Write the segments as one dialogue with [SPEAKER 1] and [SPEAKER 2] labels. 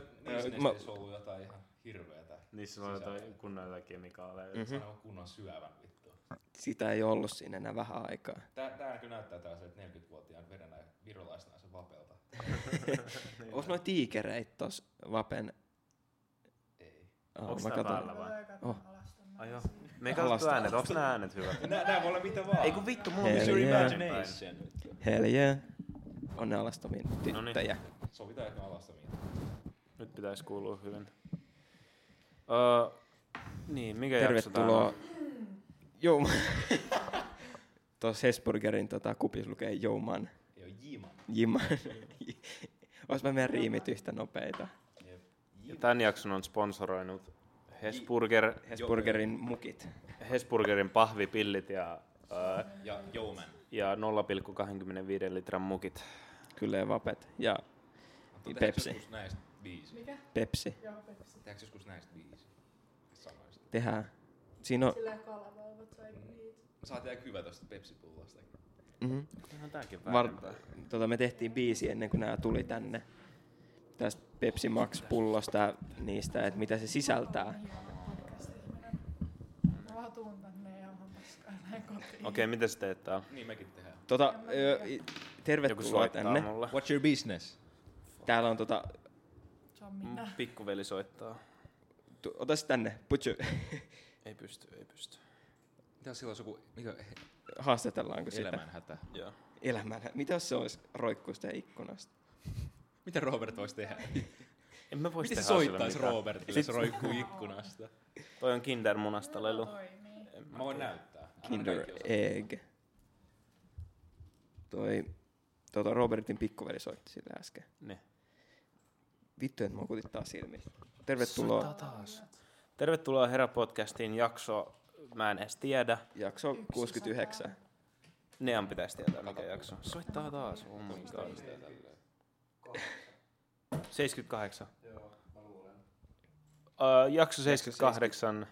[SPEAKER 1] Varsinaisesti mä... ollut jotain ihan hirveätä.
[SPEAKER 2] Niissä on jotain kunnoilla kemikaaleja.
[SPEAKER 1] Mm-hmm. Sano kunnon syövän vittu.
[SPEAKER 3] Sitä ei ollut siinä enää vähän aikaa.
[SPEAKER 1] Tää, tää kyllä näyttää taas, että 40-vuotiaan verenä, virolaisnaisen vapelta.
[SPEAKER 3] Onko noin tiikereit tos vapen?
[SPEAKER 1] Ei.
[SPEAKER 3] Ah,
[SPEAKER 2] Onks
[SPEAKER 3] mä
[SPEAKER 2] tää
[SPEAKER 3] katon.
[SPEAKER 2] päällä vai?
[SPEAKER 3] Oh.
[SPEAKER 2] Ai joo. Me ei
[SPEAKER 3] Alastaan.
[SPEAKER 2] katsottu äänet, onks nää äänet hyvät?
[SPEAKER 1] Nää, nää voi olla mitä vaan.
[SPEAKER 2] Ei kun vittu, mulla
[SPEAKER 3] Hell
[SPEAKER 2] on
[SPEAKER 3] yeah.
[SPEAKER 4] Imagination.
[SPEAKER 3] Hell yeah. On ne alastomin tyttöjä.
[SPEAKER 1] Sovitaan ehkä alastomiin.
[SPEAKER 2] Nyt pitäis kuulua hyvin. Öö, niin, mikä jakso tää
[SPEAKER 3] Tervetuloa.
[SPEAKER 2] on?
[SPEAKER 3] Jou. Tuossa Hesburgerin tota, kupis lukee Jouman.
[SPEAKER 1] Ei oo Jima.
[SPEAKER 3] Jiman. Ois mä meidän riimit yhtä nopeita.
[SPEAKER 1] Jep.
[SPEAKER 2] Ja
[SPEAKER 1] Jima.
[SPEAKER 2] Tän jakson on sponsoroinut Hesburger,
[SPEAKER 3] Hesburgerin mukit.
[SPEAKER 2] Hesburgerin pahvipillit ja, öö,
[SPEAKER 1] Ja Jouman.
[SPEAKER 2] ja 0,25 litran mukit.
[SPEAKER 3] Kyllä ja vapet. Ja Pepsi.
[SPEAKER 1] joskus näistä biisi?
[SPEAKER 5] Mikä?
[SPEAKER 3] Pepsi.
[SPEAKER 5] Joo, Pepsi.
[SPEAKER 1] Tehdäänkö joskus näistä biisi? Sanoista.
[SPEAKER 3] Tehdään. Siinä
[SPEAKER 2] No.
[SPEAKER 3] on...
[SPEAKER 5] Silleen kalavoivat sai niitä.
[SPEAKER 1] Saa tehdä hyvä tosta Pepsi-pullosta.
[SPEAKER 3] Mm-hmm.
[SPEAKER 2] Onhan tääkin
[SPEAKER 3] Var, tota, me tehtiin biisi ennen kuin nämä tuli tänne. Tästä Pepsi Max pullosta ja niistä, että mitä se sisältää.
[SPEAKER 5] Mä vaan tuun tänne ja ihan paskaa näin kotiin.
[SPEAKER 2] Okei, mitä sä teet tää?
[SPEAKER 1] Niin mekin tehdään.
[SPEAKER 3] Tota,
[SPEAKER 5] En mä
[SPEAKER 3] ö,
[SPEAKER 5] tiedä.
[SPEAKER 3] i-
[SPEAKER 2] Joku
[SPEAKER 3] tervetuloa
[SPEAKER 2] soittaa
[SPEAKER 3] tänne.
[SPEAKER 2] mulle.
[SPEAKER 1] What's your business?
[SPEAKER 3] Täällä on tota,
[SPEAKER 5] Se on minä.
[SPEAKER 2] Mm, Pikkuveli soittaa.
[SPEAKER 3] tu- ota se tänne, putsu.
[SPEAKER 2] Ei pysty, ei pysty.
[SPEAKER 1] Mitä silloin joku, mikä
[SPEAKER 3] Haastatellaanko sitä?
[SPEAKER 1] elämän hätä?
[SPEAKER 2] Joo.
[SPEAKER 3] Elämän. Mitä jos se olisi roikkuu sitä ikkunasta?
[SPEAKER 1] Mitä Robert voisi tehdä?
[SPEAKER 2] En mä vois
[SPEAKER 1] Miten se
[SPEAKER 2] tehdä sille
[SPEAKER 1] soittaisi
[SPEAKER 2] mitään.
[SPEAKER 1] Robertille, jos se roikkuu ikkunasta?
[SPEAKER 2] Toi on kindermunasta lelu.
[SPEAKER 5] Toimii.
[SPEAKER 2] En
[SPEAKER 1] Mä voin näyttää.
[SPEAKER 3] Kinder Egg. Toi, tota Robertin pikkuveli soitti sille äsken.
[SPEAKER 2] Niin.
[SPEAKER 3] Vittu, että mua kutittaa silmistä. Tervetuloa
[SPEAKER 2] taas. Tervetuloa Herra Podcastiin jakso, mä en edes tiedä.
[SPEAKER 3] jakso
[SPEAKER 5] Yksi
[SPEAKER 3] 69.
[SPEAKER 5] sata.
[SPEAKER 2] Nean pitäisi tietää mikä jakso. Soittaa taas, oh my god. 78. Joo, mä luulen. Uh, Äh, jakso 78,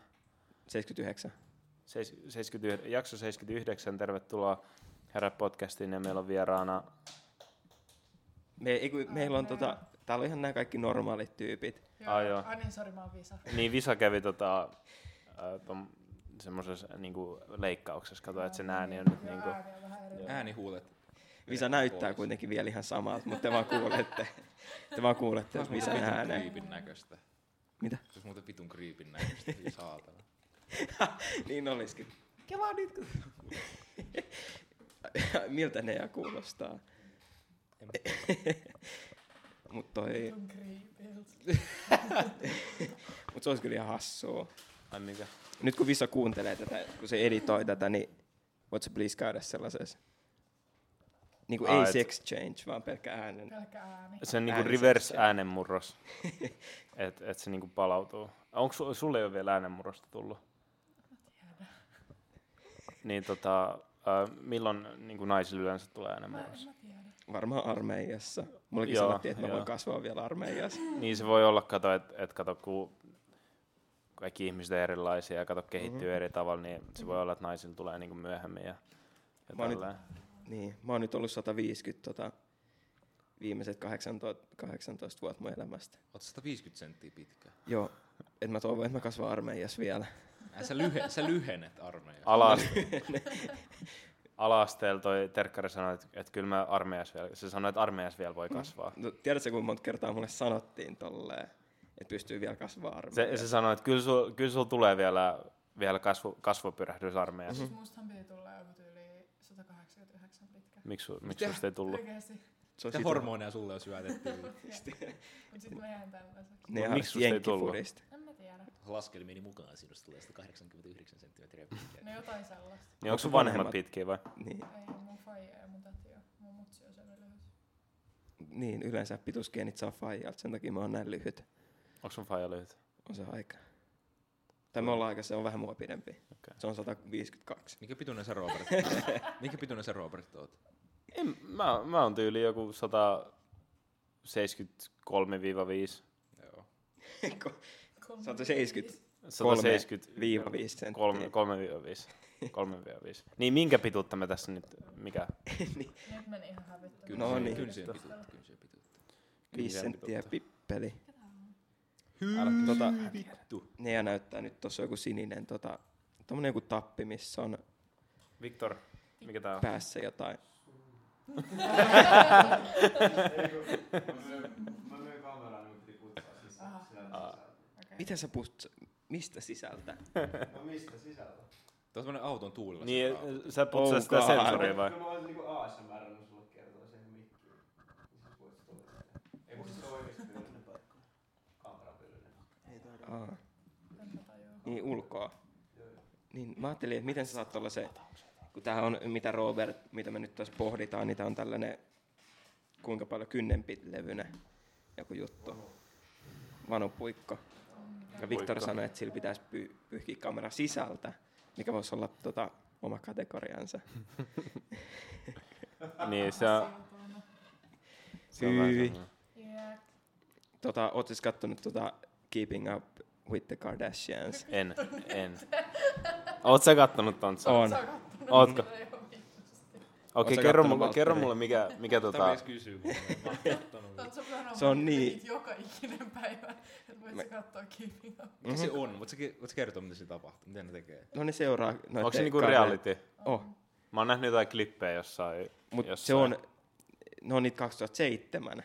[SPEAKER 3] 79.
[SPEAKER 2] seis- 79, jakso 79, tervetuloa Herra Podcastiin ja meillä on vieraana
[SPEAKER 3] Me, ei, kun, meillä on tota, täällä on ihan nämä kaikki normaalit tyypit.
[SPEAKER 5] Joo.
[SPEAKER 2] Ai joo.
[SPEAKER 5] Ai niin, sori, mä oon visa.
[SPEAKER 2] Niin Visa kävi tota, äh, tom, semmoisessa niinku, leikkauksessa, katsoa, että sen ääni on nyt
[SPEAKER 5] Joo,
[SPEAKER 2] niinku,
[SPEAKER 5] ääni on vähän eri.
[SPEAKER 1] Äänihuulet.
[SPEAKER 3] Visa näyttää kuitenkin vielä ihan samalta, mutta te vaan kuulette. Te vaan kuulette Visan
[SPEAKER 1] ääneen.
[SPEAKER 3] ääneen.
[SPEAKER 1] Kriipin näköistä.
[SPEAKER 3] Mitä?
[SPEAKER 1] Se olisi muuten vitun kriipin näköistä, ei saatana.
[SPEAKER 3] Niin olisikin. Kelaa nyt. kun- Miltä ne ja kuulostaa? Mutta toi,
[SPEAKER 5] Vitun kriipiltä.
[SPEAKER 3] mut se olisi kyllä ihan hassua.
[SPEAKER 2] ai mikä.
[SPEAKER 3] Nyt kun Visa kuuntelee tätä, kun se editoi tätä, niin voit sä please käydä sellaisessa? Niin kuin
[SPEAKER 2] Aa,
[SPEAKER 3] ei
[SPEAKER 2] et-
[SPEAKER 3] sex change, vaan pelkkä äänen.
[SPEAKER 5] Pelkkä ääni.
[SPEAKER 2] Se on niinku
[SPEAKER 3] Ääni-
[SPEAKER 2] reverse äänenmurros, että et se niinku palautuu. Onko su, sulle ei ole vielä äänenmurrosta tullut?
[SPEAKER 5] Tiedä.
[SPEAKER 2] Niin tota, äh, milloin niinku naisille yleensä tulee
[SPEAKER 5] Mä, en
[SPEAKER 2] äänenmurros?
[SPEAKER 5] mä tiedä.
[SPEAKER 3] Varmaan armeijassa. Mullekin
[SPEAKER 2] Joo,
[SPEAKER 3] sanottiin, että mä voin
[SPEAKER 2] joo.
[SPEAKER 3] kasvaa vielä armeijassa.
[SPEAKER 2] Niin se voi olla, kato, että et, kato, kun kaikki ihmiset on erilaisia ja kato kehittyy mm-hmm. eri tavalla, niin se voi olla, että naisilla tulee niinku myöhemmin ja, ja
[SPEAKER 3] Mä oon nyt-
[SPEAKER 2] tälleen.
[SPEAKER 3] Niin, mä oon nyt ollut 150 tota, viimeiset 18, 18 vuotta mun elämästä.
[SPEAKER 1] Oot 150 senttiä pitkä.
[SPEAKER 3] Joo, että mä toivon, että mä kasvan armeijassa vielä.
[SPEAKER 1] Äh, sä, lyhe, sä lyhenet armeijaa.
[SPEAKER 3] Ah,
[SPEAKER 2] Alaste- alasteella toi terkkari sanoi, että, että kyllä mä armeijassa vielä, se sanoi, että armeijassa vielä voi kasvaa.
[SPEAKER 3] No, tiedätkö, kuinka monta kertaa mulle sanottiin tolleen, että pystyy vielä kasvaa
[SPEAKER 2] Se,
[SPEAKER 3] armeijassa?
[SPEAKER 2] se sanoi, että kyllä sul, kyllä sul tulee vielä, vielä kasvu, kasvupyrähdys armeijassa.
[SPEAKER 5] Siis mustahan piti tulla joku tyyli 189 pitkä.
[SPEAKER 2] Miksi su, miksi susta ei tullut? Niin
[SPEAKER 5] Oikeesti.
[SPEAKER 3] Se on
[SPEAKER 1] Mitä
[SPEAKER 3] sit-
[SPEAKER 1] hormoneja sulle on syötetty?
[SPEAKER 5] Mut sit mä jäin tällaiseksi.
[SPEAKER 3] Ne
[SPEAKER 2] Mut miksi
[SPEAKER 3] harrasti
[SPEAKER 2] susta ei tullut?
[SPEAKER 3] jenkkifudista.
[SPEAKER 5] En mä tiedä.
[SPEAKER 1] Laskelmieni mukaan sinusta tulee 189 senttimetriä pitkä.
[SPEAKER 5] No jotain sellaista.
[SPEAKER 2] Niin
[SPEAKER 3] Onko
[SPEAKER 2] onko sun
[SPEAKER 3] sun
[SPEAKER 2] vanhemmat
[SPEAKER 3] vanhemmat?
[SPEAKER 2] pitkiä vai?
[SPEAKER 3] Niin,
[SPEAKER 5] Ei mun faija ja mun täti ja mun mutsi on sen lyhyt.
[SPEAKER 3] niin, yleensä pituusgeenit saa faijalta, sen takia mä oon näin lyhyt.
[SPEAKER 2] Onko sun faija lyhyt?
[SPEAKER 3] On se aika. Tai me ollaan aika, se on vähän mua pidempi.
[SPEAKER 2] Okei.
[SPEAKER 3] Se on 152.
[SPEAKER 1] Minkä pituinen sä Robert? Minkä pituinen sä Robert oot?
[SPEAKER 2] En, mä, mä oon tyyli joku 173-5.
[SPEAKER 1] Joo.
[SPEAKER 3] Ko- 170.
[SPEAKER 2] 173-5.
[SPEAKER 3] 3-5 senttiä.
[SPEAKER 2] 3-5. 3-5. Niin minkä pituutta me tässä nyt, mikä?
[SPEAKER 3] Niin,
[SPEAKER 5] Nyt meni ihan hävittömästi.
[SPEAKER 3] No
[SPEAKER 1] siihen-
[SPEAKER 3] niin.
[SPEAKER 1] Kyllä siihen pituutta. Kyllä siihen pituutta.
[SPEAKER 3] Viisi
[SPEAKER 2] Kymmenen
[SPEAKER 3] senttiä
[SPEAKER 2] pituutta.
[SPEAKER 3] pippeli.
[SPEAKER 1] Älä
[SPEAKER 3] Tota-
[SPEAKER 1] tota, vittu.
[SPEAKER 3] Ne ja näyttää nyt tuossa joku sininen, tota, tommonen joku tappi, missä on
[SPEAKER 2] Viktor, mikä tää on?
[SPEAKER 3] päässä jotain.
[SPEAKER 5] Aha, okei.
[SPEAKER 3] Mitä sä puhut, mistä sisältä?
[SPEAKER 4] No mistä sisältä?
[SPEAKER 1] Tuo on semmonen auton tuulilla.
[SPEAKER 2] Niin,
[SPEAKER 1] saadaan.
[SPEAKER 2] sä putsaat
[SPEAKER 3] Oh
[SPEAKER 2] sitä
[SPEAKER 3] god.
[SPEAKER 2] sensoria vai?
[SPEAKER 4] Kyllä mä voisin niinku ASMR -nä sulle kertoa sen mikkiin. Niin sä voit tolleen. Ei kun siis se oikeesti pillinen paikka. Kamerapillinen.
[SPEAKER 3] Aa,
[SPEAKER 5] Tämä tajuu.
[SPEAKER 3] niin ulkoa. Niin mä ajattelin, että miten sä saat olla se, kun tämähän on, mitä Robert, mitä me nyt tässä pohditaan, niin tää on tällainen, kuinka paljon kynnempi levyne joku juttu. Vanu Puikko. Ja Viktor
[SPEAKER 2] Puikko.
[SPEAKER 3] sanoi, että sillä pitäisi py- pyyhkiä kamera sisältä, mikä voisi olla tota, oma kategoriansa.
[SPEAKER 2] Niin, se on,
[SPEAKER 5] Sivutuono.
[SPEAKER 2] se on vähän
[SPEAKER 3] Hyi.
[SPEAKER 2] semmoinen.
[SPEAKER 5] Yeah.
[SPEAKER 3] Tota, oot siis kattonut tota Keeping Up with the Kardashians?
[SPEAKER 2] En, en. Oot sä kattonut ton?
[SPEAKER 3] On.
[SPEAKER 5] Sä oot kattonut.
[SPEAKER 2] Ootko?
[SPEAKER 5] Ei oo vittusti.
[SPEAKER 2] Okei,
[SPEAKER 3] sä
[SPEAKER 2] kerro
[SPEAKER 3] kattonut
[SPEAKER 2] mulle, kerro
[SPEAKER 3] Valtteria?
[SPEAKER 2] mulle mikä, mikä
[SPEAKER 1] Tämä
[SPEAKER 2] tota...
[SPEAKER 1] edes kysyy, kun mä oon kattonut.
[SPEAKER 5] Oot sä pitänyt
[SPEAKER 3] Se on
[SPEAKER 5] olla
[SPEAKER 3] niin-
[SPEAKER 5] niitä joka ikinen päivä, että voit
[SPEAKER 3] Me-
[SPEAKER 5] sä katsoa Keeping Up.
[SPEAKER 1] Mikä se on? Voit sä ke- voit sä kertoa, mitä se tapahtuu? Miten ne tekee?
[SPEAKER 3] No ne seuraa noita
[SPEAKER 2] Onko se niinku
[SPEAKER 3] Karda-
[SPEAKER 2] reality?
[SPEAKER 3] Oh,
[SPEAKER 2] Mä oon nähnyt jotain klippejä jossain.
[SPEAKER 3] mutta se
[SPEAKER 2] jossain.
[SPEAKER 3] on, ne on niitä 2007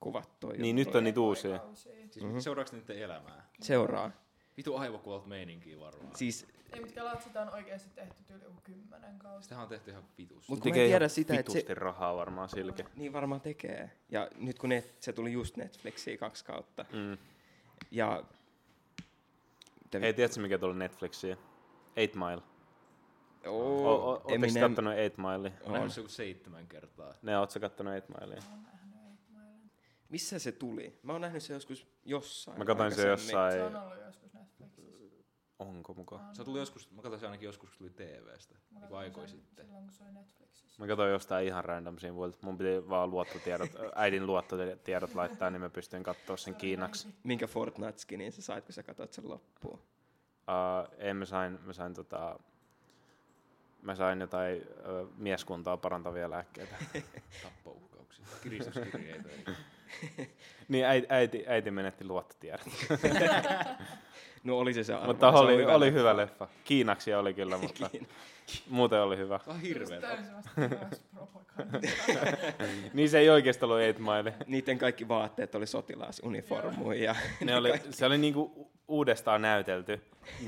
[SPEAKER 3] kuvattuja
[SPEAKER 2] Niin nyt on
[SPEAKER 3] juttuja.
[SPEAKER 2] niitä uusia.
[SPEAKER 5] Kausia.
[SPEAKER 1] Siis mm-hmm. seuraako niiden elämää?
[SPEAKER 3] Seuraa.
[SPEAKER 1] Vitu aivokuollut meininkiä varmaan.
[SPEAKER 3] Siis,
[SPEAKER 5] Ei, mutta kelaat sitä on oikeasti tehty tyyli joku kymmenen kautta.
[SPEAKER 1] Sitähän on tehty ihan vitus.
[SPEAKER 3] mut kun mä
[SPEAKER 2] Tekee
[SPEAKER 3] en
[SPEAKER 2] ihan
[SPEAKER 3] tiedä sitä, että se
[SPEAKER 2] vitusti rahaa varmaan silke.
[SPEAKER 3] niin varmaan tekee. Ja nyt kun net, se tuli just Netflixiin kaksi kautta.
[SPEAKER 2] Mm.
[SPEAKER 3] Ja
[SPEAKER 2] Hei, tiedätkö mikä tuli Netflixiin? Eight Mile.
[SPEAKER 3] Oo,
[SPEAKER 2] Oletko sä
[SPEAKER 3] Eminem-
[SPEAKER 2] kattonut Eight Milea?
[SPEAKER 1] Mä
[SPEAKER 3] on.
[SPEAKER 1] oon se joku seitsemän kertaa.
[SPEAKER 2] Ne, ootko sä kattonut Eight Milea?
[SPEAKER 5] Mä oon nähnyt Eight Milen.
[SPEAKER 3] Missä se tuli? Mä oon nähnyt se joskus jossain.
[SPEAKER 2] Mä katsoin se
[SPEAKER 3] aikaisemmin.
[SPEAKER 2] jossain.
[SPEAKER 5] Se on ollut joskus Netflixissä.
[SPEAKER 2] Onko muka?
[SPEAKER 5] On.
[SPEAKER 1] Se on tullut joskus, mä katsoin sen ainakin joskus, kun se tuli TVstä.
[SPEAKER 5] Mä
[SPEAKER 1] Niin
[SPEAKER 5] katsoin
[SPEAKER 1] aikoi
[SPEAKER 5] sen
[SPEAKER 1] sitten.
[SPEAKER 5] Silloin kun se oli Netflixissä.
[SPEAKER 2] Mä katsoin jostain ihan random siinä vuodelta. Mun piti vaan luottotiedot, äidin luottotiedot laittaa, niin mä pystyin katsoa sen kiinaksi.
[SPEAKER 3] Minkä Fortnite niin sä sait, kun sä katsoit sen loppuun?
[SPEAKER 2] Uh, ei, mä sain, mä sain tota, mä sain jotain uh, mieskuntaa parantavia lääkkeitä.
[SPEAKER 1] Tappouhkauksia. Kiristyskirjeitä.
[SPEAKER 2] niin äiti, äiti, äiti menetti luottotiedot.
[SPEAKER 3] No oli se se arvo.
[SPEAKER 2] mutta
[SPEAKER 3] se
[SPEAKER 2] oli, oli, hyvä,
[SPEAKER 3] leffa.
[SPEAKER 2] leffa. Kiinaksi oli kyllä, mutta
[SPEAKER 3] Kiina.
[SPEAKER 2] muuten oli hyvä.
[SPEAKER 1] Tää on
[SPEAKER 5] Hirveä.
[SPEAKER 1] hirveetä.
[SPEAKER 5] Täysin vasta myös propaganda.
[SPEAKER 2] Niin se ei oikeastaan ollut Eight Mile.
[SPEAKER 3] Niiden kaikki vaatteet oli sotilasuniformuja. Ja
[SPEAKER 2] Ne oli, se oli niinku u- uudestaan näytelty.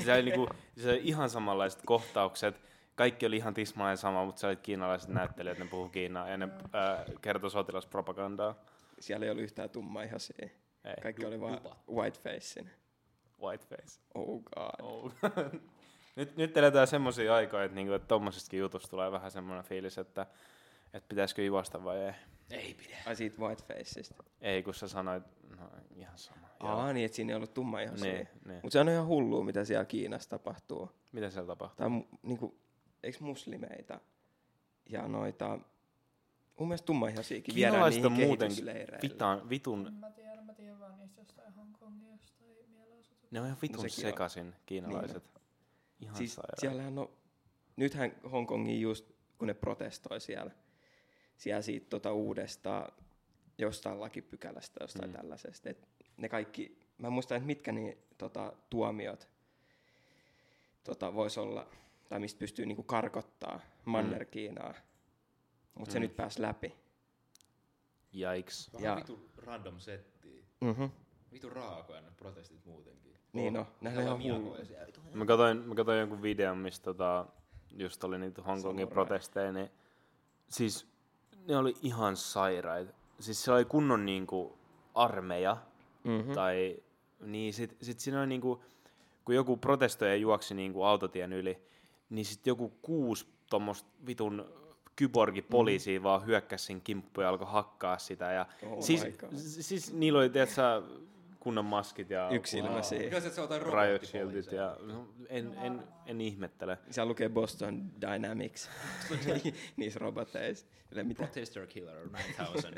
[SPEAKER 2] Se oli, niinku, se oli ihan samanlaiset kohtaukset. Kaikki oli ihan tismalleen sama, mutta se oli kiinalaiset näyttelijät, ne puhuu kiinaa ja ne äh, kertoi sotilaspropagandaa.
[SPEAKER 3] siellä ei ollut yhtään tumma ihan siihen.
[SPEAKER 2] Ei,
[SPEAKER 3] Kaikki oli vaan
[SPEAKER 1] lupa.
[SPEAKER 3] whitefacein.
[SPEAKER 2] whiteface.
[SPEAKER 3] Oh god.
[SPEAKER 2] Oh. nyt, nyt eletään semmoisia aikoja, että, niinku, että tommosestakin jutusta tulee vähän semmoinen fiilis, että, että pitäisikö juosta vai ei.
[SPEAKER 1] Ei pidä.
[SPEAKER 3] Ai siitä whitefaceista.
[SPEAKER 2] Ei, kun sä sanoit, no ihan sama.
[SPEAKER 3] Aa, niin että siinä ei ollut tumma ihan
[SPEAKER 2] niin,
[SPEAKER 3] siihen.
[SPEAKER 2] niin.
[SPEAKER 3] Mutta se on ihan hullua, mitä siellä Kiinassa tapahtuu.
[SPEAKER 2] Mitä siellä tapahtuu?
[SPEAKER 3] Tai mu- niinku, eikö muslimeita ja noita... Mun mielestä tummaihoisiakin viedään
[SPEAKER 2] Kiinalaiset
[SPEAKER 3] niihin
[SPEAKER 2] on muuten
[SPEAKER 3] kehitysleireille.
[SPEAKER 2] vitaan, vitun,
[SPEAKER 5] En mä tiedä, mä tiedän vaan niistä jostain Hongkongista tai mielenosoituksista.
[SPEAKER 2] ne on ihan
[SPEAKER 3] No
[SPEAKER 2] vitun
[SPEAKER 3] sekin on. Niin.
[SPEAKER 2] sekasin, kiinalaiset. Ihan
[SPEAKER 3] Siis
[SPEAKER 2] sairaan.
[SPEAKER 3] siellähän on, nythän Hongkongi just, kun ne protestoi siellä, siellä siitä tota uudesta jostain lakipykälästä, jostain
[SPEAKER 2] Mm.
[SPEAKER 3] mm. tällaisesta. Et ne kaikki, mä en muista, että mitkä niin, tota, tuomiot tota, voisi olla, tai mistä pystyy niinku karkottaa Manner-Kiinaa. Mutta se
[SPEAKER 2] Mm.
[SPEAKER 3] nyt pääsi läpi.
[SPEAKER 2] Yikes.
[SPEAKER 1] Vähän
[SPEAKER 3] Ja-
[SPEAKER 1] vitu random settiä.
[SPEAKER 3] Mm-hmm.
[SPEAKER 1] Vitu raakoja ne protestit muutenkin.
[SPEAKER 3] Niin no, nämä on ihan hullu.
[SPEAKER 2] Mä katsoin, mä katsoin jonkun videon, missä tota, just oli niitä Hongkongin
[SPEAKER 3] Samurai.
[SPEAKER 2] protesteja, niin siis ne oli ihan sairaita. Siis se oli kunnon niinku armeija,
[SPEAKER 3] Mm-hmm.
[SPEAKER 2] mm. tai niin sit, sit siinä oli niinku, kun joku protestoija juoksi niinku autotien yli, niin sit joku kuusi tommoista vitun kyborgipoliisia mm. vaan hyökkäsi sen kimppuun ja alkoi hakkaa sitä. Ja
[SPEAKER 3] Mhm. Oh
[SPEAKER 2] siis,
[SPEAKER 3] my God.
[SPEAKER 2] s- siis niillä oli, tiedätkö, kunnon maskit ja
[SPEAKER 3] Yksi
[SPEAKER 2] kunnon
[SPEAKER 3] ilma siihen.
[SPEAKER 1] Mikä se, että sä oot jotain
[SPEAKER 2] riot
[SPEAKER 1] robottipoliiseja?
[SPEAKER 2] shieldit ja no, en, en, en ihmettele.
[SPEAKER 3] Siellä lukee Boston Dynamics niissä roboteissa. Silleen, Mitä
[SPEAKER 1] Protester Killer 9000.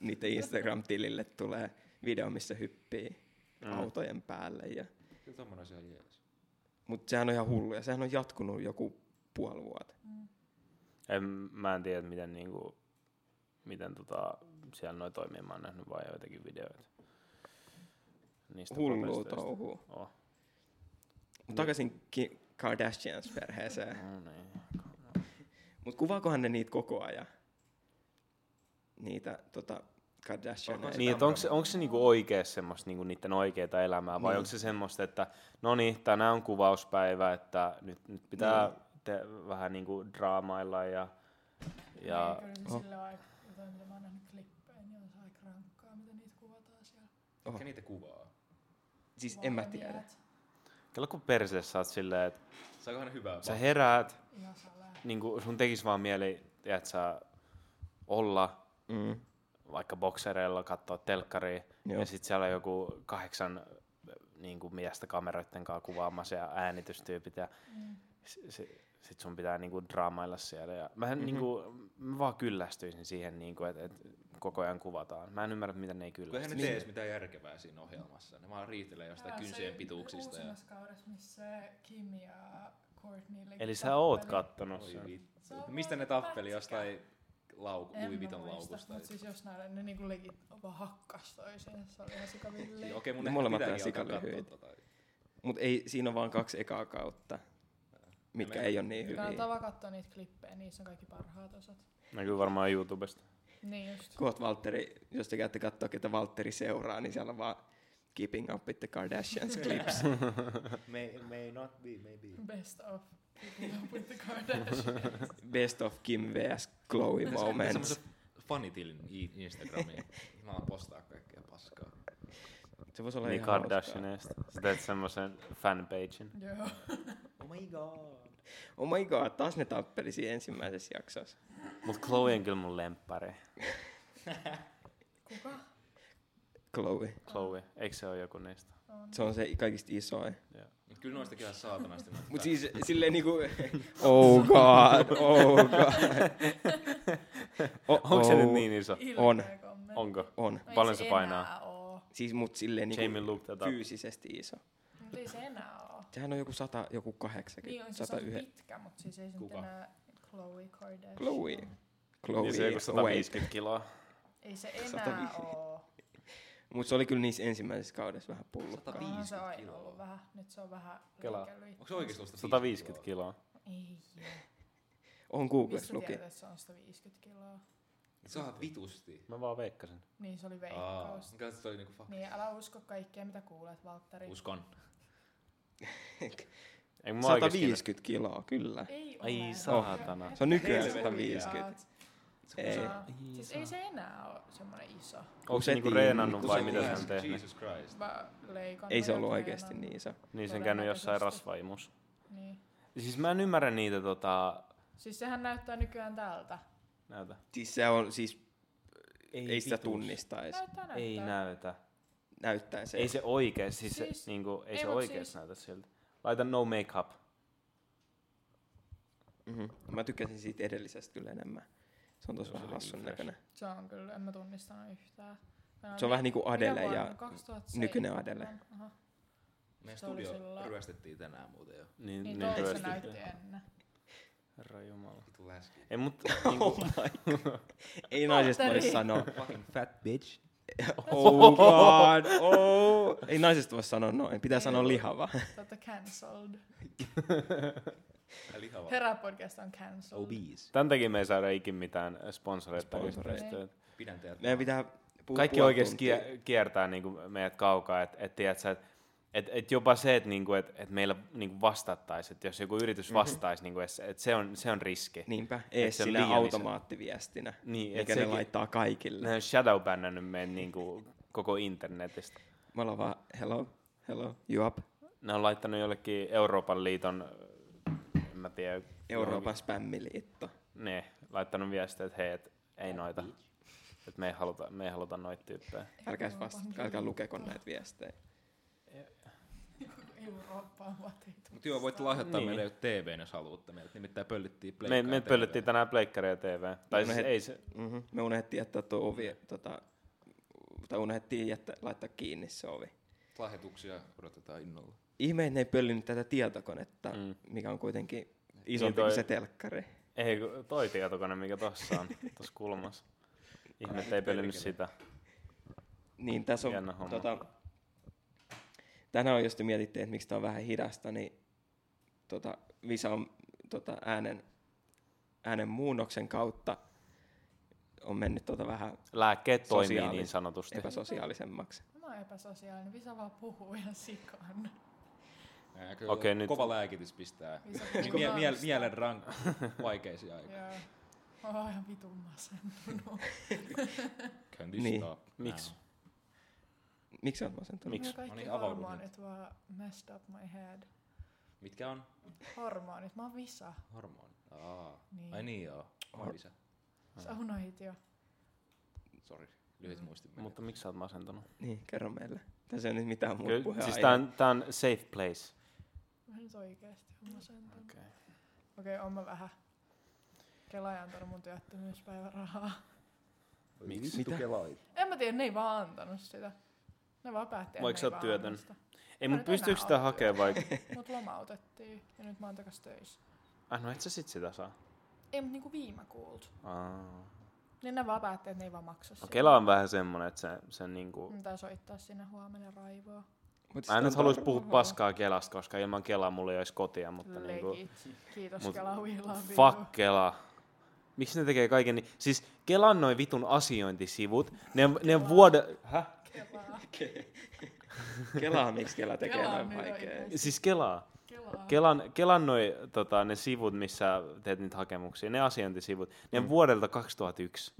[SPEAKER 3] niiden Instagram-tilille tulee video, missä hyppii mm. autojen päälle. Ja...
[SPEAKER 1] Kyllä tommonen asia on jees.
[SPEAKER 3] Mutta sehän on ihan hullu ja sehän on jatkunut joku puoli vuotta.
[SPEAKER 2] En, mä en tiedä, että miten, niinku, miten tota, siellä noi toimii. Mä oon nähnyt vaan joitakin videoita. niistä
[SPEAKER 3] Hullu
[SPEAKER 2] protesteista.
[SPEAKER 3] touhuu.
[SPEAKER 2] Oh.
[SPEAKER 3] Mut takaisin Ki- Kardashians-perheeseen.
[SPEAKER 2] No niin.
[SPEAKER 3] Mutta kuvaakohan ne niitä koko ajan? Niitä tota, Kardashianeja.
[SPEAKER 1] Onko
[SPEAKER 2] Niin, että
[SPEAKER 1] Tamron.
[SPEAKER 2] onko se, onko se niinku oikea semmoista niinku niiden oikeaa elämää, vai
[SPEAKER 3] Niin.
[SPEAKER 2] onko se semmoista, että no niin, tänään on kuvauspäivä, että nyt, nyt pitää
[SPEAKER 3] Niin.
[SPEAKER 2] te, vähän niinku draamailla ja,
[SPEAKER 5] Ja...
[SPEAKER 2] ja
[SPEAKER 5] Kyllä se
[SPEAKER 3] Oh.
[SPEAKER 5] oh. silloin aika, jotain mitä mä oon nähnyt klippejä, niin on se aika rankkaa, miten niitä kuvataan siellä.
[SPEAKER 3] Oho.
[SPEAKER 1] Mikä niitä kuvaa?
[SPEAKER 3] Siis en mä
[SPEAKER 5] Vaan
[SPEAKER 3] tiedä.
[SPEAKER 5] miehet,
[SPEAKER 2] kello kun perseessä sä oot silleen, että
[SPEAKER 1] Saako ne hyvää?
[SPEAKER 2] sä
[SPEAKER 1] pa-
[SPEAKER 2] heräät,
[SPEAKER 5] Ihan salaa.
[SPEAKER 2] niinku sun tekis vaan mieli, että sä olla
[SPEAKER 3] Mm.
[SPEAKER 2] vaikka boksereilla, katsoa telkkaria,
[SPEAKER 3] Joo.
[SPEAKER 2] ja sitten siellä on joku kahdeksan äh, niinku miestä kameroiden kanssa kuvaamassa ja äänitystyypit ja
[SPEAKER 5] Mm.
[SPEAKER 2] s- se- sit sun pitää niinku draamailla siellä. Ja mä,
[SPEAKER 3] Mhm.
[SPEAKER 2] mm-hmm. niinku, mä vaan kyllästyisin siihen, niinku, että et koko ajan kuvataan. Mä en ymmärrä, miten ne ei
[SPEAKER 1] Kun eihän
[SPEAKER 2] kyllästy.
[SPEAKER 1] ne tee edes mitään järkevää siinä ohjelmassa. Ne vaan riitelee jostain
[SPEAKER 5] Joo, se
[SPEAKER 1] kynsien pituuksista. Ja...
[SPEAKER 5] Uusimmassa kaudessa, missä Kim ja Courtney leikki
[SPEAKER 2] Eli sä oot
[SPEAKER 5] tappeli.
[SPEAKER 2] kattonut
[SPEAKER 1] Oi
[SPEAKER 2] sen.
[SPEAKER 1] vittu.
[SPEAKER 5] Se on vaan
[SPEAKER 1] Mistä ne
[SPEAKER 5] pätkä.
[SPEAKER 1] tappeli jostain lauku,
[SPEAKER 5] En
[SPEAKER 1] Louis
[SPEAKER 5] mä
[SPEAKER 1] Vuitton
[SPEAKER 5] muista,
[SPEAKER 1] laukusta?
[SPEAKER 5] mut siis jos näillä ne niinku legit vaan hakkas toisiinsa, se oli ihan
[SPEAKER 1] Niin,
[SPEAKER 5] sikavilleen.
[SPEAKER 1] Okei, mun
[SPEAKER 3] Ne
[SPEAKER 1] ehkä
[SPEAKER 3] molemmat
[SPEAKER 1] pitääkin
[SPEAKER 3] on
[SPEAKER 1] alkaa
[SPEAKER 3] sikalyhyitä.
[SPEAKER 1] katsoa tota.
[SPEAKER 3] Mut ei, siinä on vaan kaksi ekaa kautta, mitkä
[SPEAKER 1] Meillä-
[SPEAKER 3] ei ole niin hyviä.
[SPEAKER 5] Kannattaa vaan katsoa niitä klippejä, niissä on kaikki parhaat osat.
[SPEAKER 2] Näkyy varmaan YouTubesta.
[SPEAKER 5] Niin just.
[SPEAKER 3] Koot Valtteri, jos te käytte katsoa, ketä Valtteri seuraa, niin siellä on vaan Keeping Up with the Kardashians clips.
[SPEAKER 1] May, may not be, maybe.
[SPEAKER 5] Best of Keeping Up with the Kardashians.
[SPEAKER 3] Best of Kim vs. Chloe moments.
[SPEAKER 1] Semmoisen fanitilin i- Instagramiin. Mä alan postaa kaikkea paskaa.
[SPEAKER 3] Se voisi olla
[SPEAKER 2] Niin
[SPEAKER 3] ihan hauskaa.
[SPEAKER 2] Kardashianista. Sä teet semmosen fanpagein.
[SPEAKER 5] Joo.
[SPEAKER 1] Oh my god.
[SPEAKER 3] Oh my god, taas ne tappeli siinä ensimmäisessä jaksossa.
[SPEAKER 2] Mut Chloe on kyllä mun lemppari.
[SPEAKER 5] Kuka?
[SPEAKER 3] Chloe.
[SPEAKER 2] Chloe, eikö se ole joku niistä?
[SPEAKER 3] Se on se kaikista isoin.
[SPEAKER 1] Mut Niin kyllä noista kyllä saatanasti. näyttää.
[SPEAKER 3] Mut siis silleen niinku... Oh god, oh god. O-
[SPEAKER 2] Onko se nyt niin iso?
[SPEAKER 5] Ilkeä
[SPEAKER 3] On.
[SPEAKER 5] kommentti.
[SPEAKER 2] Onko?
[SPEAKER 3] On.
[SPEAKER 5] No ei
[SPEAKER 2] Paljon se
[SPEAKER 5] enää
[SPEAKER 2] painaa?
[SPEAKER 5] oo.
[SPEAKER 3] Siis mut silleen
[SPEAKER 2] Jamie
[SPEAKER 3] niinku
[SPEAKER 2] looked that up.
[SPEAKER 3] fyysisesti iso.
[SPEAKER 5] Mut ei se enää oo.
[SPEAKER 3] Sehän on joku 100, joku
[SPEAKER 5] Niin
[SPEAKER 3] 80,
[SPEAKER 5] on se se on
[SPEAKER 3] 101.
[SPEAKER 5] pitkä, mut siis ei se nyt
[SPEAKER 1] Kuka?
[SPEAKER 5] enää Khloe Kardashian.
[SPEAKER 3] Chloe. Chloe,
[SPEAKER 2] Niin se on joku
[SPEAKER 3] wait.
[SPEAKER 2] 150 kiloa.
[SPEAKER 5] Ei se
[SPEAKER 3] 105.
[SPEAKER 5] enää oo.
[SPEAKER 3] Mutta se oli kyllä niissä ensimmäisessä kaudessa vähän pullukkaa.
[SPEAKER 1] 105.
[SPEAKER 5] Onhan se
[SPEAKER 1] 150
[SPEAKER 5] aina
[SPEAKER 1] kiloa.
[SPEAKER 5] ollut vähän. Nyt se on vähän
[SPEAKER 2] Kela.
[SPEAKER 5] liikellyt.
[SPEAKER 1] Onko se oikeesti tuosta
[SPEAKER 2] 150 kiloa.
[SPEAKER 5] Ei. oo.
[SPEAKER 3] On Googlessa
[SPEAKER 5] Mistä
[SPEAKER 3] luki.
[SPEAKER 5] tiedät, että se on 150 kiloa?
[SPEAKER 1] Se on vitusti.
[SPEAKER 2] Mä vaan veikkasin.
[SPEAKER 5] Niin se oli
[SPEAKER 1] Aa,
[SPEAKER 5] veikkaus.
[SPEAKER 1] mikä se oli niinku fuck.
[SPEAKER 5] Niin, älä usko kaikkea, mitä kuulet, Valtteri.
[SPEAKER 1] Uskon.
[SPEAKER 2] Eikö mä oikeesti-
[SPEAKER 3] 150 kiloa, kyllä.
[SPEAKER 5] ei ole.
[SPEAKER 2] Ai saatana.
[SPEAKER 3] Se on nykyään
[SPEAKER 5] Helvetti.
[SPEAKER 3] 150. Ei.
[SPEAKER 5] Aa, Siis ei se enää ole semmoinen iso.
[SPEAKER 2] Onko se niinku reenannut vai mitä se on tehnyt?
[SPEAKER 1] Jesus Christ.
[SPEAKER 5] Mä leikannut
[SPEAKER 3] Ei se
[SPEAKER 5] ja
[SPEAKER 3] ollut
[SPEAKER 5] treenannut.
[SPEAKER 3] oikeasti niin iso.
[SPEAKER 2] Niin se on käynyt jossain
[SPEAKER 5] Todennäköisesti.
[SPEAKER 2] rasvaimus.
[SPEAKER 5] Niin.
[SPEAKER 2] Siis mä en ymmärrä niitä tota...
[SPEAKER 5] Siis sehän näyttää nykyään tältä.
[SPEAKER 2] Näytä.
[SPEAKER 3] Siis se on, siis
[SPEAKER 2] Niin
[SPEAKER 3] ei, sitä tunnista edes.
[SPEAKER 5] Näyttää näyttää.
[SPEAKER 2] Ei näytä.
[SPEAKER 3] Näyttää se.
[SPEAKER 2] Ei se oikeesti, siis, siis
[SPEAKER 5] Siis-
[SPEAKER 2] se, niinku, ei,
[SPEAKER 5] ei
[SPEAKER 2] se
[SPEAKER 5] mut
[SPEAKER 2] oikeesti
[SPEAKER 5] siis-
[SPEAKER 2] näytä siltä. Laita no makeup.
[SPEAKER 3] Mhm. Mä tykkäsin siitä edellisestä kyllä enemmän. Se on tosi
[SPEAKER 2] Se oli niin
[SPEAKER 3] vähän hassun
[SPEAKER 2] fresh.
[SPEAKER 3] näköinen.
[SPEAKER 5] Se on kyllä, en mä tunnistanut yhtään. Mä
[SPEAKER 3] Se on vähän niinku
[SPEAKER 5] mikä
[SPEAKER 3] Adele
[SPEAKER 5] vuonna?
[SPEAKER 3] ja
[SPEAKER 5] 2007.
[SPEAKER 3] nykyinen Adele.
[SPEAKER 5] Aha. Niin,
[SPEAKER 1] Meidän
[SPEAKER 5] Se oli
[SPEAKER 1] studio
[SPEAKER 5] sillä-
[SPEAKER 1] ryöstettiin tänään muuten jo.
[SPEAKER 2] Niin,
[SPEAKER 5] Niin,
[SPEAKER 3] tolta
[SPEAKER 5] tuolta se
[SPEAKER 3] ryöstetty.
[SPEAKER 5] näytti ennen.
[SPEAKER 2] Herra Jumala.
[SPEAKER 1] Vitu läski.
[SPEAKER 2] Ei, mutta
[SPEAKER 3] Oh
[SPEAKER 2] niinku,
[SPEAKER 3] my god. Ei naisesta voi
[SPEAKER 5] Valtteri.
[SPEAKER 3] sanoa.
[SPEAKER 1] Fucking fat bitch.
[SPEAKER 3] Oh god. Oh. Ei naisesta voi sanoa noin. Pitää
[SPEAKER 5] Ei.
[SPEAKER 3] sanoa lihava.
[SPEAKER 5] Te olette cancelled.
[SPEAKER 1] Ja lihava.
[SPEAKER 5] Herra podcast on cancelled.
[SPEAKER 1] Obese.
[SPEAKER 2] tämän takia me ei saada ikin mitään sponsoreita
[SPEAKER 3] Sponsoreita.
[SPEAKER 2] yhteistyötä.
[SPEAKER 1] Pidän teidät.
[SPEAKER 3] Meidän pitää puhua
[SPEAKER 2] Kaikki
[SPEAKER 3] puoli
[SPEAKER 2] oikeesti
[SPEAKER 3] tuntia.
[SPEAKER 2] kie- kiertää niinku meidät kaukaa, että et, tiedät sä, että et, et jopa se, että niinku, et, et meillä niinku vastattaisi, että jos joku
[SPEAKER 3] Mhm.
[SPEAKER 2] yritys vastaisi, niinku, että et se, on, se on riski.
[SPEAKER 3] Niinpä,
[SPEAKER 2] Et
[SPEAKER 3] ees
[SPEAKER 2] se on
[SPEAKER 3] sinä
[SPEAKER 2] liian iso.
[SPEAKER 3] automaattiviestinä,
[SPEAKER 2] Niin, et
[SPEAKER 3] mikä Niin. ne
[SPEAKER 2] sekin-
[SPEAKER 3] laittaa kaikille.
[SPEAKER 2] Ne on shadowbannannut meidän niinku, koko internetistä.
[SPEAKER 3] Me ollaan vaan, hello, hello, you up?
[SPEAKER 2] Ne on laittanut jollekin Euroopan liiton, äh, en mä tiedä.
[SPEAKER 3] Euroopan spämmiliitto.
[SPEAKER 2] Ne, laittanut viestiä, että hei, et, ei noita. Että me ei haluta, me ei haluta noita tyyppejä.
[SPEAKER 3] Älkää vasta, älkää lukeko näitä viestejä.
[SPEAKER 5] Eurooppaan vaatiit.
[SPEAKER 1] Mut joo, voitte lahjoittaa
[SPEAKER 2] Niin.
[SPEAKER 1] niin. meille TVn, jos haluatte. Meidät nimittäin pöllittiin
[SPEAKER 2] Me, me
[SPEAKER 1] pleikkaa
[SPEAKER 2] pöllittiin
[SPEAKER 1] TV:n.
[SPEAKER 2] tänään pleikkaria TV. Tai
[SPEAKER 3] No
[SPEAKER 2] siis
[SPEAKER 3] he-
[SPEAKER 2] ei se,
[SPEAKER 3] Mm-hmm. Me unohdettiin jättää tuo ovi, tota, tai unohdettiin jättää, laittaa kiinni se ovi.
[SPEAKER 1] Lahjoituksia odotetaan innolla.
[SPEAKER 3] Ihme, että ne ei pöllinyt tätä tietokonetta,
[SPEAKER 2] Mm. Niin
[SPEAKER 3] mm. mikä on kuitenkin isompi
[SPEAKER 2] toi-
[SPEAKER 3] kuin se telkkari.
[SPEAKER 2] ei kun toi tietokone, mikä tossa on, tossa kulmassa. Ihme, että ei pölynyt sitä.
[SPEAKER 3] Niin, tässä on
[SPEAKER 2] Hieno homma.
[SPEAKER 3] tota, tänään jos te mietittiin, että miksi tämä on vähän hidasta, niin tota, Visa on tota, äänen, äänen muunnoksen kautta on mennyt tota vähän
[SPEAKER 2] Lääkkeet toimii
[SPEAKER 3] Sosiaalinen.
[SPEAKER 2] niin sanotusti.
[SPEAKER 3] epäsosiaalisemmaksi.
[SPEAKER 5] Mä oon epäsosiaalinen. Visa vaan puhuu ihan sikan.
[SPEAKER 1] Nää kyllä
[SPEAKER 2] Okei, nyt-
[SPEAKER 1] Kova lääkitys pistää.
[SPEAKER 5] Isä
[SPEAKER 1] Niin, Mie-
[SPEAKER 5] puhuu
[SPEAKER 1] mie- mie-
[SPEAKER 5] vanhusta.
[SPEAKER 1] mielen rank vaikeisiin aikoihin.
[SPEAKER 5] Joo. Mä oon ihan vitun masentunut.
[SPEAKER 1] Can this
[SPEAKER 3] Niin.
[SPEAKER 1] stop now?
[SPEAKER 2] Miksi?
[SPEAKER 3] Miksi sä oot masentunut?
[SPEAKER 2] Miksi?
[SPEAKER 5] Miksi? Kaikki
[SPEAKER 1] No niin, avaudu
[SPEAKER 5] hormonit vaan messed up my head.
[SPEAKER 1] Mitkä on?
[SPEAKER 5] Hormonit. Mä oon Visa.
[SPEAKER 1] Hormonit. Aa.
[SPEAKER 5] Niin.
[SPEAKER 1] Ai niin joo.
[SPEAKER 3] Hor-
[SPEAKER 1] Hor- Isä.
[SPEAKER 5] Sä unohit jo.
[SPEAKER 1] Sorry. Lyhyt muisti. meni.
[SPEAKER 2] Mutta miksi sä oot masentunut?
[SPEAKER 3] Niin, kerro meille. Tässä ei ole nyt mitään muuta
[SPEAKER 2] Kyllä,
[SPEAKER 3] puheenaiheita.
[SPEAKER 2] siis tää on, tää on safe place.
[SPEAKER 5] Mä nyt oikeesti oon masentunut. Okei,
[SPEAKER 2] Okay.
[SPEAKER 5] okay. okay, on mä vähän. Kela ei antanut mun työttömyyspäivärahaa.
[SPEAKER 2] Miksi?
[SPEAKER 3] Mitä?
[SPEAKER 5] En mä tiedä, ne ei vaan antanut sitä. Ne vaan päätti, että
[SPEAKER 2] Vaikka
[SPEAKER 5] ne
[SPEAKER 2] sä
[SPEAKER 5] ei
[SPEAKER 2] oot
[SPEAKER 5] vaan
[SPEAKER 2] työtön.
[SPEAKER 5] anna sitä.
[SPEAKER 2] Ei,
[SPEAKER 5] Mä
[SPEAKER 2] mutta
[SPEAKER 5] nyt enää
[SPEAKER 2] pystyykö sitä
[SPEAKER 5] oon
[SPEAKER 2] hakemaan vai...
[SPEAKER 5] Mut lomautettiin ja nyt mä oon takas töissä.
[SPEAKER 2] Ah, no et sä sit sitä saa.
[SPEAKER 5] Ei, mut niinku viime kuulta.
[SPEAKER 2] Aa.
[SPEAKER 5] Niin ne vaan päätti, että ne ei vaan maksa
[SPEAKER 2] No,
[SPEAKER 5] sitä.
[SPEAKER 2] Kela on vähän semmonen, että se, se niinku...
[SPEAKER 5] Mitä soittaa sinne huomenna raivoa.
[SPEAKER 3] Mut
[SPEAKER 2] Mä en
[SPEAKER 3] sit
[SPEAKER 2] nyt
[SPEAKER 3] on
[SPEAKER 2] halus
[SPEAKER 3] tar-
[SPEAKER 2] puhua
[SPEAKER 5] Oho.
[SPEAKER 2] paskaa Kelasta, koska ilman Kelaa mulla ei olisi kotia, mutta
[SPEAKER 5] Legit.
[SPEAKER 2] niinku...
[SPEAKER 5] Kiitos
[SPEAKER 2] mut-
[SPEAKER 5] mut, Kela we love you.
[SPEAKER 2] Fuck Kela. Miksi ne tekee kaiken niin? Siis Kelan noin vitun asiointisivut, ne, ne vuode... Häh?
[SPEAKER 5] Kelaa.
[SPEAKER 3] Kelaa, miksi Kela tekee
[SPEAKER 5] Kela on
[SPEAKER 3] noin
[SPEAKER 5] nyt
[SPEAKER 3] vaikeaa.
[SPEAKER 5] oikein.
[SPEAKER 2] Siis Kelaa.
[SPEAKER 5] Kelaa.
[SPEAKER 2] Kelan, Kelan noi, tota, ne sivut, missä teet niitä hakemuksia, ne asiointisivut, ne on vuodelta 2001.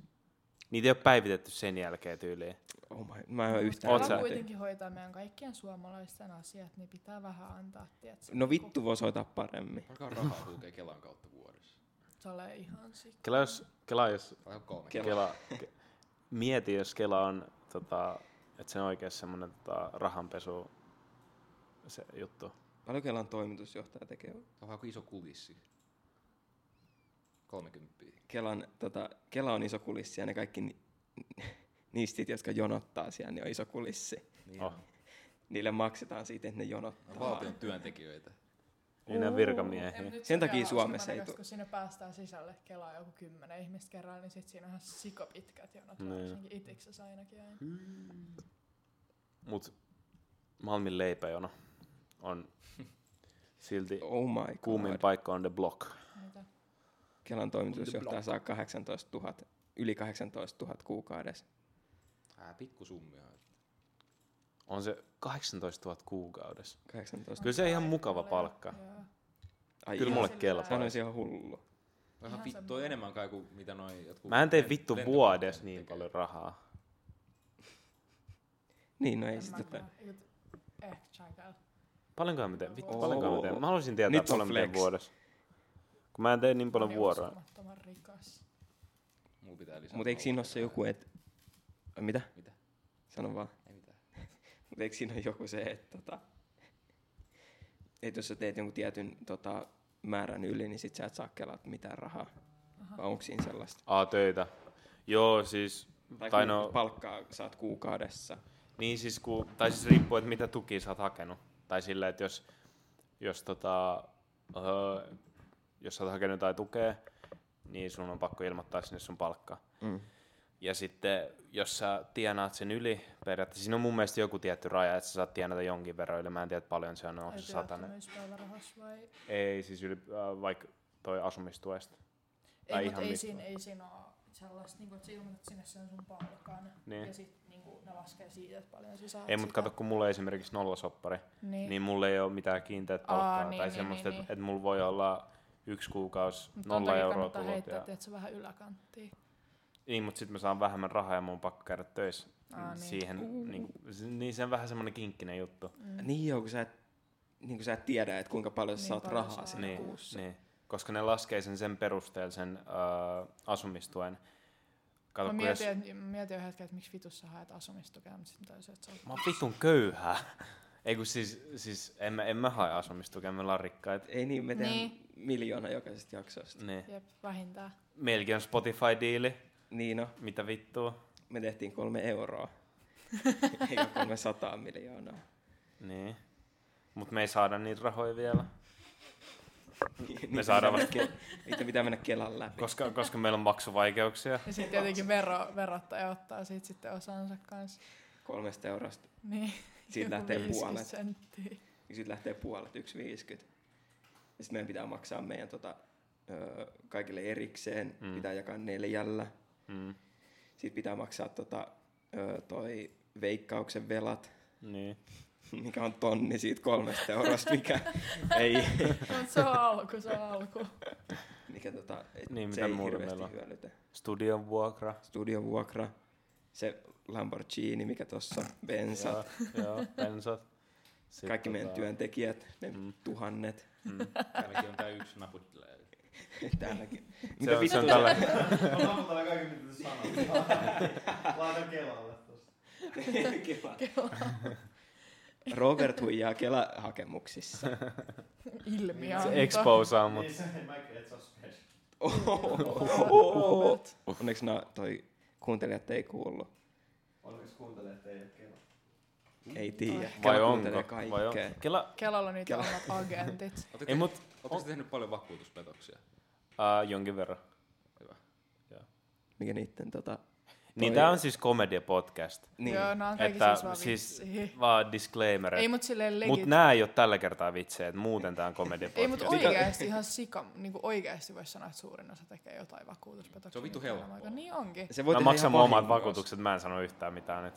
[SPEAKER 2] Niitä ei ole päivitetty sen jälkeen tyyliin.
[SPEAKER 3] Oh my, mä en oo yhtään.
[SPEAKER 2] Oot
[SPEAKER 5] Kela
[SPEAKER 2] sä-
[SPEAKER 3] ymmärtänyt.
[SPEAKER 5] kuitenkin hoitaa meidän kaikkien suomalaisten asiat, niin pitää vähän antaa, tietsä.
[SPEAKER 3] No vittu voisi hoitaa paremmin.
[SPEAKER 1] Paljonko rahaa kulkee Kelan kautta vuodessa?
[SPEAKER 5] Se ole ihan sikko.
[SPEAKER 2] Kela jos, Kela jos
[SPEAKER 1] Vai kolme?
[SPEAKER 3] Kela.
[SPEAKER 2] Kela, ke, mieti, jos Kela on, tota, että se on oikein semmoinen tota, rahanpesu se juttu.
[SPEAKER 3] Paljon Kelan toimitusjohtaja tekee?
[SPEAKER 1] Se on vähän kuin iso kulissi. 30.
[SPEAKER 3] Kelan, tota, Kela on iso kulissi ja ne kaikki ni- niistit, jotka jonottaa siellä, niin on iso kulissi.
[SPEAKER 1] Niin.
[SPEAKER 2] Oh.
[SPEAKER 1] on.
[SPEAKER 3] Niille maksetaan siitä, että ne
[SPEAKER 1] Ne on
[SPEAKER 3] jonottaa.
[SPEAKER 1] valtion työntekijöitä.
[SPEAKER 2] Niin ne on
[SPEAKER 5] Ei,
[SPEAKER 2] virkamiehiä.
[SPEAKER 5] mut nyt
[SPEAKER 3] Sen
[SPEAKER 5] se
[SPEAKER 3] takia
[SPEAKER 5] Kela on
[SPEAKER 3] Suomessa
[SPEAKER 5] sen
[SPEAKER 3] ei
[SPEAKER 5] näköistä,
[SPEAKER 3] tuu-
[SPEAKER 5] Kun sinne päästään sisälle kelaa joku kymmenen ihmistä kerralla, niin sit siinä on ihan sikapitkät jonot.
[SPEAKER 2] Niin. Hmm.
[SPEAKER 5] Varsinkin itiksessä ainakin aina.
[SPEAKER 2] Mut Malmin leipäjono on silti
[SPEAKER 3] Oh my
[SPEAKER 2] kuumin
[SPEAKER 3] god.
[SPEAKER 2] paikka on the block.
[SPEAKER 5] Mitä?
[SPEAKER 3] Kelan toimitusjohtaja saa 18 000, yli 18 000 kuukaudessa.
[SPEAKER 1] Ää, pikkusummia.
[SPEAKER 2] On se 18 000 kuukaudessa.
[SPEAKER 3] 18
[SPEAKER 2] Kyllä se ihan
[SPEAKER 5] Aika
[SPEAKER 2] mukava
[SPEAKER 5] paljon,
[SPEAKER 2] palkka.
[SPEAKER 5] joo.
[SPEAKER 3] Ai
[SPEAKER 2] Kyllä
[SPEAKER 3] ihan-
[SPEAKER 2] mulle
[SPEAKER 5] sillä-
[SPEAKER 2] kelpaa.
[SPEAKER 3] Sanoisin ihan hullu.
[SPEAKER 1] No Ihan
[SPEAKER 5] Ihan
[SPEAKER 1] vittu
[SPEAKER 5] semmoinen.
[SPEAKER 1] enemmän kai kuin mitä noi jotkut...
[SPEAKER 2] Mä en tee
[SPEAKER 1] len-
[SPEAKER 2] vittu
[SPEAKER 1] lentokoneet
[SPEAKER 2] vuodessa niin
[SPEAKER 1] tekee.
[SPEAKER 2] paljon rahaa.
[SPEAKER 3] Niin, no ei
[SPEAKER 5] En
[SPEAKER 3] sit
[SPEAKER 5] mä
[SPEAKER 3] tota.
[SPEAKER 5] kyllä- ei, mut Ehkä tjäkäl.
[SPEAKER 2] Paljonko mä teen? Vittu,
[SPEAKER 5] Oo.
[SPEAKER 2] paljonko mä teen? Mä haluaisin tietää
[SPEAKER 3] Nyt on
[SPEAKER 2] paljon mä teen
[SPEAKER 3] flex.
[SPEAKER 2] vuodessa. Kun mä en tee niin
[SPEAKER 5] Mä
[SPEAKER 2] paljon
[SPEAKER 5] olin
[SPEAKER 2] vuoroa.
[SPEAKER 5] uskomattoman rikas.
[SPEAKER 1] Mulla pitää lisää.
[SPEAKER 3] Mut eikö siinä ole se joku, että... Mitä?
[SPEAKER 1] Mitä?
[SPEAKER 3] Sano vaan.
[SPEAKER 1] Ei mitään.
[SPEAKER 3] Mut eikö siinä ole joku se, että tota, et jos sä teet jonkun tietyn tota, määrän yli, niin sit sä et saa kelat mitään rahaa. Vai onko siinä sellaista?
[SPEAKER 2] Aa, töitä. Joo, siis...
[SPEAKER 3] Tai,
[SPEAKER 2] Tai
[SPEAKER 3] tai
[SPEAKER 2] no-
[SPEAKER 3] no, palkkaa saat kuukaudessa.
[SPEAKER 2] Niin siis, kun, tai siis riippuu, että mitä tukia sä oot hakenut. Tai sillä, että jos, jos, tota, öö, jos sä oot hakenut jotain tukea, niin sun on pakko ilmoittaa sinne sun palkka.
[SPEAKER 3] Mm.
[SPEAKER 2] Ja sitten, jos sä tienaat sen yli, periaatteessa siinä on mun mielestä joku tietty raja, että sä saat tienata jonkin verran yli. Mä en tiedä, että paljon se on, onko
[SPEAKER 5] Ai
[SPEAKER 2] se satanen.
[SPEAKER 5] työttömyyspäivärahas vai...
[SPEAKER 2] Ei, siis yli, äh, vaikka toi asumistuesta. Tai
[SPEAKER 5] Ei, mut
[SPEAKER 2] ihan
[SPEAKER 5] ei
[SPEAKER 2] mistä
[SPEAKER 5] siinä,
[SPEAKER 2] vaan.
[SPEAKER 5] ei siinä oo sellaista, niinku, että sä ilmoitat sinne sen sun palkan.
[SPEAKER 2] Niin.
[SPEAKER 5] Ja sit niinku, ne laskee siitä, että paljon sä saat
[SPEAKER 2] Ei, mutta
[SPEAKER 5] sitä.
[SPEAKER 2] kato, kun mulla on esimerkiksi nollasoppari,
[SPEAKER 5] Niin.
[SPEAKER 2] niin mulla ei ole mitään kiinteät palkkaa
[SPEAKER 5] niin,
[SPEAKER 2] tai
[SPEAKER 5] niin,
[SPEAKER 2] semmoista,
[SPEAKER 5] niin,
[SPEAKER 2] että et mulla voi olla yksi kuukausi
[SPEAKER 5] Mut ton
[SPEAKER 2] nolla
[SPEAKER 5] takia
[SPEAKER 2] euroa
[SPEAKER 5] kannattaa
[SPEAKER 2] tulot.
[SPEAKER 5] heittää,
[SPEAKER 2] Ja...
[SPEAKER 5] tiedätkö, vähän yläkanttiin.
[SPEAKER 2] Niin, mutta sitten mä saan vähemmän rahaa ja mun on pakko käydä töissä.
[SPEAKER 5] Aa, niin.
[SPEAKER 2] Mm, Siihen, niin, niin, se on vähän semmoinen kinkkinen juttu.
[SPEAKER 3] Niin joo, kun sä et, niin kun sä et tiedä, että kuinka paljon sä
[SPEAKER 5] Mm. Niin
[SPEAKER 3] saat
[SPEAKER 5] paljon
[SPEAKER 3] rahaa
[SPEAKER 5] saa.
[SPEAKER 3] siinä
[SPEAKER 2] Niin,
[SPEAKER 3] kuussa.
[SPEAKER 2] niin, koska ne laskee sen sen perusteella sen öö, asumistuen. Kato,
[SPEAKER 5] Mä
[SPEAKER 2] kun
[SPEAKER 5] mietin,
[SPEAKER 2] jos...
[SPEAKER 5] et- mä mietin jo hetken, että miksi vitus sä haet asumistukea, mutta sitten tajusin, että se on...
[SPEAKER 2] Mä oon vitun köyhää. Ei kun siis, siis en, mä, en mä hae asumistukea, me ollaan rikkaat.
[SPEAKER 3] Ei niin, me tehdään
[SPEAKER 5] Niin.
[SPEAKER 3] miljoona jokaisesta jaksosta.
[SPEAKER 2] Niin.
[SPEAKER 5] Jep, vähintään.
[SPEAKER 2] Meilläkin on Spotify-diili.
[SPEAKER 3] Niin no,
[SPEAKER 2] Mitä vittua?
[SPEAKER 3] me tehtiin kolme euroa. Eikä kolme sataa miljoonaa.
[SPEAKER 2] Niin. Mutta me ei saada niitä rahoja vielä,
[SPEAKER 3] Niin. Niitä
[SPEAKER 2] saadaan
[SPEAKER 3] pitää mennä Ke- niitä pitää mennä Kelan läpi.
[SPEAKER 2] koska, koska meillä on maksuvaikeuksia.
[SPEAKER 5] Ja sitten tietenkin vero, verottaja ottaa siitä sitten osansa kanssa.
[SPEAKER 3] kolmesta eurosta.
[SPEAKER 5] Niin.
[SPEAKER 3] Siitä
[SPEAKER 5] joku
[SPEAKER 3] lähtee
[SPEAKER 5] 50
[SPEAKER 3] puolet.
[SPEAKER 5] senttiä.
[SPEAKER 3] Ja sitten lähtee puolet, 1,50. Ja sitten meidän pitää maksaa meidän tota, ö, kaikille erikseen.
[SPEAKER 2] Mm.
[SPEAKER 3] Mm. Pitää jakaa neljällä.
[SPEAKER 2] Mm.
[SPEAKER 3] Sitten pitää maksaa tota, ö, toi veikkauksen velat,
[SPEAKER 2] Niin.
[SPEAKER 3] mikä on tonni siitä kolmesta eurosta, mikä ei,
[SPEAKER 5] Mut se on alku, se on alku.
[SPEAKER 3] mikä tota, et
[SPEAKER 2] Niin,
[SPEAKER 3] se
[SPEAKER 2] mitä
[SPEAKER 3] ei
[SPEAKER 2] muuta
[SPEAKER 3] hirveästi
[SPEAKER 2] meillä on?
[SPEAKER 3] hyödytä.
[SPEAKER 2] Studion vuokra.
[SPEAKER 3] Studiovuokra, se Lamborghini, mikä tuossa, bensat,
[SPEAKER 2] Joo, tota- joo, pensat. Sitten
[SPEAKER 3] kaikki meidän työntekijät, ne
[SPEAKER 2] Mm.
[SPEAKER 3] tuhannet.
[SPEAKER 2] Mm.
[SPEAKER 1] Täälläkin on tää yksi naput.
[SPEAKER 3] Täälläkin.
[SPEAKER 2] Se
[SPEAKER 3] Mitä
[SPEAKER 2] on, se
[SPEAKER 3] vittua?
[SPEAKER 2] on tällä.
[SPEAKER 4] Mä lopetan kaiken, mitä te sanotte. Laita Kelalle tosta.
[SPEAKER 3] Kela. Robert huijaa Kela-hakemuksissa.
[SPEAKER 5] Ilmiö.
[SPEAKER 2] Se exposaa mut.
[SPEAKER 4] Niin se ei mä et saa special.
[SPEAKER 3] Ohohoho. Onneksi no, toi kuuntelijat ei kuullut.
[SPEAKER 4] Onneksi kuuntelee, että ei oo Kela.
[SPEAKER 3] Ei tiedä.
[SPEAKER 2] Vai
[SPEAKER 3] Kela
[SPEAKER 2] onko?
[SPEAKER 3] kuuntelee
[SPEAKER 2] Vai on?
[SPEAKER 3] kaikkea.
[SPEAKER 2] Kela,
[SPEAKER 5] Kelalla on niitä
[SPEAKER 3] Kela.
[SPEAKER 5] omat agentit.
[SPEAKER 2] ei mut,
[SPEAKER 1] Oletteko te tehnyt paljon vakuutuspetoksia?
[SPEAKER 2] uh, jonkin verran.
[SPEAKER 1] Hyvä.
[SPEAKER 3] Mikä niitten tota...
[SPEAKER 2] Niin
[SPEAKER 3] Toi-
[SPEAKER 2] tää on siis komedia-podcast.
[SPEAKER 3] Niin.
[SPEAKER 5] Joo, nää on kaikki
[SPEAKER 2] Että
[SPEAKER 5] siis vaan
[SPEAKER 2] siis-
[SPEAKER 5] vitsiä.
[SPEAKER 2] Vaan disclaimer.
[SPEAKER 5] Ei mut silleen legit.
[SPEAKER 2] Mut nää ei oo tällä kertaa vitsejä, et muuten tää on
[SPEAKER 5] Ei, mutta
[SPEAKER 2] komedia-podcast.
[SPEAKER 5] oikeasti ihan sika, niinku oikeasti voisi sanoa, että suurin osa tekee jotain vakuutuspetoksia.
[SPEAKER 1] Se on vittu
[SPEAKER 5] nykyään
[SPEAKER 1] helppoa.
[SPEAKER 5] aikaa. Niin onkin.
[SPEAKER 3] Se voi
[SPEAKER 2] Mä
[SPEAKER 3] tehdä
[SPEAKER 2] maksan
[SPEAKER 3] ihan
[SPEAKER 2] mun omat
[SPEAKER 3] vahingossa.
[SPEAKER 2] vakuutukset, mä en sano yhtään mitään nyt.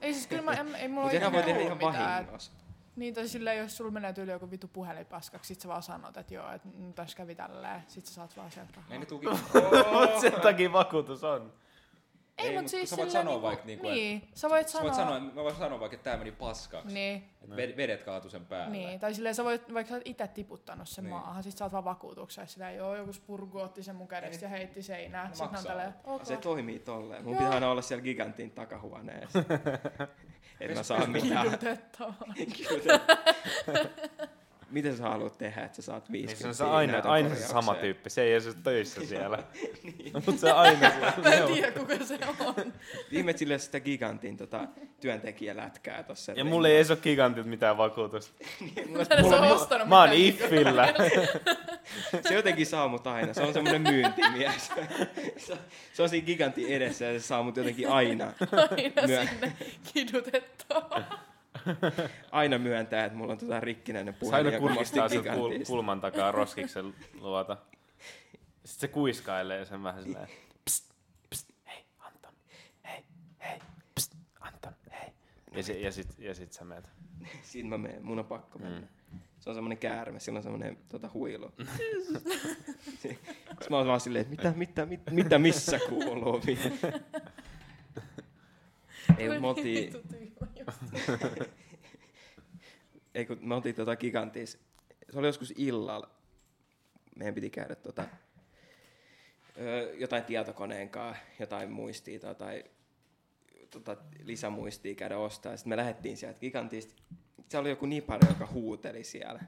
[SPEAKER 5] Ei siis kyllä mä, en, ei mulla
[SPEAKER 3] Mut sehän voi
[SPEAKER 5] oikein
[SPEAKER 3] tehdä
[SPEAKER 5] ollut
[SPEAKER 3] ihan
[SPEAKER 5] mitään. et-
[SPEAKER 3] vahingossa.
[SPEAKER 5] Niin, tai silleen, jos sulla menee tyyli joku vitu puhelin paskaksi, sit sä vaan sanot, että joo, että nyt tässä kävi tälleen, sit sä saat vaan sieltä rahaa.
[SPEAKER 1] Ei ne tuki.
[SPEAKER 2] Mut sen takia vakuutus on.
[SPEAKER 5] Ei,
[SPEAKER 1] Ei,
[SPEAKER 5] mut
[SPEAKER 1] mut
[SPEAKER 5] siis
[SPEAKER 1] sä voit
[SPEAKER 5] silleen
[SPEAKER 1] sanoa
[SPEAKER 5] niinku-
[SPEAKER 1] vaikka niinku,
[SPEAKER 5] Niin, sä voit
[SPEAKER 1] Sä
[SPEAKER 5] sanoa.
[SPEAKER 1] voit sanoa, mä voin sanoa vaikka, että tää meni paskaksi.
[SPEAKER 5] Niin,
[SPEAKER 1] Et ved- vedet kaatu sen päälle.
[SPEAKER 5] niin, tai silleen sä voit, vaikka sä oot itse tiputtanut sen
[SPEAKER 1] Niin.
[SPEAKER 5] maahan, sit sä oot vaan vakuutuksessa sillä joo, joku spurgu otti sen mun kädestä ja heitti seinään.
[SPEAKER 1] Ne
[SPEAKER 5] Sitten
[SPEAKER 1] No
[SPEAKER 5] on
[SPEAKER 1] maksaa.
[SPEAKER 5] tälleen, okay.
[SPEAKER 3] Se toimii tolleen. Mun
[SPEAKER 5] Joo.
[SPEAKER 3] pitää aina olla siellä gigantin takahuoneessa. en mä saa
[SPEAKER 2] Ah.
[SPEAKER 3] mitään.
[SPEAKER 5] Kidutettavaa.
[SPEAKER 3] Miten sä haluat tehdä, että sä saat
[SPEAKER 2] Niin
[SPEAKER 3] 50
[SPEAKER 2] se on se aina,
[SPEAKER 3] näytön
[SPEAKER 2] aina se sama
[SPEAKER 3] korjaukseen?
[SPEAKER 2] tyyppi, se ei edes ole töissä siellä. Mut se aina
[SPEAKER 5] Mä en tiedä, kuka se on.
[SPEAKER 3] Viimeet sille sitä gigantin tota, työntekijä lätkää tossa.
[SPEAKER 2] Ja mulla ei edes ole gigantilta mitään vakuutusta.
[SPEAKER 5] Mä en ole ostanut
[SPEAKER 2] Mä oon
[SPEAKER 5] mitään
[SPEAKER 2] iffillä.
[SPEAKER 3] Se jotenkin saa mut aina. Se on semmoinen myyntimies. Se, se on siinä gigantin edessä ja se saa mut jotenkin aina,
[SPEAKER 5] aina
[SPEAKER 3] Myö-
[SPEAKER 5] sinne kidutettavaa.
[SPEAKER 3] aina myöntää, että mulla on tota rikkinäinen
[SPEAKER 2] Se
[SPEAKER 3] puhelin.
[SPEAKER 2] aina
[SPEAKER 3] ja kun mä
[SPEAKER 2] kurkistaa
[SPEAKER 3] ostin
[SPEAKER 2] sen kul-
[SPEAKER 3] gigantista.
[SPEAKER 2] kulman takaa roskiksen luota. Sitten se kuiskailee sen vähän silleen. Psst, psst, hei Anton, hei, hei, psst, Anton, hei. Ja, Niin se, ja, sit, ja sit sä meet.
[SPEAKER 3] Siitä mä menen, mun on pakko mennä. Mm. Se on semmoinen käärme, sillä on semmoinen tota, huilu. Sitten mä oon vaan silleen, että mitä, mitä, mitä, mitä missä kuuluu? ei, me oltiin,
[SPEAKER 5] Vittu tyhmä juttu.
[SPEAKER 3] ei kun me oltiin tota gigantis, se oli joskus illalla, meidän piti käydä tota, ö, jotain tietokoneen kanssa, jotain muistia tai, tai tota, lisämuistia käydä ostaa. Sitten me lähdettiin sieltä gigantista. Se oli joku nipari, joka huuteli siellä.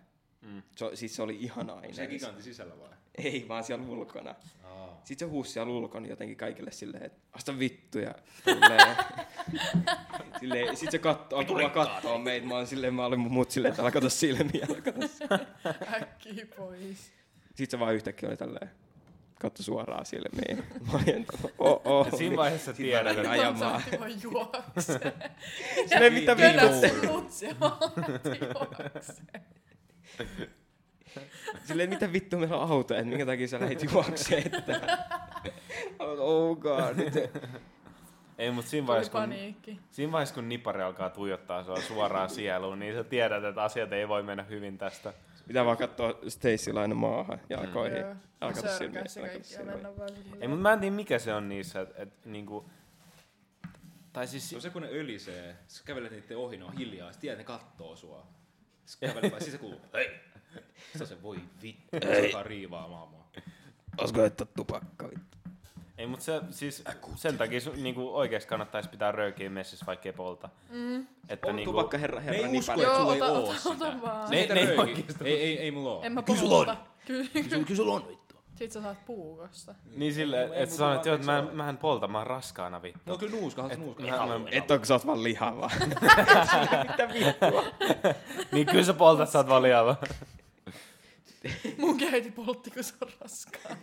[SPEAKER 2] Mm.
[SPEAKER 3] Mm. Se, o- siis se oli ihan
[SPEAKER 1] Onko se
[SPEAKER 3] aine.
[SPEAKER 1] gigantin sisällä vai?
[SPEAKER 3] Ei, vaan siellä ulkona.
[SPEAKER 1] Aa.
[SPEAKER 3] Sitten se huusi siellä ulkona jotenkin kaikille silleen, että asta vittu ja tulee. silleen, sit se kattoo, alkoi vaan kattoo meitä. Mä olin silleen, mä olin mun muut silleen, että älä kato silmiä, älä kato
[SPEAKER 5] Äkkiä pois.
[SPEAKER 3] Sitten se vaan yhtäkkiä oli tälleen, katso suoraan silmiin. Mä olin, oh, oh.
[SPEAKER 2] Siinä vaiheessa
[SPEAKER 3] Sitten
[SPEAKER 2] tiedät,
[SPEAKER 3] mä lähdin
[SPEAKER 2] että
[SPEAKER 3] ajamaan.
[SPEAKER 5] Kontakti vaan juokse.
[SPEAKER 3] Silleen, mitä vittua.
[SPEAKER 5] Könässä jutsi vaan lähti juokse.
[SPEAKER 3] Silleen, mitä vittua meillä on auto, että minkä takia sä lähdit juokseen. Että... Oh god, nyt se...
[SPEAKER 2] ei, mut siinä
[SPEAKER 5] Tuli
[SPEAKER 2] vaiheessa, kun,
[SPEAKER 5] paniikki.
[SPEAKER 2] siinä vaiheessa, kun nipari alkaa tuijottaa sua suoraan sieluun, niin sä tiedät, että asiat ei voi mennä hyvin tästä.
[SPEAKER 3] Pitää vaan katsoa Stacylla aina maahan jalkoihin.
[SPEAKER 5] Joo.
[SPEAKER 3] Älä kato silmiä,
[SPEAKER 5] Sörkässä
[SPEAKER 3] älä kato
[SPEAKER 5] kaikkia
[SPEAKER 3] silmiä.
[SPEAKER 5] mennä vaan.
[SPEAKER 2] Ei, mutta mä en tiedä mikä se on niissä, että et, niinku... Tai
[SPEAKER 1] Se on
[SPEAKER 2] siis...
[SPEAKER 1] se, kun ne ölisee. Sä kävelet niiden ohi, ne on hiljaa. Sä tiedät, ne kattoo sua. Sä kävelet vaan, siis se kuuluu. Hei! Sä se voi vittu. Se alkaa riivaamaan mua.
[SPEAKER 3] Olisiko laittaa tupakka vittu?
[SPEAKER 2] Ei, mutta se, siis sen takia sun, niinku, oikeasti kannattaisi pitää röökiä messissä vaikka polta. Mm. Että
[SPEAKER 3] On tupakka herra,
[SPEAKER 1] Ne
[SPEAKER 3] herra
[SPEAKER 1] ei
[SPEAKER 3] niin
[SPEAKER 1] usko,
[SPEAKER 5] Joo,
[SPEAKER 1] että sulla ei
[SPEAKER 5] ota-
[SPEAKER 1] oo
[SPEAKER 5] ota-
[SPEAKER 1] sitä.
[SPEAKER 5] ota vaan.
[SPEAKER 1] Sä
[SPEAKER 2] Ne-
[SPEAKER 1] heitä
[SPEAKER 2] ne ei
[SPEAKER 1] röökiä.
[SPEAKER 2] oikeasti.
[SPEAKER 1] Ei, ei, ei mulla oo.
[SPEAKER 5] En mä polta. Kyllä.
[SPEAKER 1] Kyllä sulla on vittu.
[SPEAKER 5] Sit sä saat puukosta.
[SPEAKER 2] Niin sille,
[SPEAKER 1] ei
[SPEAKER 2] että sä
[SPEAKER 1] mulla
[SPEAKER 2] sanoit, että joo,
[SPEAKER 1] anteeksi
[SPEAKER 2] mä, en-
[SPEAKER 1] ole.
[SPEAKER 2] mä en polta, mä oon raskaana vittu.
[SPEAKER 1] No kyllä nuuskahan se nuuskaa.
[SPEAKER 2] mä- mä-
[SPEAKER 3] Et onko sä oot vaan lihava? Mitä vittua?
[SPEAKER 2] Niin kyllä sä poltat, sä oot valjalla.
[SPEAKER 5] Mun äiti poltti, kun se on raskaan.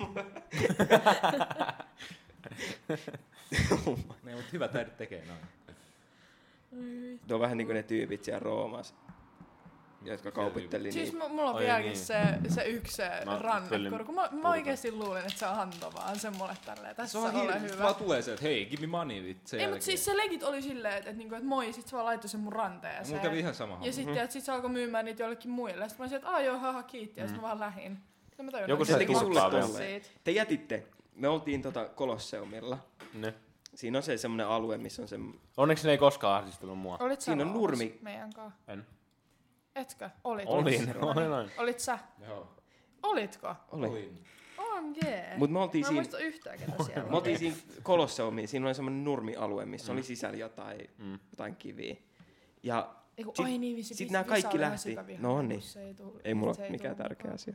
[SPEAKER 1] Ne, mutta hyvät äidit tekee noin.
[SPEAKER 3] Ne on vähän niin kuin ne tyypit siellä Roomassa, jotka kaupitteli
[SPEAKER 5] Siis
[SPEAKER 3] niitä.
[SPEAKER 5] mu- mulla on
[SPEAKER 2] Ai
[SPEAKER 5] vieläkin
[SPEAKER 2] niin.
[SPEAKER 5] se, se yksi se
[SPEAKER 2] Mä
[SPEAKER 5] rannekorko.
[SPEAKER 2] pölin
[SPEAKER 5] Mä, mä
[SPEAKER 2] purkan.
[SPEAKER 5] oikeesti luulen, että se on hantovaa. Se on mulle tälleen.
[SPEAKER 1] Se
[SPEAKER 5] Tässä
[SPEAKER 1] on
[SPEAKER 5] ole
[SPEAKER 1] hirveä.
[SPEAKER 5] hyvä.
[SPEAKER 1] Vaan tulee se, että hei, give me money vitsi.
[SPEAKER 5] Ei, mutta siis se legit oli silleen, että, että, niinku, että moi, sit se vaan laittoi sen mun ranteeseen.
[SPEAKER 1] Mulla kävi ihan sama
[SPEAKER 5] Ja
[SPEAKER 1] homma.
[SPEAKER 3] Mhm.
[SPEAKER 5] sitten mm sit se alkoi myymään niitä jollekin muille. Sitten mä olisin, että aah joo, haha, kiitti. Ja sitten
[SPEAKER 3] Mhm.
[SPEAKER 5] mä vaan lähin. Sitten mä tajunnut,
[SPEAKER 2] Joku
[SPEAKER 5] että
[SPEAKER 2] sai
[SPEAKER 5] se teki
[SPEAKER 2] kurkkaa
[SPEAKER 5] maksaa
[SPEAKER 3] vielä.
[SPEAKER 5] siitä.
[SPEAKER 3] Te jätitte. Me oltiin tota Kolosseumilla.
[SPEAKER 2] Ne.
[SPEAKER 3] Siinä on se semmoinen alue, missä on se...
[SPEAKER 2] Onneksi ne ei koskaan ahdistellut mua.
[SPEAKER 5] Olit sä
[SPEAKER 3] Siinä on
[SPEAKER 5] Laurassa
[SPEAKER 3] nurmi.
[SPEAKER 5] Meidän kanssa.
[SPEAKER 2] En.
[SPEAKER 5] Etkö? Olit.
[SPEAKER 2] Olin,
[SPEAKER 5] No niin.
[SPEAKER 2] olin, olin.
[SPEAKER 5] Olit sä?
[SPEAKER 1] Joo.
[SPEAKER 5] Olitko?
[SPEAKER 3] Oli.
[SPEAKER 5] OMG.
[SPEAKER 3] Mut me oltiin
[SPEAKER 5] Mä en
[SPEAKER 3] siinä-
[SPEAKER 5] muista yhtään, ketä siellä
[SPEAKER 3] Mä
[SPEAKER 5] oli.
[SPEAKER 3] otin siinä Kolosseumiin, siinä oli semmoinen nurmialue, missä oli sisällä jotain, jotain kiviä. Ja
[SPEAKER 5] Eiku,
[SPEAKER 3] Sit-
[SPEAKER 5] ai niin, visi,
[SPEAKER 3] sit
[SPEAKER 5] visi-
[SPEAKER 3] nää
[SPEAKER 5] visa
[SPEAKER 3] kaikki
[SPEAKER 5] oli ihan
[SPEAKER 3] lähti.
[SPEAKER 5] sikavihainen,
[SPEAKER 3] No
[SPEAKER 5] kun
[SPEAKER 3] niin.
[SPEAKER 5] se ei, tullut,
[SPEAKER 3] ei mulla
[SPEAKER 5] se
[SPEAKER 3] ole mikään
[SPEAKER 5] tullut
[SPEAKER 3] tärkeä
[SPEAKER 5] mukaan.
[SPEAKER 3] asia.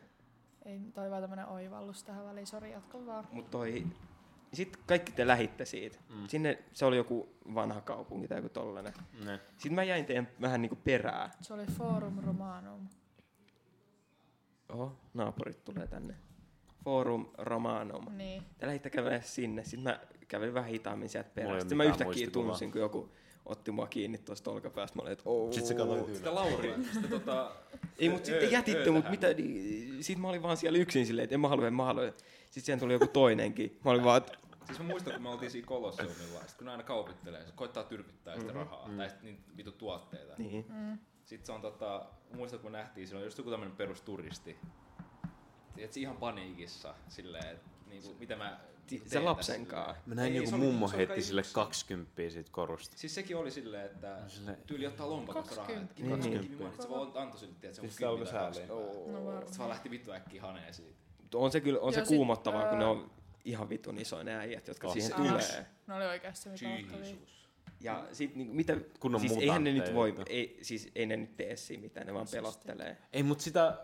[SPEAKER 5] Ei, tää oli vaan tämmönen oivallus tähän väliin, sori jatka vaan.
[SPEAKER 3] Mutta toi, sitten kaikki te lähitte siitä. Mm. Sinne se oli joku vanha kaupunki tai joku tollanen.
[SPEAKER 2] Ne.
[SPEAKER 3] Sitten mä jäin teidän vähän niinku perään.
[SPEAKER 5] Se oli Forum Romanum.
[SPEAKER 3] Oho, naapurit tulee tänne. Forum Romanum.
[SPEAKER 5] Niin.
[SPEAKER 3] Te lähditte kävelemään sinne. Sitten mä kävelin vähän hitaammin sieltä
[SPEAKER 2] Mulla ei ole
[SPEAKER 3] perään. Sitten mä
[SPEAKER 2] mitään
[SPEAKER 3] yhtäkkiä
[SPEAKER 2] muistikuvaa.
[SPEAKER 3] tunsin, kun joku otti mua kiinni tuosta olkapäästä. Mä olin, että oh.
[SPEAKER 2] Sit se katsoi tyyliin.
[SPEAKER 1] Sitä Lauri, sitä tota...
[SPEAKER 3] Ei, mutta sitten te
[SPEAKER 1] Öö,
[SPEAKER 3] jätitte
[SPEAKER 1] öö
[SPEAKER 3] mut
[SPEAKER 1] tähän.
[SPEAKER 3] mitä, niin, sit mä olin vaan siellä yksin silleen, että en mä halua, en mä halua. Sitten siihen tuli joku toinenkin. Mä olin vaan, että
[SPEAKER 1] Siis mä muistan, kun me oltiin siinä Kolosseumilla, sit kun ne aina kaupittelee, se koittaa tyrkyttää sitä
[SPEAKER 2] Mm-hmm.
[SPEAKER 1] rahaa, tai sit niitä vitu tuotteita.
[SPEAKER 3] niin.
[SPEAKER 1] Sitten se on tota, mä muistan kun me nähtiin, se on just joku tämmönen perusturisti. Tiedät, se ihan paniikissa, silleen, että niinku, mitä mä niinku
[SPEAKER 3] Se
[SPEAKER 1] teen
[SPEAKER 3] lapsen
[SPEAKER 1] tässä,
[SPEAKER 3] kanssa.
[SPEAKER 2] Mä näin
[SPEAKER 1] Ei,
[SPEAKER 2] joku
[SPEAKER 1] se oli-
[SPEAKER 2] mummo
[SPEAKER 1] se oli
[SPEAKER 2] heitti
[SPEAKER 1] kai
[SPEAKER 2] sille
[SPEAKER 1] yksi.
[SPEAKER 2] 20 siitä korusta.
[SPEAKER 1] Siis sekin oli silleen, että
[SPEAKER 2] sille-
[SPEAKER 1] tyyli ottaa lompakosta rahaa.
[SPEAKER 5] Kaksikymmentä.
[SPEAKER 1] Niin,
[SPEAKER 3] Niin.
[SPEAKER 1] kaksikymmentä. Niin. Se vaan antoi sille, että se on
[SPEAKER 2] Siis se alkoi
[SPEAKER 1] kymmenen tai
[SPEAKER 2] sääliin.
[SPEAKER 1] kaksikymmentä.
[SPEAKER 5] No
[SPEAKER 1] Se
[SPEAKER 5] varmaan.
[SPEAKER 1] vaan lähti vittu äkkiä haneen siitä.
[SPEAKER 3] On se kyllä, on se
[SPEAKER 5] Joo, sit,
[SPEAKER 3] kuumottavaa, kun ne
[SPEAKER 5] ää,
[SPEAKER 3] on ihan vitun isoja ne äijät, jotka
[SPEAKER 2] On
[SPEAKER 3] siihen
[SPEAKER 2] se.
[SPEAKER 3] tulee.
[SPEAKER 5] Ne oli oikeasti mitä mahtavia.
[SPEAKER 1] Jesus.
[SPEAKER 3] Ja sit niinku, mitä,
[SPEAKER 2] Kun on
[SPEAKER 3] siis eihän ne nyt voi,
[SPEAKER 2] mutantteja.
[SPEAKER 3] ei, siis ei ne nyt tee siinä mitään, ne vaan pelottelee.
[SPEAKER 2] Ei, mut sitä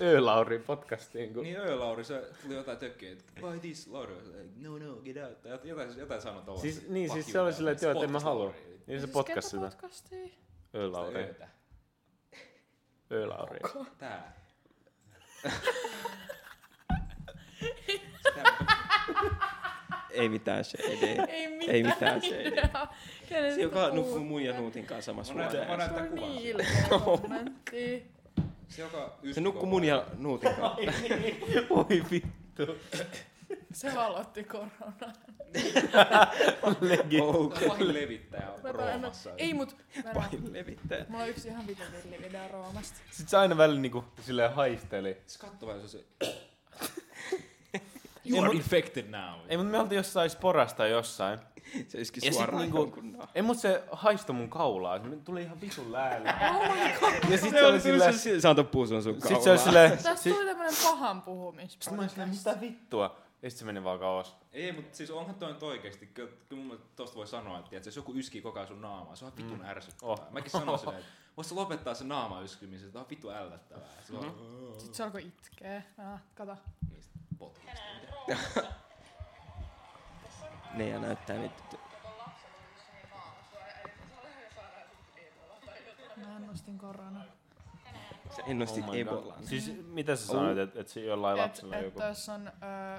[SPEAKER 2] Ö-Lauri podcastiin, kun...
[SPEAKER 1] Niin öö Lauri, se tuli jotain tökkiä, että why this Lauri? Was Like, no no, get out. Tai Jotain, jotain, jotain sanoa
[SPEAKER 2] Siis, niin, siis se oli silleen, että joo, et en mä halua. Niin se
[SPEAKER 5] Siis
[SPEAKER 2] potkas
[SPEAKER 5] ketä
[SPEAKER 2] sitä.
[SPEAKER 5] podcastia?
[SPEAKER 2] Ö-Lauri.
[SPEAKER 1] Öötä.
[SPEAKER 2] Ö-Lauri.
[SPEAKER 1] Tää.
[SPEAKER 3] Ei mitään se idea.
[SPEAKER 5] Ei mitään.
[SPEAKER 3] Ei mitään se
[SPEAKER 5] Kenen
[SPEAKER 3] Se, joka
[SPEAKER 5] sitä
[SPEAKER 3] nukkuu
[SPEAKER 5] puhutte?
[SPEAKER 3] mun ja Nuutin kanssa samassa
[SPEAKER 1] Mä näytän- mä
[SPEAKER 3] huoneessa.
[SPEAKER 1] näytän- Tätä
[SPEAKER 5] Se oli
[SPEAKER 1] kuvaa
[SPEAKER 5] niin
[SPEAKER 1] siitä.
[SPEAKER 5] ilkeä
[SPEAKER 3] No.
[SPEAKER 5] kommentti.
[SPEAKER 1] Se, joka
[SPEAKER 3] Se nukkuu mun ja Nuutin kanssa.
[SPEAKER 2] Oi vittu.
[SPEAKER 5] Se valotti korona.
[SPEAKER 2] Legit.
[SPEAKER 3] Oh,
[SPEAKER 1] Okay. Pahin niin levittäjä
[SPEAKER 5] Mä en,
[SPEAKER 1] Roomassa.
[SPEAKER 5] ei mut, mä en-
[SPEAKER 3] Pahin levittäjä.
[SPEAKER 5] mulla on yksi ihan vitun villi video Roomasta.
[SPEAKER 2] Sit se aina välillä niinku silleen haisteli.
[SPEAKER 1] Siis katso vähän, se on se... You are infected now.
[SPEAKER 2] Ei, mut me oltiin jossain sporasta jossain.
[SPEAKER 3] Se iski
[SPEAKER 2] Ja sit
[SPEAKER 3] suoraan
[SPEAKER 2] niinku-
[SPEAKER 3] jonkun naamaan.
[SPEAKER 2] Ei, mut se haistoi mun kaulaa. Se tuli ihan vitun lääli.
[SPEAKER 5] Oh my god.
[SPEAKER 2] Ja sit se oli silleen...
[SPEAKER 3] se, siis se antoi puun sun kaulaan.
[SPEAKER 2] Sit se oli silleen...
[SPEAKER 5] Tästä
[SPEAKER 2] sit-
[SPEAKER 5] tuli tämmönen pahan
[SPEAKER 2] Sitten mä olin silleen,
[SPEAKER 5] puhumispodcast.
[SPEAKER 2] mitä vittua? Ja sit se meni vaan kauas.
[SPEAKER 1] Ei, mutta siis onhan toi nyt oikeesti. Kyllä, kyllä mun mielestä tosta voi sanoa, että tiedätkö, jos joku yskii koko ajan sun naamaa, se on vitun mm. ärsyttävää.
[SPEAKER 2] Oh.
[SPEAKER 1] Oh. Mäkin sanoin silleen, että voisitko lopettaa se naama yskimisen, se on vitun ällöttävää. Se on
[SPEAKER 2] Mm-hmm.
[SPEAKER 5] Sitten se alkoi itkeä. Ah, kato.
[SPEAKER 1] niistä potkista.
[SPEAKER 3] Ne ja näyttää nyt.
[SPEAKER 5] Mä nostin korona.
[SPEAKER 3] Sä innostit
[SPEAKER 2] Oh
[SPEAKER 3] oh
[SPEAKER 2] my god.
[SPEAKER 3] Ebolaan.
[SPEAKER 2] Siis mitä sä sanoit, että et se jollain
[SPEAKER 5] Et,
[SPEAKER 2] lapsella on joku...
[SPEAKER 5] että jos on ö,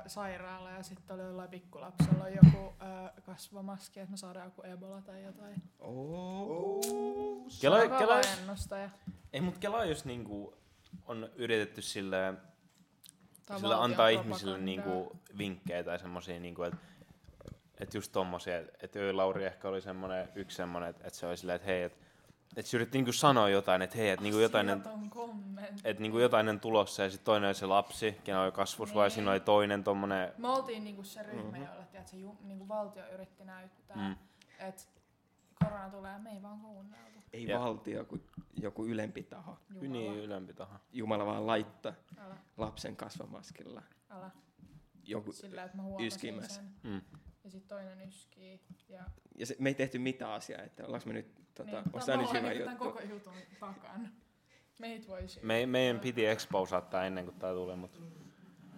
[SPEAKER 5] sairaala ja sitten oli jollain pikkulapsella joku ö, kasvomaski, että me saadaan joku ebola tai jotain.
[SPEAKER 3] Oh.
[SPEAKER 2] Kela,
[SPEAKER 5] Se on
[SPEAKER 2] kela,
[SPEAKER 5] vahva ennustaja.
[SPEAKER 2] ei, mut kela jos niinku on yritetty sillä,
[SPEAKER 5] Tää on
[SPEAKER 2] sillä
[SPEAKER 5] valtion
[SPEAKER 2] antaa ihmisille
[SPEAKER 5] propagandaa.
[SPEAKER 2] niinku vinkkejä tai semmosia, niinku, että et just tommosia, että Öö Lauri ehkä oli semmonen, yksi semmonen, että et se oli silleen, että hei, että et se yritti niinku sanoa jotain, että hei, että niinku jotain,
[SPEAKER 5] Asiaton kommentti.
[SPEAKER 2] et niinku jotain on tulossa ja sitten toinen oli se lapsi, kenellä oli kasvus vai
[SPEAKER 5] Niin.
[SPEAKER 2] siinä oli toinen tommonen,
[SPEAKER 5] Me oltiin niinku se ryhmä, mm-hmm. jolla tiedät, se ju, niinku valtio yritti näyttää,
[SPEAKER 2] Mm.
[SPEAKER 5] mm. että korona tulee, me ei vaan kuunneltu.
[SPEAKER 3] Ei
[SPEAKER 2] Jep.
[SPEAKER 3] valtio, kun joku ylempi taho.
[SPEAKER 5] Jumala,
[SPEAKER 2] yni ylempi taho.
[SPEAKER 3] Jumala vaan laittaa
[SPEAKER 5] älä,
[SPEAKER 3] lapsen kasvamaskilla.
[SPEAKER 5] älä.
[SPEAKER 3] Joku.
[SPEAKER 5] Sillä, että mä huomasin
[SPEAKER 3] Yskimässä.
[SPEAKER 5] sen.
[SPEAKER 2] Mm.
[SPEAKER 5] Ja sit toinen yskii. Ja,
[SPEAKER 3] Ja se, me ei tehty mitään asiaa, että ollaanko me nyt, tota, niin, onko
[SPEAKER 5] tää
[SPEAKER 3] tämä
[SPEAKER 5] on
[SPEAKER 3] nyt hyvä
[SPEAKER 5] niinku
[SPEAKER 3] juttu?
[SPEAKER 5] Tämän koko jutun takana. Meitä voi syyttää.
[SPEAKER 2] Me, meidän piti exposea tää ennen kuin tää tuli, mutta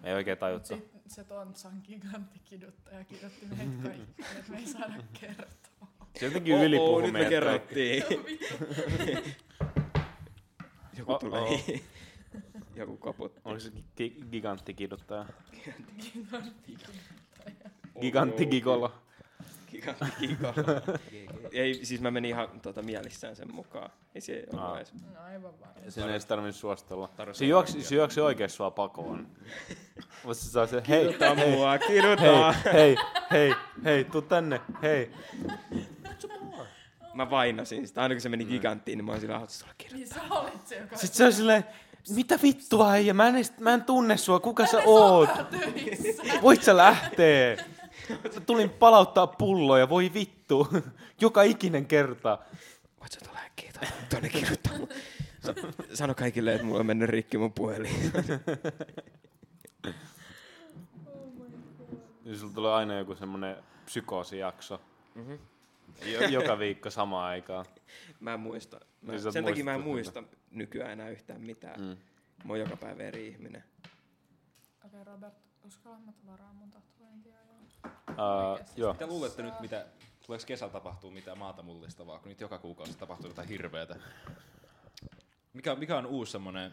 [SPEAKER 2] me ei oikein tajuttu.
[SPEAKER 5] Sitten se Tontsan gigantti kiduttaja kidutti meitä kaikki, että me ei saada kertoa.
[SPEAKER 2] Se jotenkin oh, yli
[SPEAKER 3] nyt me kerrottiin.
[SPEAKER 5] Se on vittu-
[SPEAKER 3] Joku
[SPEAKER 2] Oh,
[SPEAKER 3] tulee.
[SPEAKER 2] oh.
[SPEAKER 3] Joku kaputti.
[SPEAKER 2] Oliko se gi- Oh, gigantti kiduttaja?
[SPEAKER 5] gigantti kiduttaja.
[SPEAKER 2] Gigantti gigolo.
[SPEAKER 3] Oh, Gigantti kikara. ei, siis mä menin ihan tota, mielissään sen mukaan. Ei se ei ollut
[SPEAKER 2] Aa.
[SPEAKER 3] edes.
[SPEAKER 5] No aivan varmaan.
[SPEAKER 2] Sen ei tarvinnut suostella.
[SPEAKER 1] Tarvitse
[SPEAKER 2] Se juoksi,
[SPEAKER 1] oikein.
[SPEAKER 2] se juoksi oikein sua pakoon. Mutta se saa se, hei,
[SPEAKER 3] Kirjoita
[SPEAKER 2] hei,
[SPEAKER 3] mua, kirjoita.
[SPEAKER 2] hei, hei, hei, hei, tuu tänne, hei.
[SPEAKER 3] Mä vainasin sitä. Aina kun se meni giganttiin, niin mä olin sillä haluaisin sulla kirjoittaa.
[SPEAKER 5] Niin sä olit se, joka...
[SPEAKER 2] Sitten se on silleen, mitä vittua äijä, mä en, edes- mä en tunne sua, kuka sä
[SPEAKER 5] Tänne
[SPEAKER 2] oot?
[SPEAKER 5] sataa töissä.
[SPEAKER 2] Voit sä lähtee? Mä tulin palauttaa pulloja, voi vittu. Joka ikinen kerta.
[SPEAKER 3] Voit sä tulla äkkiä tuonne- tuonne kirjoittaa mun. Sa- Sano kaikille, että mulla on mennyt rikki mun puhelin.
[SPEAKER 5] Oh
[SPEAKER 2] Niin sulla tulee aina joku semmonen psykoosijakso. Jo- joka viikko samaan aikaan.
[SPEAKER 3] Mä en muista. Mä,
[SPEAKER 2] Niin sä
[SPEAKER 3] sen
[SPEAKER 2] et
[SPEAKER 3] takia mä en
[SPEAKER 2] muista
[SPEAKER 3] muista nykyään enää yhtään mitään. Mm. Mä oon joka päivä eri ihminen.
[SPEAKER 5] Okei, Robert, uskalla mä varaa mun tatuointia jo.
[SPEAKER 2] Uh, joo.
[SPEAKER 1] Mitä luulette nyt, mitä, tuleeko kesällä tapahtuu mitään maata mullistavaa, kun nyt joka kuukausi tapahtuu jotain hirveätä? Mikä, mikä on uusi semmoinen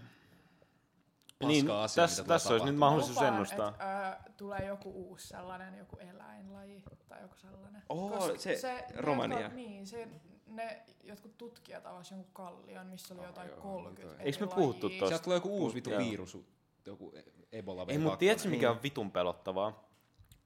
[SPEAKER 1] paska
[SPEAKER 2] Niin,
[SPEAKER 1] asia,
[SPEAKER 2] tässä-
[SPEAKER 1] mitä tulee
[SPEAKER 2] tässä olisi nyt
[SPEAKER 1] tapahtumaan?
[SPEAKER 2] mahdollisuus- Haluaisin ennustaa.
[SPEAKER 5] Että, ö, tulee joku uusi sellainen, joku eläinlaji tai joku sellainen.
[SPEAKER 3] Oo,
[SPEAKER 5] Koska
[SPEAKER 3] Oh, se
[SPEAKER 5] ne,
[SPEAKER 3] Romania.
[SPEAKER 5] Jotka, niin, se, ne jotkut tutkijat avasi jonkun kallion, missä oli
[SPEAKER 1] Ah,
[SPEAKER 5] jotain
[SPEAKER 1] joo,
[SPEAKER 5] 30
[SPEAKER 1] joo.
[SPEAKER 5] eri
[SPEAKER 2] Eiks me puhuttu
[SPEAKER 5] lajia.
[SPEAKER 2] tosta?
[SPEAKER 1] Sieltä tulee joku uusi vitu
[SPEAKER 2] Joo.
[SPEAKER 1] virus, joku e- Ebola
[SPEAKER 2] Ei, mutta tiedätkö mikä on vitun pelottavaa?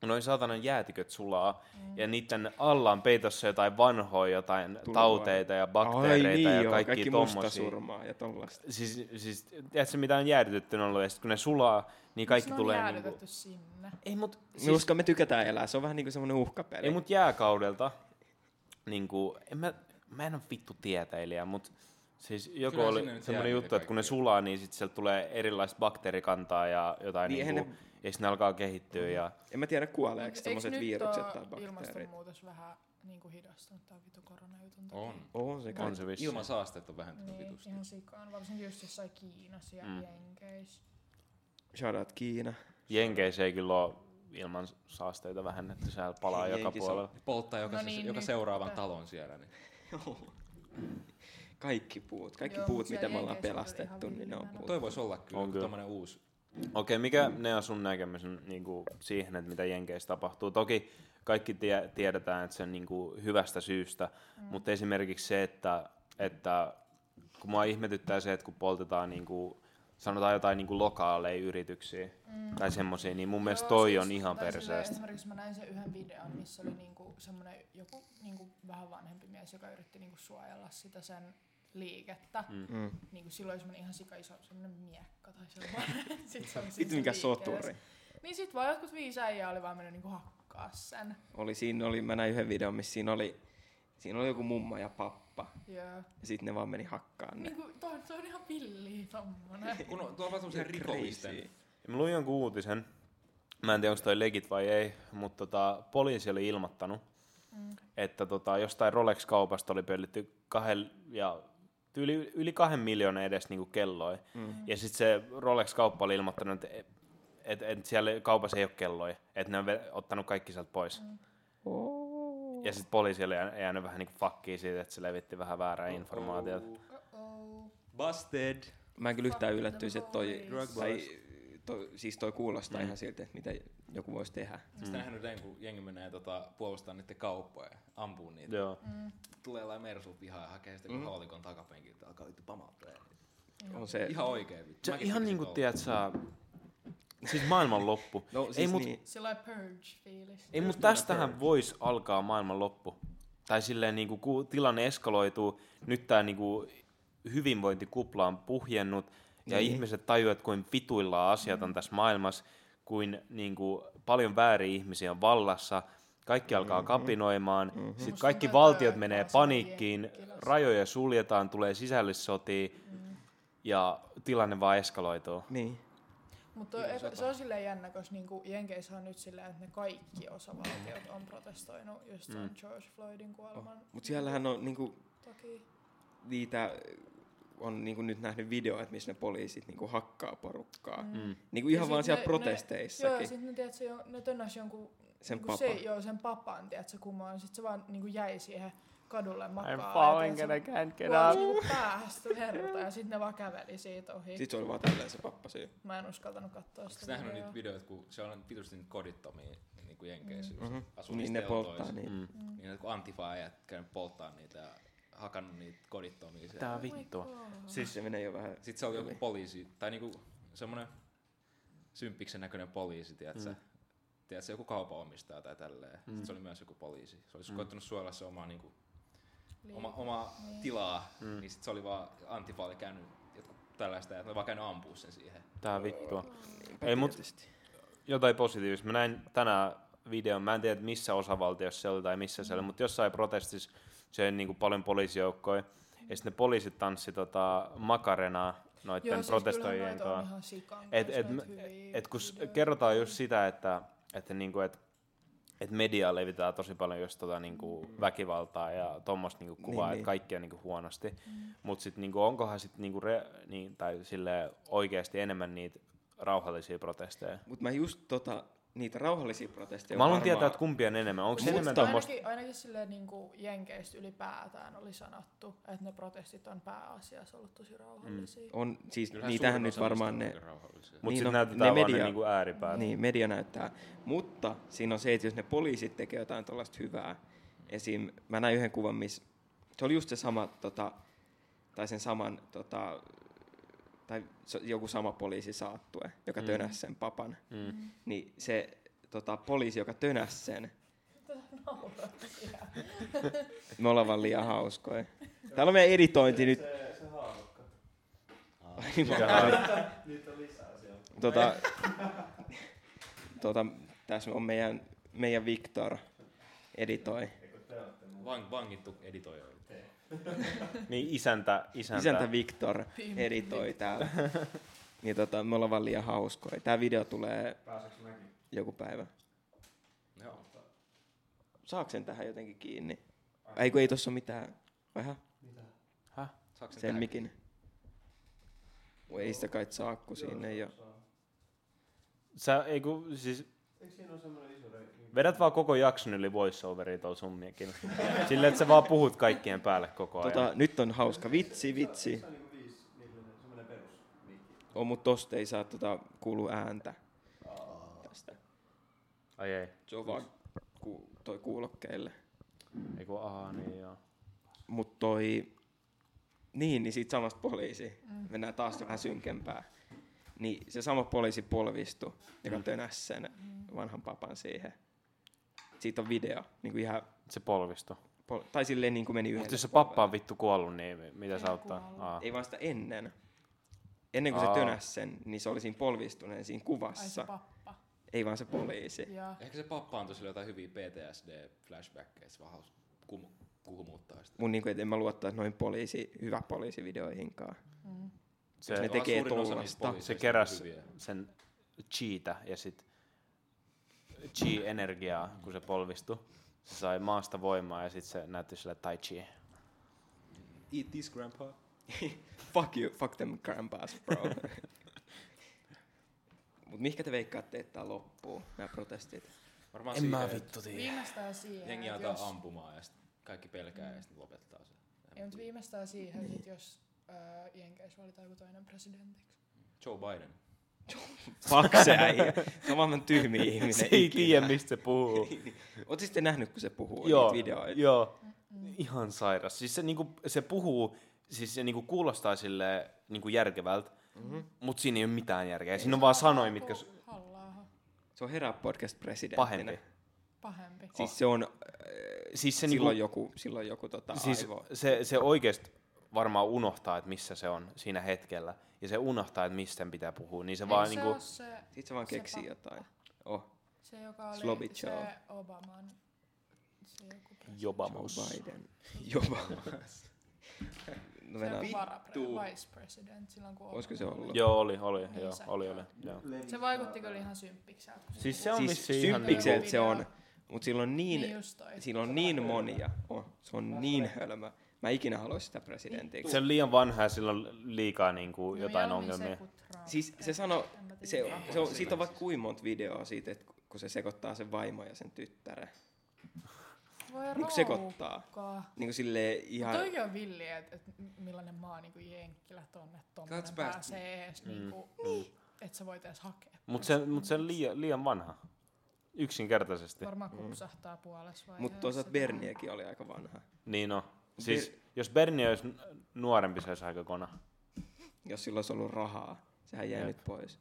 [SPEAKER 2] Noin saatanan jäätiköt sulaa mm. ja niiden alla on peitossa jotain vanhoja, jotain
[SPEAKER 3] Tulevaa. niin
[SPEAKER 2] tauteita ja bakteereita ja
[SPEAKER 3] joo, kaikki
[SPEAKER 2] kaikki, kaikki tommosia.
[SPEAKER 3] mustasurmaa ja tollasta.
[SPEAKER 2] Siis, siis tiedätkö mitä on jäädytetty ollut ja sit kun ne sulaa, niin kaikki
[SPEAKER 5] Se on
[SPEAKER 2] tulee
[SPEAKER 5] jäädytetty
[SPEAKER 2] niinku...
[SPEAKER 5] sinne.
[SPEAKER 2] Ei mut,
[SPEAKER 3] Siis... Koska me tykätään elää, se on vähän niinku semmonen uhkapeli.
[SPEAKER 2] Ei mut jääkaudelta, niin kuin, en mä, mä en ole vittu tietäilijä, mut siis joku
[SPEAKER 1] Kyllä
[SPEAKER 2] oli
[SPEAKER 1] sinne nyt jää
[SPEAKER 2] semmoinen
[SPEAKER 1] niitä
[SPEAKER 2] juttu, että kun ne
[SPEAKER 1] kaikkia.
[SPEAKER 2] sulaa, niin sit sieltä tulee erilaista bakteerikantaa ja jotain
[SPEAKER 3] Niin
[SPEAKER 2] niin,
[SPEAKER 3] eihän
[SPEAKER 2] niin kuin, ja sit ne alkaa kehittyä ja
[SPEAKER 1] Niin,
[SPEAKER 3] En mä tiedä kuoleeko
[SPEAKER 5] Eiks
[SPEAKER 3] tommoset
[SPEAKER 5] nyt
[SPEAKER 3] virukset
[SPEAKER 5] oo
[SPEAKER 3] tai bakteerit.
[SPEAKER 5] ilmastonmuutos vähän niin kuin hidastanut tämän vitu koronajutun takia?
[SPEAKER 1] On.
[SPEAKER 3] On se kai.
[SPEAKER 2] on se vissi.
[SPEAKER 1] Ilman saasteet on vähentynyt
[SPEAKER 5] Niin,
[SPEAKER 1] vitusti.
[SPEAKER 5] ihan sikaan, varsinkin just jossain Kiinassa ja
[SPEAKER 2] Mm.
[SPEAKER 5] mm. Jenkeissä.
[SPEAKER 3] Shout out Kiina.
[SPEAKER 2] Jenkeissä ei kyllä ole ilman saasteita vähennetty, siellä palaa
[SPEAKER 3] Ei
[SPEAKER 2] Ei, joka
[SPEAKER 3] Jenkeissä
[SPEAKER 2] puolella.
[SPEAKER 1] Ne Polttaa joka,
[SPEAKER 5] No
[SPEAKER 1] no niin,
[SPEAKER 5] niin,
[SPEAKER 1] joka
[SPEAKER 5] nyt
[SPEAKER 1] seuraavan
[SPEAKER 5] pitää.
[SPEAKER 1] talon siellä. Niin.
[SPEAKER 3] Kaikki puut, kaikki
[SPEAKER 5] Joo, mut
[SPEAKER 3] puut,
[SPEAKER 5] siellä
[SPEAKER 3] mitä me ollaan
[SPEAKER 5] Jenkeissä on
[SPEAKER 3] pelastettu,
[SPEAKER 5] ihan
[SPEAKER 3] niin ne on
[SPEAKER 5] villinä
[SPEAKER 3] puut.
[SPEAKER 1] Toi voisi olla kyllä
[SPEAKER 2] On kyllä.
[SPEAKER 1] tommonen uusi.
[SPEAKER 2] Okei, mikä ne on sun näkemys niin kuin siihen, että mitä Jenkeissä tapahtuu? Toki kaikki tie- tiedetään, että se on niin kuin hyvästä syystä, mm. mutta esimerkiksi se, että, että kun mua ihmetyttää se, että kun poltetaan niin kuin, sanotaan jotain niin kuin lokaaleja yrityksiä mm. tai semmoisia, niin mun mielestä
[SPEAKER 5] Joo,
[SPEAKER 2] toi
[SPEAKER 5] siis-
[SPEAKER 2] on ihan
[SPEAKER 5] tai silleen
[SPEAKER 2] perseestä.
[SPEAKER 5] Esimerkiksi mä näin sen yhden videon, missä oli niinku semmoinen joku niinku vähän vanhempi mies, joka yritti niinku suojella sitä sen liikettä. Mm.
[SPEAKER 3] Mm.
[SPEAKER 5] Niinku silloin oli semmoinen ihan sika iso semmoinen miekka tai sellainen. Sit se oli siinä
[SPEAKER 3] Vittu mikä
[SPEAKER 5] sen
[SPEAKER 3] soturi.
[SPEAKER 5] liikkeessä. Niin sit vaan jotkut viisi äijää oli vaan mennyt niinku hakkaa sen.
[SPEAKER 3] Oli, siinä oli, mä näin yhden videon, missä siinä oli, siinä oli joku mumma ja pappa.
[SPEAKER 5] Joo.
[SPEAKER 3] Ja sitten ne vaan meni hakkaan ne.
[SPEAKER 5] Niinku toi, toi on ihan villi tommonen.
[SPEAKER 1] Kun on, tuo on vaan semmosia rikollisten.
[SPEAKER 2] Mä luin jonkun uutisen, mä en tiedä onko toi legit vai ei, mutta tota, poliisi oli ilmoittanut, mm. että tota, jostain Rolex-kaupasta oli pöllitty kahden ja yli, yli kahden miljoonan edes niinku kelloi. Mm. Ja sitten se Rolex-kauppa oli ilmoittanut, että et, et siellä kaupassa ei ole kelloja, että ne on ve- ottanut kaikki sieltä pois. Mm.
[SPEAKER 3] Oh.
[SPEAKER 2] Ja sitten poliisi oli jää- jäänyt vähän niinku fakkiin siitä, että se levitti vähän
[SPEAKER 3] Oh.
[SPEAKER 2] väärää informaatiota.
[SPEAKER 5] Uh-oh.
[SPEAKER 1] Busted.
[SPEAKER 3] Mä en kyllä yhtään
[SPEAKER 5] Fuck
[SPEAKER 3] yllättyisi,
[SPEAKER 5] the
[SPEAKER 3] että toi,
[SPEAKER 5] police.
[SPEAKER 3] tai, toi, siis toi kuulostaa mm. ihan siltä, että mitä joku voisi tehdä.
[SPEAKER 1] Sitten nähnyt näin, kun jengi menee tota, puolustaa niiden kauppoja ja ampuu niitä.
[SPEAKER 2] Joo.
[SPEAKER 1] Tulee jollain mersu pihaan ja hakee sitä mm.
[SPEAKER 2] Mm-hmm.
[SPEAKER 1] haalikon takapenkiltä ja alkaa vittu pamauttaa.
[SPEAKER 3] On se,
[SPEAKER 1] Ihan oikein vittu.
[SPEAKER 2] Eh. Se on
[SPEAKER 1] Mäkin
[SPEAKER 2] ihan
[SPEAKER 1] tekisin
[SPEAKER 2] niinku,
[SPEAKER 1] tolla.
[SPEAKER 2] tiedät sä, siis maailman loppu.
[SPEAKER 3] no siis ei,
[SPEAKER 2] mut-
[SPEAKER 3] mut, niin,
[SPEAKER 5] Sillä purge-fiilis.
[SPEAKER 2] Ei, mutta tästähän voisi alkaa maailman loppu. Tai silleen, niin kuin, kun tilanne eskaloituu, nyt tämä niin kuin, hyvinvointikupla on puhjennut, ja
[SPEAKER 3] Niin.
[SPEAKER 2] ihmiset tajuavat, että kuinka vituilla asiat on tässä maailmassa, kuin, niin kuin paljon vääriä ihmisiä on vallassa, kaikki alkaa kapinoimaan, mm-hmm. sitten
[SPEAKER 5] Musta
[SPEAKER 2] kaikki
[SPEAKER 5] tuntuu, että
[SPEAKER 2] valtiot
[SPEAKER 5] tää
[SPEAKER 2] menee
[SPEAKER 5] taas on
[SPEAKER 2] paniikkiin,
[SPEAKER 5] Jenkkilässä.
[SPEAKER 2] rajoja suljetaan, tulee sisällissotia, mm ja tilanne vaan eskaloituu.
[SPEAKER 3] niin.
[SPEAKER 5] Mutta se on silleen jännä, koska niinku Jenkeissä on nyt silleen, että ne kaikki osavaltiot on protestoinut just mm. George Floydin kuoleman
[SPEAKER 3] Oh, Mut siellähän on niinku,
[SPEAKER 5] takia.
[SPEAKER 3] niitä on niinku nyt nähnyt videoita, missä ne poliisit niinku hakkaa porukkaa. Mm. Niinku ihan
[SPEAKER 5] Ja
[SPEAKER 3] vaan
[SPEAKER 5] sit
[SPEAKER 3] siellä
[SPEAKER 5] ne-
[SPEAKER 3] protesteissakin.
[SPEAKER 5] Ne, joo, ja sitten ne, tiedätkö, jo, ne tönnäs jonkun
[SPEAKER 3] Sen
[SPEAKER 5] niinku se,
[SPEAKER 3] papan.
[SPEAKER 5] joo, sen papan, tiedätkö, kumoon. Sitten se vaan niinku jäi siihen kadulle makaan.
[SPEAKER 2] falling
[SPEAKER 5] ja, tiedätkö,
[SPEAKER 2] and I can't get
[SPEAKER 5] kuoli
[SPEAKER 2] up.
[SPEAKER 5] Niinku päästä verta ja sitten ne vaan käveli siitä ohi.
[SPEAKER 3] Sitten se oli vaan tälleen se pappa syy.
[SPEAKER 5] Mä en uskaltanut katsoa
[SPEAKER 1] Onks
[SPEAKER 5] sitä.
[SPEAKER 1] nähnyt
[SPEAKER 5] videoa.
[SPEAKER 1] niitä videoita, kun siellä on vitusti niitä kodittomia niin niin kuin Jenkeissä just
[SPEAKER 2] Mm-hmm.
[SPEAKER 3] Mhm.
[SPEAKER 1] asuu
[SPEAKER 3] Niin
[SPEAKER 1] niissä
[SPEAKER 3] ne polttaa
[SPEAKER 1] teltoissa.
[SPEAKER 3] niitä.
[SPEAKER 2] Mm.
[SPEAKER 1] Niin kun Antifa ei käynyt polttaa niitä ja hakannut niitä kodittomia
[SPEAKER 2] Tää
[SPEAKER 1] siellä.
[SPEAKER 2] on vittua.
[SPEAKER 5] Oh
[SPEAKER 3] Siis se menee jo vähän...
[SPEAKER 1] Sitten se on joku poliisi, tai niinku semmonen symppiksen näköinen poliisi, tiedätkö? Mm. Tiedätkö, joku kaupan omistaja tai tälleen. Mm. Sitten se oli myös joku poliisi. Se olisi mm. koettanut suojella se omaa, niinku, oma, omaa
[SPEAKER 5] Niin.
[SPEAKER 1] tilaa, mm. niin sit se oli vaan, Antifa oli käynyt jotkut tällaista, ja ne oli vaan käynyt ampuu sen siihen.
[SPEAKER 2] Tää on vittua.
[SPEAKER 3] Niinpä
[SPEAKER 2] Ei mut-
[SPEAKER 3] tietysti.
[SPEAKER 2] Jotain positiivista. Mä näin tänään videon, mä en tiedä että missä osavaltiossa se oli tai missä se oli, mutta jossain protestissa se oli niinku paljon poliisijoukkoja. Ja sitten ne poliisit tanssi tota makarenaa noitten
[SPEAKER 5] Joo, siis
[SPEAKER 2] protestoijien
[SPEAKER 5] kyllähän noita on
[SPEAKER 2] kanssa.
[SPEAKER 5] ihan sikan
[SPEAKER 2] et,
[SPEAKER 5] kanssa
[SPEAKER 2] et,
[SPEAKER 5] noita
[SPEAKER 2] et,
[SPEAKER 5] hyviä
[SPEAKER 2] et kun s-
[SPEAKER 5] videoita.
[SPEAKER 2] kerrotaan just sitä, että, että, niinku, että, että mediaa levitetään tosi paljon just tota, niinku, väkivaltaa ja tuommoista niinku, kuvaa, niin, että
[SPEAKER 3] niin.
[SPEAKER 2] kaikki on niinku, huonosti. Mm. Mutta sitten niinku, onkohan sit, niinku, re, niin, tai sille oikeasti enemmän niitä rauhallisia protesteja?
[SPEAKER 3] Mut mä just tota, niitä rauhallisia protesteja
[SPEAKER 2] Mä
[SPEAKER 3] on
[SPEAKER 2] haluan
[SPEAKER 3] varmaan-
[SPEAKER 2] tietää, että kumpi on enemmän. Onko se
[SPEAKER 5] Mutta
[SPEAKER 2] enemmän
[SPEAKER 5] ainakin,
[SPEAKER 2] tuommoista?
[SPEAKER 5] ainakin silleen niin kuin Jenkeistä ylipäätään oli sanottu, että ne protestit on pääasiassa ollut tosi rauhallisia. Mm.
[SPEAKER 3] On, siis
[SPEAKER 1] Kyllähän
[SPEAKER 3] niitähän
[SPEAKER 1] suurin
[SPEAKER 3] nyt
[SPEAKER 1] osa niistä
[SPEAKER 3] varmaan
[SPEAKER 1] on
[SPEAKER 3] ne...
[SPEAKER 1] aika rauhallisia.
[SPEAKER 2] Mutta
[SPEAKER 3] niin
[SPEAKER 2] sitten
[SPEAKER 3] on,
[SPEAKER 2] näytetään
[SPEAKER 3] ne
[SPEAKER 2] vaan ne
[SPEAKER 3] media-
[SPEAKER 2] niinku, ääripäät.
[SPEAKER 3] Niin, media näyttää. Mutta siinä on se, että jos ne poliisit tekee jotain tuollaista hyvää, esim. mä näin yhden kuvan, missä se oli just se sama, tota, tai sen saman, tota, tai so- joku sama poliisi saattue, joka mm. tönäs sen papan. Mm. Niin se tota, poliisi, joka tönäs sen,
[SPEAKER 2] Mm.
[SPEAKER 3] me ollaan vaan liian hauskoja. Täällä on meidän editointi nyt.
[SPEAKER 4] Se, se haarukka. Niitä on lisää siellä.
[SPEAKER 3] tota, tota, tässä on meidän, meidän Viktor editoi.
[SPEAKER 4] Eikö te ootte mun?
[SPEAKER 1] Vang, vangittu editoijoille.
[SPEAKER 2] Niin isäntä, isäntä.
[SPEAKER 3] Isäntä Viktor
[SPEAKER 5] Pimpi
[SPEAKER 3] editoi täällä. Niin tota, me ollaan vaan liian hauskoja. Tää video tulee
[SPEAKER 4] Pääseks mäkin?
[SPEAKER 3] joku päivä.
[SPEAKER 1] Joo.
[SPEAKER 3] Saako sen tähän jotenkin kiinni? Ei kun ei tossa ole mitään. Vähän
[SPEAKER 4] Mitä?
[SPEAKER 2] Häh?
[SPEAKER 1] Saaks ne
[SPEAKER 3] sen
[SPEAKER 1] tää-
[SPEAKER 3] mikin. Voi Ei sitä kai saakku sinne jo.
[SPEAKER 4] Saa.
[SPEAKER 2] Sä, ei kun, siis
[SPEAKER 4] Eikö siinä ole semmonen iso reikä?
[SPEAKER 2] Vedät vaan koko jakson yli voiceoveria tuolla summiakin. Silleen, että sä vaan puhut kaikkien päälle koko ajan.
[SPEAKER 3] Tota, nyt on hauska vitsi, vitsi.
[SPEAKER 4] Se on niinku viis, niinku ne- semmonen perus. mikki.
[SPEAKER 3] On mut tosta ei saa tota, kuulu ääntä. Tästä.
[SPEAKER 2] Ai ei.
[SPEAKER 3] Se on vaan ku, toi kuulokkeille.
[SPEAKER 2] Ei kun, aha, niin joo.
[SPEAKER 3] Mut toi... Niin, niin siitä samasta poliisi. Mm. Mennään taas vähän synkempää. Niin se sama poliisi polvistui, joka mm. tönäs sen vanhan papan siihen. Siitä on video, niin kuin ihan,
[SPEAKER 2] Se polvistu.
[SPEAKER 3] pol- tai silleen niin kuin meni
[SPEAKER 2] Mutta
[SPEAKER 3] yhdessä.
[SPEAKER 2] jos se pappa on vittu kuollut, niin mi- mitä se
[SPEAKER 5] Ei
[SPEAKER 2] auttaa?
[SPEAKER 5] kuollut.
[SPEAKER 2] Aa.
[SPEAKER 3] Ei vaan sitä ennen. Ennen kuin Aa.
[SPEAKER 2] Aa.
[SPEAKER 3] se tönäs sen, niin se oli siinä polvistuneen siinä
[SPEAKER 5] Ai se
[SPEAKER 3] kuvassa.
[SPEAKER 5] pappa.
[SPEAKER 3] Ei vaan se poliisi.
[SPEAKER 5] Ja.
[SPEAKER 1] Ehkä se pappa antoi sille jotain hyviä PTSD-flashbackkejä, se vähän haus- kum- kuhmuuttaa sitä.
[SPEAKER 3] Mun niin kuin, en mä luottaa noin poliisi, hyvä poliisivideoihinkaan.
[SPEAKER 5] Mm.
[SPEAKER 2] Se,
[SPEAKER 3] Ne
[SPEAKER 1] Vaan
[SPEAKER 3] tekee
[SPEAKER 1] suurin osa niistä
[SPEAKER 3] tollasta.
[SPEAKER 1] poliiseista
[SPEAKER 2] se
[SPEAKER 1] on
[SPEAKER 2] keräs
[SPEAKER 1] hyviä.
[SPEAKER 2] sen chiitä ja sit chi-energiaa, kun se polvistui. Se sai maasta voimaa ja sit se näytti sille tai chi.
[SPEAKER 1] Eat this, grandpa.
[SPEAKER 3] fuck you, fuck them grandpas, bro. Mut mihinkä te veikkaatte, että tää loppuu, nämä protestit?
[SPEAKER 1] Varmaan
[SPEAKER 2] En mä
[SPEAKER 1] siihen, että
[SPEAKER 2] vittu tiedä.
[SPEAKER 5] Viimeistään siihen,
[SPEAKER 1] Jengi
[SPEAKER 5] että
[SPEAKER 1] alkaa
[SPEAKER 5] jos,
[SPEAKER 1] ampumaan ja sitten kaikki pelkää ja sitten lopettaa se.
[SPEAKER 5] ei, mutta viimeistään siihen, niin. jos ää, Jenkeissä valitaan joku toinen presidentiksi.
[SPEAKER 1] Joe Biden.
[SPEAKER 3] Fuck se äijä. Se on maailman tyhmi ihminen
[SPEAKER 2] Se ei
[SPEAKER 3] ikinä.
[SPEAKER 2] tiedä, mistä se puhuu.
[SPEAKER 3] Oot siis te nähnyt, kun se puhuu
[SPEAKER 2] joo,
[SPEAKER 3] niitä videoita?
[SPEAKER 2] Joo,
[SPEAKER 5] Mm.
[SPEAKER 2] Mm. ihan sairas. Siis se, niinku, se puhuu, siis se niinku kuulostaa sille niinku järkevältä,
[SPEAKER 3] Mhm.
[SPEAKER 2] mm-hmm. mutta siinä ei ole mitään järkeä. Siinä on vaan sanoja, mitkä s-
[SPEAKER 5] halla
[SPEAKER 3] Se on Herää podcast presidenttinä.
[SPEAKER 2] pahempi.
[SPEAKER 5] pahempi.
[SPEAKER 3] Siis se on, äh,
[SPEAKER 2] Siis se,
[SPEAKER 3] silloin
[SPEAKER 2] niinku,
[SPEAKER 3] joku, silloin joku tota siis,
[SPEAKER 2] siis
[SPEAKER 3] aivo.
[SPEAKER 2] se, se oikeasti varmaan unohtaa, että missä se on siinä hetkellä. Ja se unohtaa, että mistä sen pitää puhua. Niin se
[SPEAKER 5] Eikö
[SPEAKER 2] vaan
[SPEAKER 5] se
[SPEAKER 2] niinku,
[SPEAKER 5] oo se,
[SPEAKER 3] Sit se vaan
[SPEAKER 5] se
[SPEAKER 3] keksii
[SPEAKER 5] pappa.
[SPEAKER 3] jotain. Oh,
[SPEAKER 5] se, joka oli
[SPEAKER 3] Slobby
[SPEAKER 5] se
[SPEAKER 3] Joe.
[SPEAKER 5] Obaman, se joku presidentti.
[SPEAKER 3] Joe
[SPEAKER 2] jobamos.
[SPEAKER 3] Biden. Jobamus. No
[SPEAKER 5] Se on
[SPEAKER 3] mennään.
[SPEAKER 5] varapre- vice president silloin, kun
[SPEAKER 3] Olisiko
[SPEAKER 5] Obama
[SPEAKER 3] se ollut?
[SPEAKER 2] Joo, oli, oli,
[SPEAKER 5] Niin
[SPEAKER 2] joo,
[SPEAKER 5] se.
[SPEAKER 2] oli, oli. Joo.
[SPEAKER 5] Se vaikutti kyllä ihan symppikseltä. kun
[SPEAKER 2] Siis se
[SPEAKER 5] puhui.
[SPEAKER 2] on
[SPEAKER 3] Siis
[SPEAKER 2] vissiin ihan
[SPEAKER 3] symppikseltä
[SPEAKER 5] niinku-
[SPEAKER 3] se on, mutta sillä on niin,
[SPEAKER 5] Niin just toi.
[SPEAKER 3] Siinä on niin monia. Oh, se on niin hölmö. Mä ikinä haluaisin sitä presidentiksi.
[SPEAKER 2] Se on liian vanha ja sillä on liikaa niinku,
[SPEAKER 5] No
[SPEAKER 2] jotain
[SPEAKER 5] mieluummin
[SPEAKER 2] ongelmia.
[SPEAKER 5] Se, kuin Trump.
[SPEAKER 3] Siis se sano,
[SPEAKER 5] En mä tiedä.
[SPEAKER 3] se, on- se on, siitä on vaikka kuinka monta videoa siitä, että kun se sekoittaa sen vaimo ja sen tyttären.
[SPEAKER 5] Voi
[SPEAKER 3] Niin sekoittaa.
[SPEAKER 5] raukkaa.
[SPEAKER 3] Niin kuin silleen
[SPEAKER 5] Ja...
[SPEAKER 3] ihan...
[SPEAKER 5] Toikin on villi, että et millainen maa niinku Jenkkilä tonne, että tommonen
[SPEAKER 1] Katso päästä-
[SPEAKER 5] pääsee ees niinku, niin. että sä voit edes hakea.
[SPEAKER 2] Mutta se, mut se on liian, liian vanha. Yksinkertaisesti.
[SPEAKER 5] Varmaan kupsahtaa mm. puolessa vaiheessa.
[SPEAKER 3] Mutta toisaalta Berniekin oli aika vanha.
[SPEAKER 2] Niin on. Siis, jos Bernie olisi n- nuorempi, se olisi aika kona.
[SPEAKER 3] Jos sillä olisi ollut rahaa, sehän jäi
[SPEAKER 2] Jep.
[SPEAKER 3] nyt pois.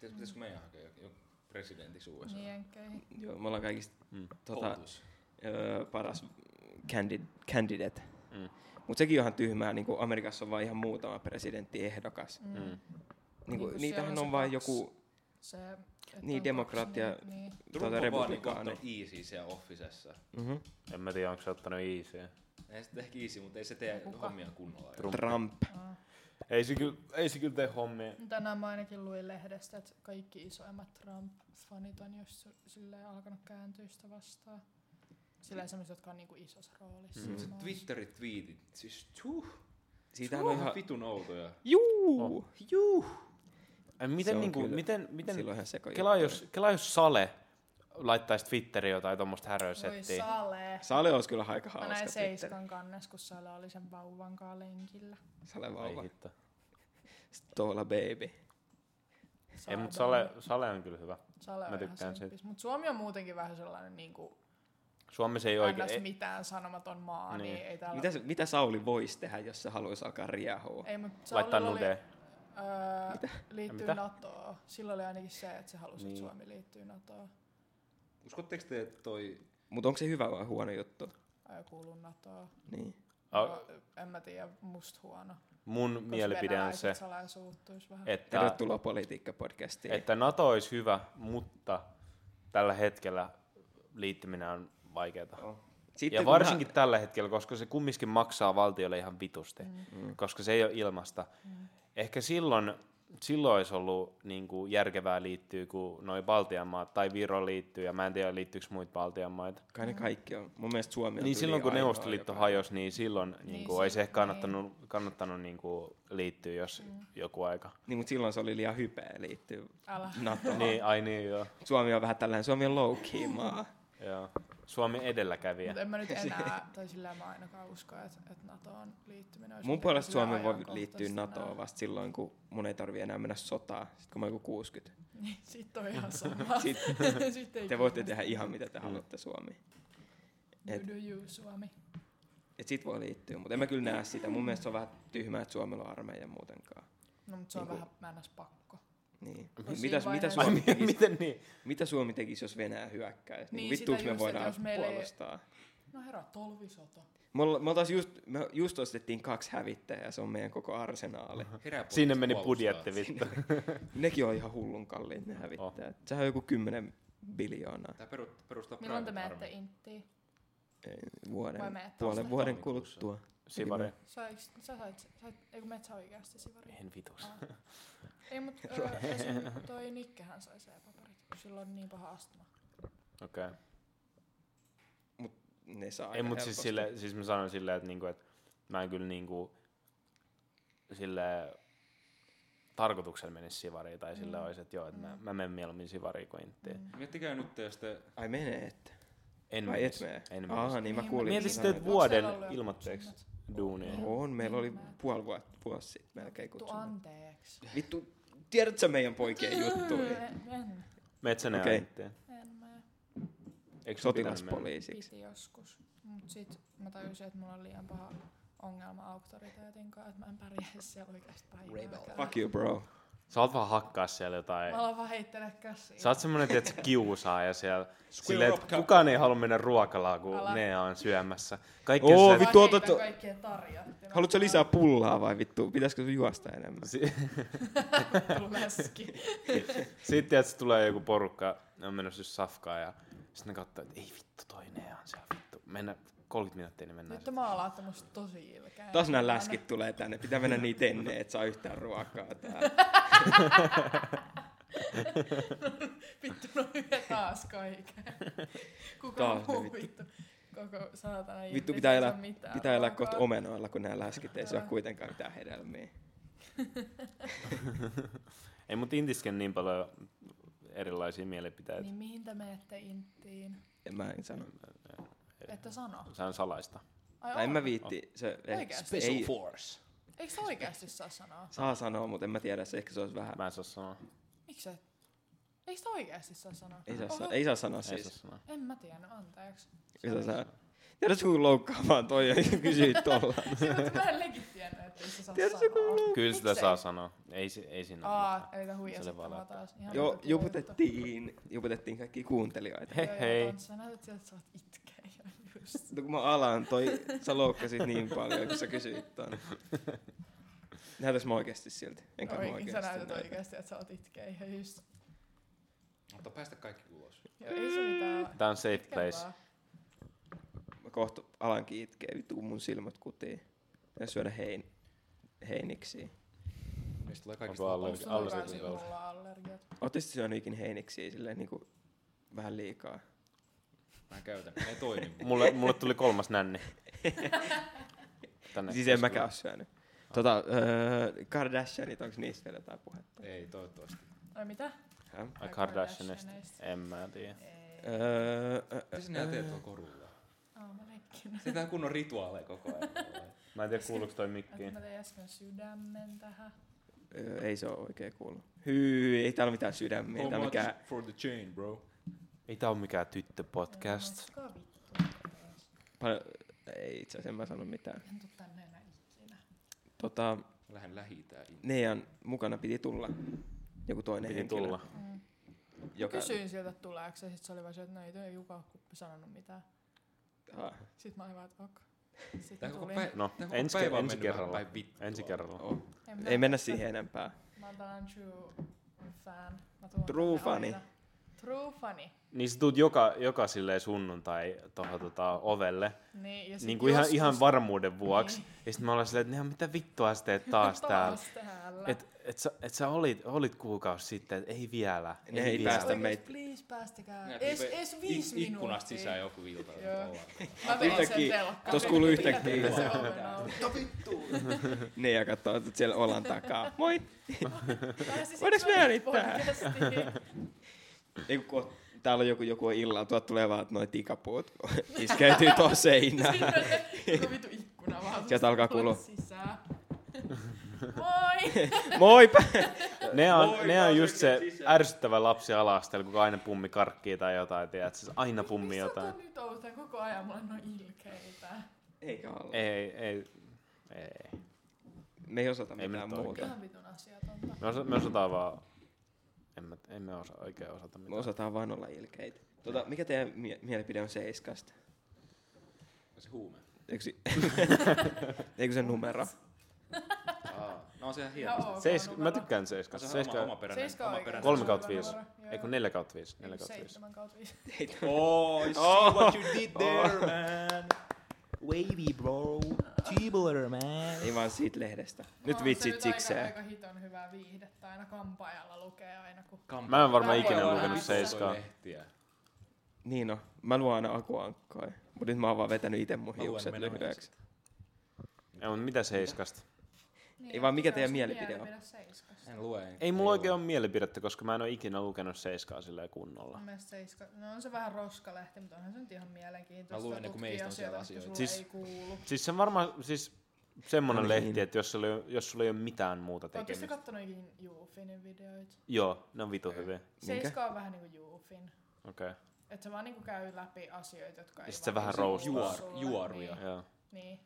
[SPEAKER 1] Ties, pitäisikö meidän hakea joku, joku presidentiksi USA?
[SPEAKER 5] Niin jenkkeihin.
[SPEAKER 3] Joo, me ollaan kaikista
[SPEAKER 2] Mm.
[SPEAKER 3] tota,
[SPEAKER 1] Koulutus.
[SPEAKER 3] öö, paras candid, candidate.
[SPEAKER 2] Mm.
[SPEAKER 3] Mutta sekin on ihan tyhmää, niin kuin Amerikassa on vain ihan muutama presidenttiehdokas.
[SPEAKER 5] Mm.
[SPEAKER 2] Mm.
[SPEAKER 3] Niin
[SPEAKER 5] Niinku
[SPEAKER 3] kuin,
[SPEAKER 5] siellä
[SPEAKER 3] niitähän
[SPEAKER 5] on
[SPEAKER 3] on
[SPEAKER 5] se
[SPEAKER 3] vain
[SPEAKER 5] kaksi.
[SPEAKER 3] joku
[SPEAKER 5] Se, että
[SPEAKER 3] Niin,
[SPEAKER 5] on
[SPEAKER 3] demokraatti ja-
[SPEAKER 5] kaksi, Niin, niin.
[SPEAKER 2] tota
[SPEAKER 1] Trump
[SPEAKER 3] tuota,
[SPEAKER 1] on vaan niinku
[SPEAKER 3] republikaani.
[SPEAKER 1] ottanut easy siellä officessa.
[SPEAKER 3] Mhm.
[SPEAKER 2] En mä tiedä, onko se ottanut easyä.
[SPEAKER 1] Ei sitten ehkä easy, mutta ei se tee
[SPEAKER 5] Kuka?
[SPEAKER 1] hommia kunnolla.
[SPEAKER 2] Trump.
[SPEAKER 3] Trump.
[SPEAKER 5] Aa.
[SPEAKER 2] Ei se kyllä, ei se kyllä tee hommia.
[SPEAKER 5] No Tänään mä ainakin luin lehdestä, että kaikki isoimmat Trump-fanit on just su- silleen alkanut kääntyä sitä vastaan. Silleen sellaiset, jotka on niinku isossa roolissa. Siis
[SPEAKER 1] Mm. Se
[SPEAKER 5] maassa.
[SPEAKER 1] Twitterin tweetit, siis tuh,
[SPEAKER 3] Siitähän on ihan...
[SPEAKER 1] vitun outoja.
[SPEAKER 3] Juu! Juu!
[SPEAKER 2] Ai,
[SPEAKER 3] Se
[SPEAKER 2] miten,
[SPEAKER 3] on
[SPEAKER 2] niin kuin,
[SPEAKER 3] kyllä-
[SPEAKER 2] miten, miten
[SPEAKER 3] Silloin ihan seko
[SPEAKER 2] Kela jos, kela jos Sale laittaisi Twitteriin jotain tuommoista
[SPEAKER 5] Voi
[SPEAKER 2] häröisettiä.
[SPEAKER 5] Sale.
[SPEAKER 3] Sale olisi kyllä aika
[SPEAKER 5] Mä
[SPEAKER 3] hauska.
[SPEAKER 5] näin
[SPEAKER 3] Twitter.
[SPEAKER 5] Seiskan kannessa, kun Sale oli sen vauvan kanssa lenkillä.
[SPEAKER 3] Sale
[SPEAKER 2] Ei
[SPEAKER 3] vauva.
[SPEAKER 2] hitto.
[SPEAKER 3] Stola baby.
[SPEAKER 2] Ei,
[SPEAKER 5] tota.
[SPEAKER 2] mutta Sale, Sale on kyllä hyvä.
[SPEAKER 5] Sale on
[SPEAKER 2] mä
[SPEAKER 5] ihan
[SPEAKER 2] tykkään siitä.
[SPEAKER 5] simppis. Mut Suomi on muutenkin vähän sellainen niinku,
[SPEAKER 2] Suomessa ei oikein. e-,
[SPEAKER 5] ns.
[SPEAKER 2] Ei,
[SPEAKER 5] mitään sanomaton maa, niin,
[SPEAKER 2] Niin.
[SPEAKER 5] ei täällä...
[SPEAKER 3] Mitä, se- mitä Sauli voisi tehdä, jos se haluaisi alkaa riehua?
[SPEAKER 5] Ei, mut Saulilla
[SPEAKER 2] laittaa
[SPEAKER 5] oli-
[SPEAKER 2] nudeen.
[SPEAKER 5] Öö, liittyy
[SPEAKER 2] Mitä?
[SPEAKER 5] Mitä? NATOon. Silloin oli ainakin se, että se halusi,
[SPEAKER 2] Niin.
[SPEAKER 5] että Suomi liittyy NATOon.
[SPEAKER 1] Uskotteko te, että toi
[SPEAKER 3] Mutta onko se hyvä vai huono juttu?
[SPEAKER 5] Ai, kuuluu NATOon.
[SPEAKER 3] Niin.
[SPEAKER 2] Oh,
[SPEAKER 5] No, en mä tiedä, musta huono.
[SPEAKER 2] mun
[SPEAKER 5] Koska
[SPEAKER 2] mielipide on
[SPEAKER 5] venäläiset
[SPEAKER 2] se,
[SPEAKER 5] salaisuuttuis vähän.
[SPEAKER 2] että,
[SPEAKER 3] Tervetuloa politiikka-podcastiin.
[SPEAKER 2] että NATO olisi hyvä, mutta tällä hetkellä liittyminen on vaikeaa.
[SPEAKER 3] Joo.
[SPEAKER 2] Ja
[SPEAKER 3] Sitten kun
[SPEAKER 2] varsinkin tällä hetkellä, koska se kumminkin maksaa valtiolle ihan vitusti,
[SPEAKER 3] Mm.
[SPEAKER 2] mm. koska se ei ole ilmasta. Mm. Ehkä silloin, silloin olisi ollut niin kuin järkevää liittyä, kun noi Baltian maat tai Viro liittyy, ja mä en tiedä liittyykö muita Baltian maita.
[SPEAKER 3] Kai ne kaikki on. Mun mielestä Suomi on
[SPEAKER 2] Niin
[SPEAKER 3] tyyli
[SPEAKER 2] silloin kun
[SPEAKER 3] ainoa,
[SPEAKER 2] Neuvostoliitto
[SPEAKER 3] joka-
[SPEAKER 2] hajosi, niin silloin niin,
[SPEAKER 5] Niin
[SPEAKER 2] niin kuin, ei se
[SPEAKER 5] se-
[SPEAKER 2] ehkä kannattanut, kannattanut niin kuin, liittyä, jos mm. joku aika.
[SPEAKER 3] Niin, mutta silloin se oli liian hypeä liittyy
[SPEAKER 5] Älä.
[SPEAKER 3] NATOon.
[SPEAKER 2] Niin, ai niin, joo.
[SPEAKER 3] Suomi on vähän tällainen, Suomi on low key maa.
[SPEAKER 2] joo. Suomi edelläkävijä.
[SPEAKER 5] Mutta en mä nyt enää, tai sillä mä ainakaan usko, että, että NATOon liittyminen olisi...
[SPEAKER 3] Mun
[SPEAKER 5] mitenkään
[SPEAKER 3] puolesta
[SPEAKER 5] silleen
[SPEAKER 3] Suomi voi
[SPEAKER 5] ajankohtaista
[SPEAKER 3] liittyä NATOon
[SPEAKER 5] enää.
[SPEAKER 3] vasta silloin, kun mun ei tarvi enää mennä sotaan, sit kun mä oon joku 60.
[SPEAKER 5] Niin, sit on ihan sama.
[SPEAKER 3] Sit-
[SPEAKER 5] Sit ei
[SPEAKER 3] Te voitte
[SPEAKER 5] kiinnosta.
[SPEAKER 3] tehdä ihan mitä te haluatte Suomi.
[SPEAKER 5] You do you, Suomi.
[SPEAKER 3] Et sit voi liittyä, mutta en mä kyllä näe sitä. Mun mielestä se on vähän tyhmää, että Suomella on armeija muutenkaan.
[SPEAKER 5] No, mutta se on
[SPEAKER 3] Niinku-
[SPEAKER 5] vähän mäännäs pakko.
[SPEAKER 3] Niin.
[SPEAKER 5] siinä
[SPEAKER 3] Mitä, mitä,
[SPEAKER 5] vaiheessa-
[SPEAKER 2] Ai,
[SPEAKER 3] Suomi
[SPEAKER 2] mi-
[SPEAKER 3] tekisi,
[SPEAKER 2] miten niin?
[SPEAKER 3] mitä Suomi tekisi, jos Venäjä hyökkäisi? Niin,
[SPEAKER 5] Niin,
[SPEAKER 3] niin
[SPEAKER 5] sitä
[SPEAKER 3] vittuuks me
[SPEAKER 5] just, että
[SPEAKER 3] voidaan
[SPEAKER 5] jos meillä ei-
[SPEAKER 3] puolustaa?
[SPEAKER 5] No herra, tolvisota.
[SPEAKER 3] Me, olla, me, oltais just, me just ostettiin kaksi hävittäjää, se on meidän koko arsenaali.
[SPEAKER 1] herää
[SPEAKER 2] Sinne
[SPEAKER 1] puolesta
[SPEAKER 2] meni
[SPEAKER 1] puolustaa?
[SPEAKER 2] budjetti vittu.
[SPEAKER 3] Nekin on ihan hullun kalliit ne hävittäjät. Oh. Sehän on joku 10 biljoonaa
[SPEAKER 1] Tää peru, perustaa
[SPEAKER 5] Milloin te
[SPEAKER 1] private
[SPEAKER 5] menette
[SPEAKER 1] army.
[SPEAKER 5] inttiin?
[SPEAKER 3] eh, vuoden,
[SPEAKER 5] Vai menet
[SPEAKER 3] puolen
[SPEAKER 5] taas
[SPEAKER 3] vuoden
[SPEAKER 1] tammikuussa?
[SPEAKER 3] kuluttua.
[SPEAKER 2] Sivari.
[SPEAKER 5] Saiks, sä sait, sait eikö metsä sä oikeasti sivariin?
[SPEAKER 2] En vitus.
[SPEAKER 5] Aa. Ei, mutta esim. toi Nikkehän sai se paperit, kun sillä on niin paha astma.
[SPEAKER 2] Okei. Okay.
[SPEAKER 3] Ne saa
[SPEAKER 2] Ei,
[SPEAKER 3] aika
[SPEAKER 2] mutta siis,
[SPEAKER 3] helposti.
[SPEAKER 2] sille, siis mä sanoin silleen, että niinku, et mä en kyllä niinku, sille tarkoituksella menisi sivariin tai sille mm.
[SPEAKER 5] Mm.
[SPEAKER 2] olisi, että joo, että mä, mä menen mieluummin sivariin kuin inttiin. Mm.
[SPEAKER 1] Miettikää nyt, jos te
[SPEAKER 3] Ai menee, että.
[SPEAKER 2] En
[SPEAKER 3] Ai et
[SPEAKER 2] menisi.
[SPEAKER 3] mene.
[SPEAKER 2] En
[SPEAKER 3] Aha,
[SPEAKER 2] menisi.
[SPEAKER 3] niin mä
[SPEAKER 5] Niin,
[SPEAKER 3] kuulin.
[SPEAKER 5] mä-
[SPEAKER 2] Mieti
[SPEAKER 5] Mietit,
[SPEAKER 3] sä
[SPEAKER 2] sitten,
[SPEAKER 3] sanoit.
[SPEAKER 2] että
[SPEAKER 5] Onks
[SPEAKER 2] vuoden
[SPEAKER 5] teillä ollut joku
[SPEAKER 2] ilmoitteeksi duunia.
[SPEAKER 3] On, meillä oli
[SPEAKER 5] Niin, mä-
[SPEAKER 3] puoli vuotta, vuosi sitten melkein
[SPEAKER 5] Vittu
[SPEAKER 3] kutsunut.
[SPEAKER 5] anteeksi.
[SPEAKER 3] Vittu, tiedätkö sä meidän poikien juttuja?
[SPEAKER 5] En, en,
[SPEAKER 2] Metsänä okay.
[SPEAKER 3] Okei.
[SPEAKER 2] inttiin.
[SPEAKER 5] en mä.
[SPEAKER 2] Eikö sun pitänyt mennä?
[SPEAKER 3] Sotilaspoliisiksi.
[SPEAKER 5] Piti joskus. Mut sit mä tajusin, että mulla on liian paha ongelma auktoriteetin kanssa, että mä en pärjää siellä oikeasti päivääkään.
[SPEAKER 3] Fuck you, bro.
[SPEAKER 2] Sä oot vaan hakkaa siellä jotain.
[SPEAKER 5] Mä aloin vaan heittele käsiä.
[SPEAKER 2] Sä oot semmonen tietysti kiusaaja siellä. Silleen,
[SPEAKER 1] Rock
[SPEAKER 2] että
[SPEAKER 1] Cup.
[SPEAKER 2] kukaan ei halua mennä ruokalaan, kun
[SPEAKER 5] Älä.
[SPEAKER 2] ne on syömässä. Kaikki
[SPEAKER 3] Oo,
[SPEAKER 2] on
[SPEAKER 5] Mä
[SPEAKER 2] se,
[SPEAKER 3] vittu,
[SPEAKER 5] heitän
[SPEAKER 3] otat-
[SPEAKER 5] kaikkien tarjottimet.
[SPEAKER 3] Haluatko sä lisää pullaa vai vittu? Pitäisikö sun juosta enemmän?
[SPEAKER 2] si-
[SPEAKER 5] Tullut läski.
[SPEAKER 2] Sitten tietysti tulee joku porukka, ne on menossa just safkaa ja sitten ne katsoo, että ei vittu toinen on siellä vittu. Mennä 30 minuuttia, niin mennään.
[SPEAKER 5] Nyt mä alatte musta tosi ilkeä.
[SPEAKER 3] Taas nämä läskit tulee tänne. Pitää mennä niitä ennen, et saa yhtään ruokaa täällä.
[SPEAKER 5] Vittu, no hyvä taas kaiken. Kuka
[SPEAKER 3] Taas ne
[SPEAKER 5] taas muu
[SPEAKER 3] vittu.
[SPEAKER 5] vittu. Koko saatana
[SPEAKER 3] sitten.
[SPEAKER 5] ihminen,
[SPEAKER 3] Vittu pitää
[SPEAKER 5] ei saa
[SPEAKER 3] elää,
[SPEAKER 5] mitään
[SPEAKER 3] pitää elää
[SPEAKER 5] ruokaa.
[SPEAKER 3] kohta omenoilla, kun nämä läskit ei syö
[SPEAKER 5] Joo.
[SPEAKER 3] kuitenkaan mitään hedelmiä.
[SPEAKER 2] Ei mut Intisken niin paljon erilaisia mielipiteitä.
[SPEAKER 5] Niin mihin te menette inttiin?
[SPEAKER 3] En mä en sano.
[SPEAKER 5] Että sano.
[SPEAKER 2] Se on salaista.
[SPEAKER 5] Ai
[SPEAKER 3] Tai en
[SPEAKER 5] on.
[SPEAKER 3] mä viitti. Se, ei,
[SPEAKER 5] Oikeesti?
[SPEAKER 3] ei,
[SPEAKER 1] Force.
[SPEAKER 5] Eikö se oikeasti saa sanoa?
[SPEAKER 3] saa sanoa, mutta en mä tiedä. Se ehkä se olisi vähän.
[SPEAKER 2] Mä en saa sanoa.
[SPEAKER 5] Miksi et? Eikö sitä oikeasti saa sanoa?
[SPEAKER 3] Ei saa,
[SPEAKER 5] Oho,
[SPEAKER 3] sa- ei saa sanoa
[SPEAKER 2] Ei
[SPEAKER 3] siis.
[SPEAKER 2] saa sanoa.
[SPEAKER 5] En mä tiedä, no anteeksi.
[SPEAKER 3] Ei saa sanoa. Tiedätkö kuinka loukkaavaa toi on, kun kysyit tuolla?
[SPEAKER 5] Mä en lekin tiennyt, että ei se saa
[SPEAKER 3] Tiedätkö,
[SPEAKER 5] sanoa.
[SPEAKER 2] Kyllä sitä
[SPEAKER 5] Miksei?
[SPEAKER 2] saa sanoa. Ei, si- ei siinä ole
[SPEAKER 5] Aa,
[SPEAKER 2] mitään.
[SPEAKER 5] eli tää
[SPEAKER 2] Se oli vaan
[SPEAKER 5] huijasettavaa
[SPEAKER 2] läppä.
[SPEAKER 5] taas. Ihan
[SPEAKER 3] Joo,
[SPEAKER 5] mitä tuo
[SPEAKER 3] juputettiin, juputettiin kaikki kuuntelijoita.
[SPEAKER 5] juttu.
[SPEAKER 2] Hei,
[SPEAKER 5] Joo, joo,
[SPEAKER 2] hei.
[SPEAKER 5] Tontsa, näytät sieltä, että sä oot itkeä. Joo, just.
[SPEAKER 3] No kun mä alan, toi, sä loukkasit niin paljon, kun sä kysyit ton. Näytäis mä oikeesti silti. Enkä mä
[SPEAKER 5] No Oikein, sä
[SPEAKER 3] oikeesti
[SPEAKER 5] näytät
[SPEAKER 3] näytä.
[SPEAKER 5] oikeasti, että sä oot itkeä. Joo, just.
[SPEAKER 1] Mutta päästä kaikki ulos.
[SPEAKER 5] Joo, ei se mitään.
[SPEAKER 2] Tää on safe
[SPEAKER 5] Itke
[SPEAKER 2] place.
[SPEAKER 5] vaan.
[SPEAKER 3] Mä kohta alankin itkeä, vittu mun silmät kutii. Ja syödä hein, heiniksi.
[SPEAKER 1] Meistä tulee kaikista
[SPEAKER 2] Onko
[SPEAKER 1] vapaa.
[SPEAKER 5] Onko
[SPEAKER 2] allergi-
[SPEAKER 5] sulla
[SPEAKER 2] allergi-
[SPEAKER 5] kanssa mulla allergiat?
[SPEAKER 3] Ootte sitten syönyt ikin heiniksi silleen niinku vähän liikaa.
[SPEAKER 1] Mä käytän. Ne ei toimi. mun.
[SPEAKER 2] Mulle, mulle tuli kolmas nänni. Tänne.
[SPEAKER 3] Siis en mäkään oo syönyt. Tota, öö, Kardashianit, onks niistä vielä jotain puhetta?
[SPEAKER 1] ei toivottavasti.
[SPEAKER 5] Ai mitä?
[SPEAKER 3] Häh?
[SPEAKER 2] Ai Kardashianista. En mä tiedä.
[SPEAKER 5] Ei.
[SPEAKER 3] Öö, ö, ö,
[SPEAKER 1] Mitä sinä
[SPEAKER 3] ö.
[SPEAKER 1] teet tuolla korulla?
[SPEAKER 5] Aa, mä leikkin.
[SPEAKER 1] Sitä on kunnon rituaaleja koko ajan.
[SPEAKER 2] Mä en tiedä kuuluuko toi
[SPEAKER 5] Että
[SPEAKER 2] mikkiin.
[SPEAKER 5] mä tein äsken sydämen tähän.
[SPEAKER 3] Öö, ei se oo oikein kuulu. Hyy, ei täällä mitään
[SPEAKER 5] Niin,
[SPEAKER 3] sydämiä.
[SPEAKER 1] How
[SPEAKER 3] Tää on mikään
[SPEAKER 1] much for the chain, bro?
[SPEAKER 2] Ei tää oo mikään tyttöpodcast.
[SPEAKER 5] Ei, mä oon vittu.
[SPEAKER 3] Paljon, ei itse asiassa en mä sano mitään.
[SPEAKER 5] En tuu tänne enää ikinä.
[SPEAKER 3] Tota,
[SPEAKER 1] Lähden lähitään.
[SPEAKER 5] Niin,
[SPEAKER 3] Nean mukana piti tulla joku toinen
[SPEAKER 2] Piti
[SPEAKER 3] henkilö.
[SPEAKER 2] tulla.
[SPEAKER 5] Mm.
[SPEAKER 3] Joka,
[SPEAKER 5] Kysyin sieltä, että tuleeko se, sit se oli vaan se, että no ei toi Juka oo kuppi sanonut mitään.
[SPEAKER 3] Ah,
[SPEAKER 5] Sitten mä olin vaan, että ok.
[SPEAKER 1] Tää
[SPEAKER 5] Sitten
[SPEAKER 1] koko,
[SPEAKER 5] tulin.
[SPEAKER 1] päivä,
[SPEAKER 2] No,
[SPEAKER 1] tää koko
[SPEAKER 2] ensi,
[SPEAKER 1] päivä on
[SPEAKER 2] ensi
[SPEAKER 1] mennyt vähän
[SPEAKER 2] kerralla.
[SPEAKER 1] päin vittua.
[SPEAKER 2] Ensi kerralla.
[SPEAKER 3] oh.
[SPEAKER 5] En mä-
[SPEAKER 3] Ei mennä siihen enempää.
[SPEAKER 5] Mä oon tällainen true fan. Mä tuun
[SPEAKER 3] True
[SPEAKER 5] tänne
[SPEAKER 3] fani.
[SPEAKER 5] aina. True fani.
[SPEAKER 2] Niin sä tuut joka, joka silleen sunnuntai tohon tota, ovelle.
[SPEAKER 5] Niin, ja sit
[SPEAKER 2] Niin kuin ihan,
[SPEAKER 5] joskus-
[SPEAKER 2] ihan varmuuden vuoksi.
[SPEAKER 5] Niin.
[SPEAKER 2] Ja sit mä ollaan silleen, että "Neha, mitä vittua sä teet taas täällä.
[SPEAKER 5] Taas täällä.
[SPEAKER 2] Et, et, sä, et sä olit, olit kuukausi sitten, et ei vielä.
[SPEAKER 3] Ne ei
[SPEAKER 2] vielä.
[SPEAKER 3] päästä
[SPEAKER 5] Oikeesti,
[SPEAKER 3] meitä.
[SPEAKER 5] Please päästäkää.
[SPEAKER 1] Nää
[SPEAKER 5] Es,
[SPEAKER 1] rupeaa
[SPEAKER 5] es viisi
[SPEAKER 1] ik-
[SPEAKER 5] minuuttia.
[SPEAKER 1] Ikkunasta sisään joku ilta.
[SPEAKER 5] Joo.
[SPEAKER 1] ollaan.
[SPEAKER 5] Mä vedin sen
[SPEAKER 3] Yhtäkkiä-
[SPEAKER 5] telkkaan.
[SPEAKER 3] tos kuuluu yhtäkkiä.
[SPEAKER 5] Pidätin sen oven auki.
[SPEAKER 3] Nea katsoo, että siellä ollaan takaa. Moi!
[SPEAKER 5] Pääsisikö
[SPEAKER 3] Voidaanko me
[SPEAKER 5] mä
[SPEAKER 3] äänittää?
[SPEAKER 5] podcastiin?
[SPEAKER 3] Ei, kun ko- täällä on joku, joku illalla, tuot tulee vaan, että noi tikapuut iskeytyy tuohon seinään.
[SPEAKER 5] Siinä on se joku vitu ikkuna vaan.
[SPEAKER 3] Sieltä alkaa kuulua.
[SPEAKER 5] Sisään. Moi!
[SPEAKER 3] Moipa!
[SPEAKER 2] Ne on,
[SPEAKER 1] Moi,
[SPEAKER 2] ne
[SPEAKER 1] mä
[SPEAKER 2] on
[SPEAKER 1] oon
[SPEAKER 2] just se
[SPEAKER 1] sinne sisään.
[SPEAKER 2] ärsyttävä lapsi ala kun aina pummi karkkii tai jotain, tiedät, siis aina pummi
[SPEAKER 5] Mistä
[SPEAKER 2] jotain.
[SPEAKER 5] tää nyt outaa koko ajan? Mulla on noin ilkeitä.
[SPEAKER 3] Eikä olla.
[SPEAKER 2] Ei, ei, ei. ei.
[SPEAKER 3] Me ei osata
[SPEAKER 2] Ei me
[SPEAKER 3] mitään
[SPEAKER 2] nyt
[SPEAKER 3] muuta.
[SPEAKER 2] oikein.
[SPEAKER 5] Ihan vitun asiatonta.
[SPEAKER 2] Me, osa, me osataan vaan, en, mä, en me osa, oikein osata
[SPEAKER 3] Me
[SPEAKER 2] mitään.
[SPEAKER 3] osataan vaan olla ilkeitä. Tota, mikä teidän mie- mielipide on seiskasta?
[SPEAKER 1] Se huume.
[SPEAKER 3] Eikö, si- Eikö se numero?
[SPEAKER 1] Aa, No on sehän
[SPEAKER 5] Ihan
[SPEAKER 1] hieno.
[SPEAKER 5] ok
[SPEAKER 2] Seis,
[SPEAKER 5] numero.
[SPEAKER 2] mä tykkään
[SPEAKER 1] Se
[SPEAKER 2] seiskasta.
[SPEAKER 1] on oma, oma
[SPEAKER 2] Seiska,
[SPEAKER 1] peräinen.
[SPEAKER 5] Seiska
[SPEAKER 1] oma
[SPEAKER 5] oikein.
[SPEAKER 1] peräinen.
[SPEAKER 2] Kolme
[SPEAKER 5] Se on
[SPEAKER 2] kautta
[SPEAKER 5] hyvä
[SPEAKER 2] viisi.
[SPEAKER 5] numero, joo,
[SPEAKER 2] ei kun
[SPEAKER 5] joo.
[SPEAKER 2] neljä kautta viisi. Neljä
[SPEAKER 5] Eiku
[SPEAKER 2] kautta viisi.
[SPEAKER 5] seitsemän kautta viisi.
[SPEAKER 1] Oh, I see
[SPEAKER 3] Oh.
[SPEAKER 1] what you did there,
[SPEAKER 3] Oh.
[SPEAKER 1] man.
[SPEAKER 4] Wavy bro, tubular man.
[SPEAKER 3] Ei vaan siitä lehdestä.
[SPEAKER 5] No,
[SPEAKER 3] Nyt
[SPEAKER 5] se
[SPEAKER 3] vitsit
[SPEAKER 5] aika-
[SPEAKER 3] sikseen.
[SPEAKER 5] Aika hiton hyvää viihdettä. Aina kampaajalla lukee aina kun...
[SPEAKER 2] Mä en varmaan
[SPEAKER 5] Mä
[SPEAKER 2] ikinä
[SPEAKER 5] oon
[SPEAKER 2] lukenut
[SPEAKER 5] vittu
[SPEAKER 2] seiskaa.
[SPEAKER 1] Lehtiä.
[SPEAKER 3] Niin on. Mä luon aina akuankkoja. Mut nyt mä oon vaan vetänyt ite mun
[SPEAKER 1] Mä luen
[SPEAKER 3] hiukset
[SPEAKER 1] menoja
[SPEAKER 3] lyhyeksi.
[SPEAKER 2] Ei, mutta mitä seiskasta?
[SPEAKER 5] Niin,
[SPEAKER 3] Ei vaan, mikä
[SPEAKER 5] se
[SPEAKER 3] teidän
[SPEAKER 5] se
[SPEAKER 3] mielipide on?
[SPEAKER 5] Seiskasta.
[SPEAKER 1] En lue.
[SPEAKER 2] Ei mulla oikein ole mielipidettä, koska mä en ole ikinä lukenut seiskaa silleen kunnolla.
[SPEAKER 5] Mun mielestä seiska, no on se vähän roskalehti, mutta onhan se nyt ihan mielenkiintoista.
[SPEAKER 1] Mä luin ennen kuin
[SPEAKER 5] tutkia
[SPEAKER 1] meistä on siellä
[SPEAKER 5] asioita,
[SPEAKER 1] asioita.
[SPEAKER 5] mitkä
[SPEAKER 2] Siis-
[SPEAKER 5] sulle ei kuulu.
[SPEAKER 2] Siis se on varmaan siis semmonen
[SPEAKER 3] Ainakin.
[SPEAKER 2] lehti, että jos sulla, ei, oo- jos sulla ei ole mitään muuta
[SPEAKER 5] Ootteko te
[SPEAKER 2] tekemistä.
[SPEAKER 5] kattonut ikin Juufinin videoita?
[SPEAKER 2] Joo, ne on vitu hyviä.
[SPEAKER 5] Seiska on vähän niinku Juufin.
[SPEAKER 2] Okei. Okay.
[SPEAKER 5] Että se vaan niinku käy läpi asioita, jotka ei
[SPEAKER 2] sit se
[SPEAKER 5] vaan
[SPEAKER 2] vähän
[SPEAKER 5] kuulu
[SPEAKER 2] roustaa.
[SPEAKER 5] sulle.
[SPEAKER 1] Juor- juoruja.
[SPEAKER 5] Niin,
[SPEAKER 2] Joo.
[SPEAKER 5] niin.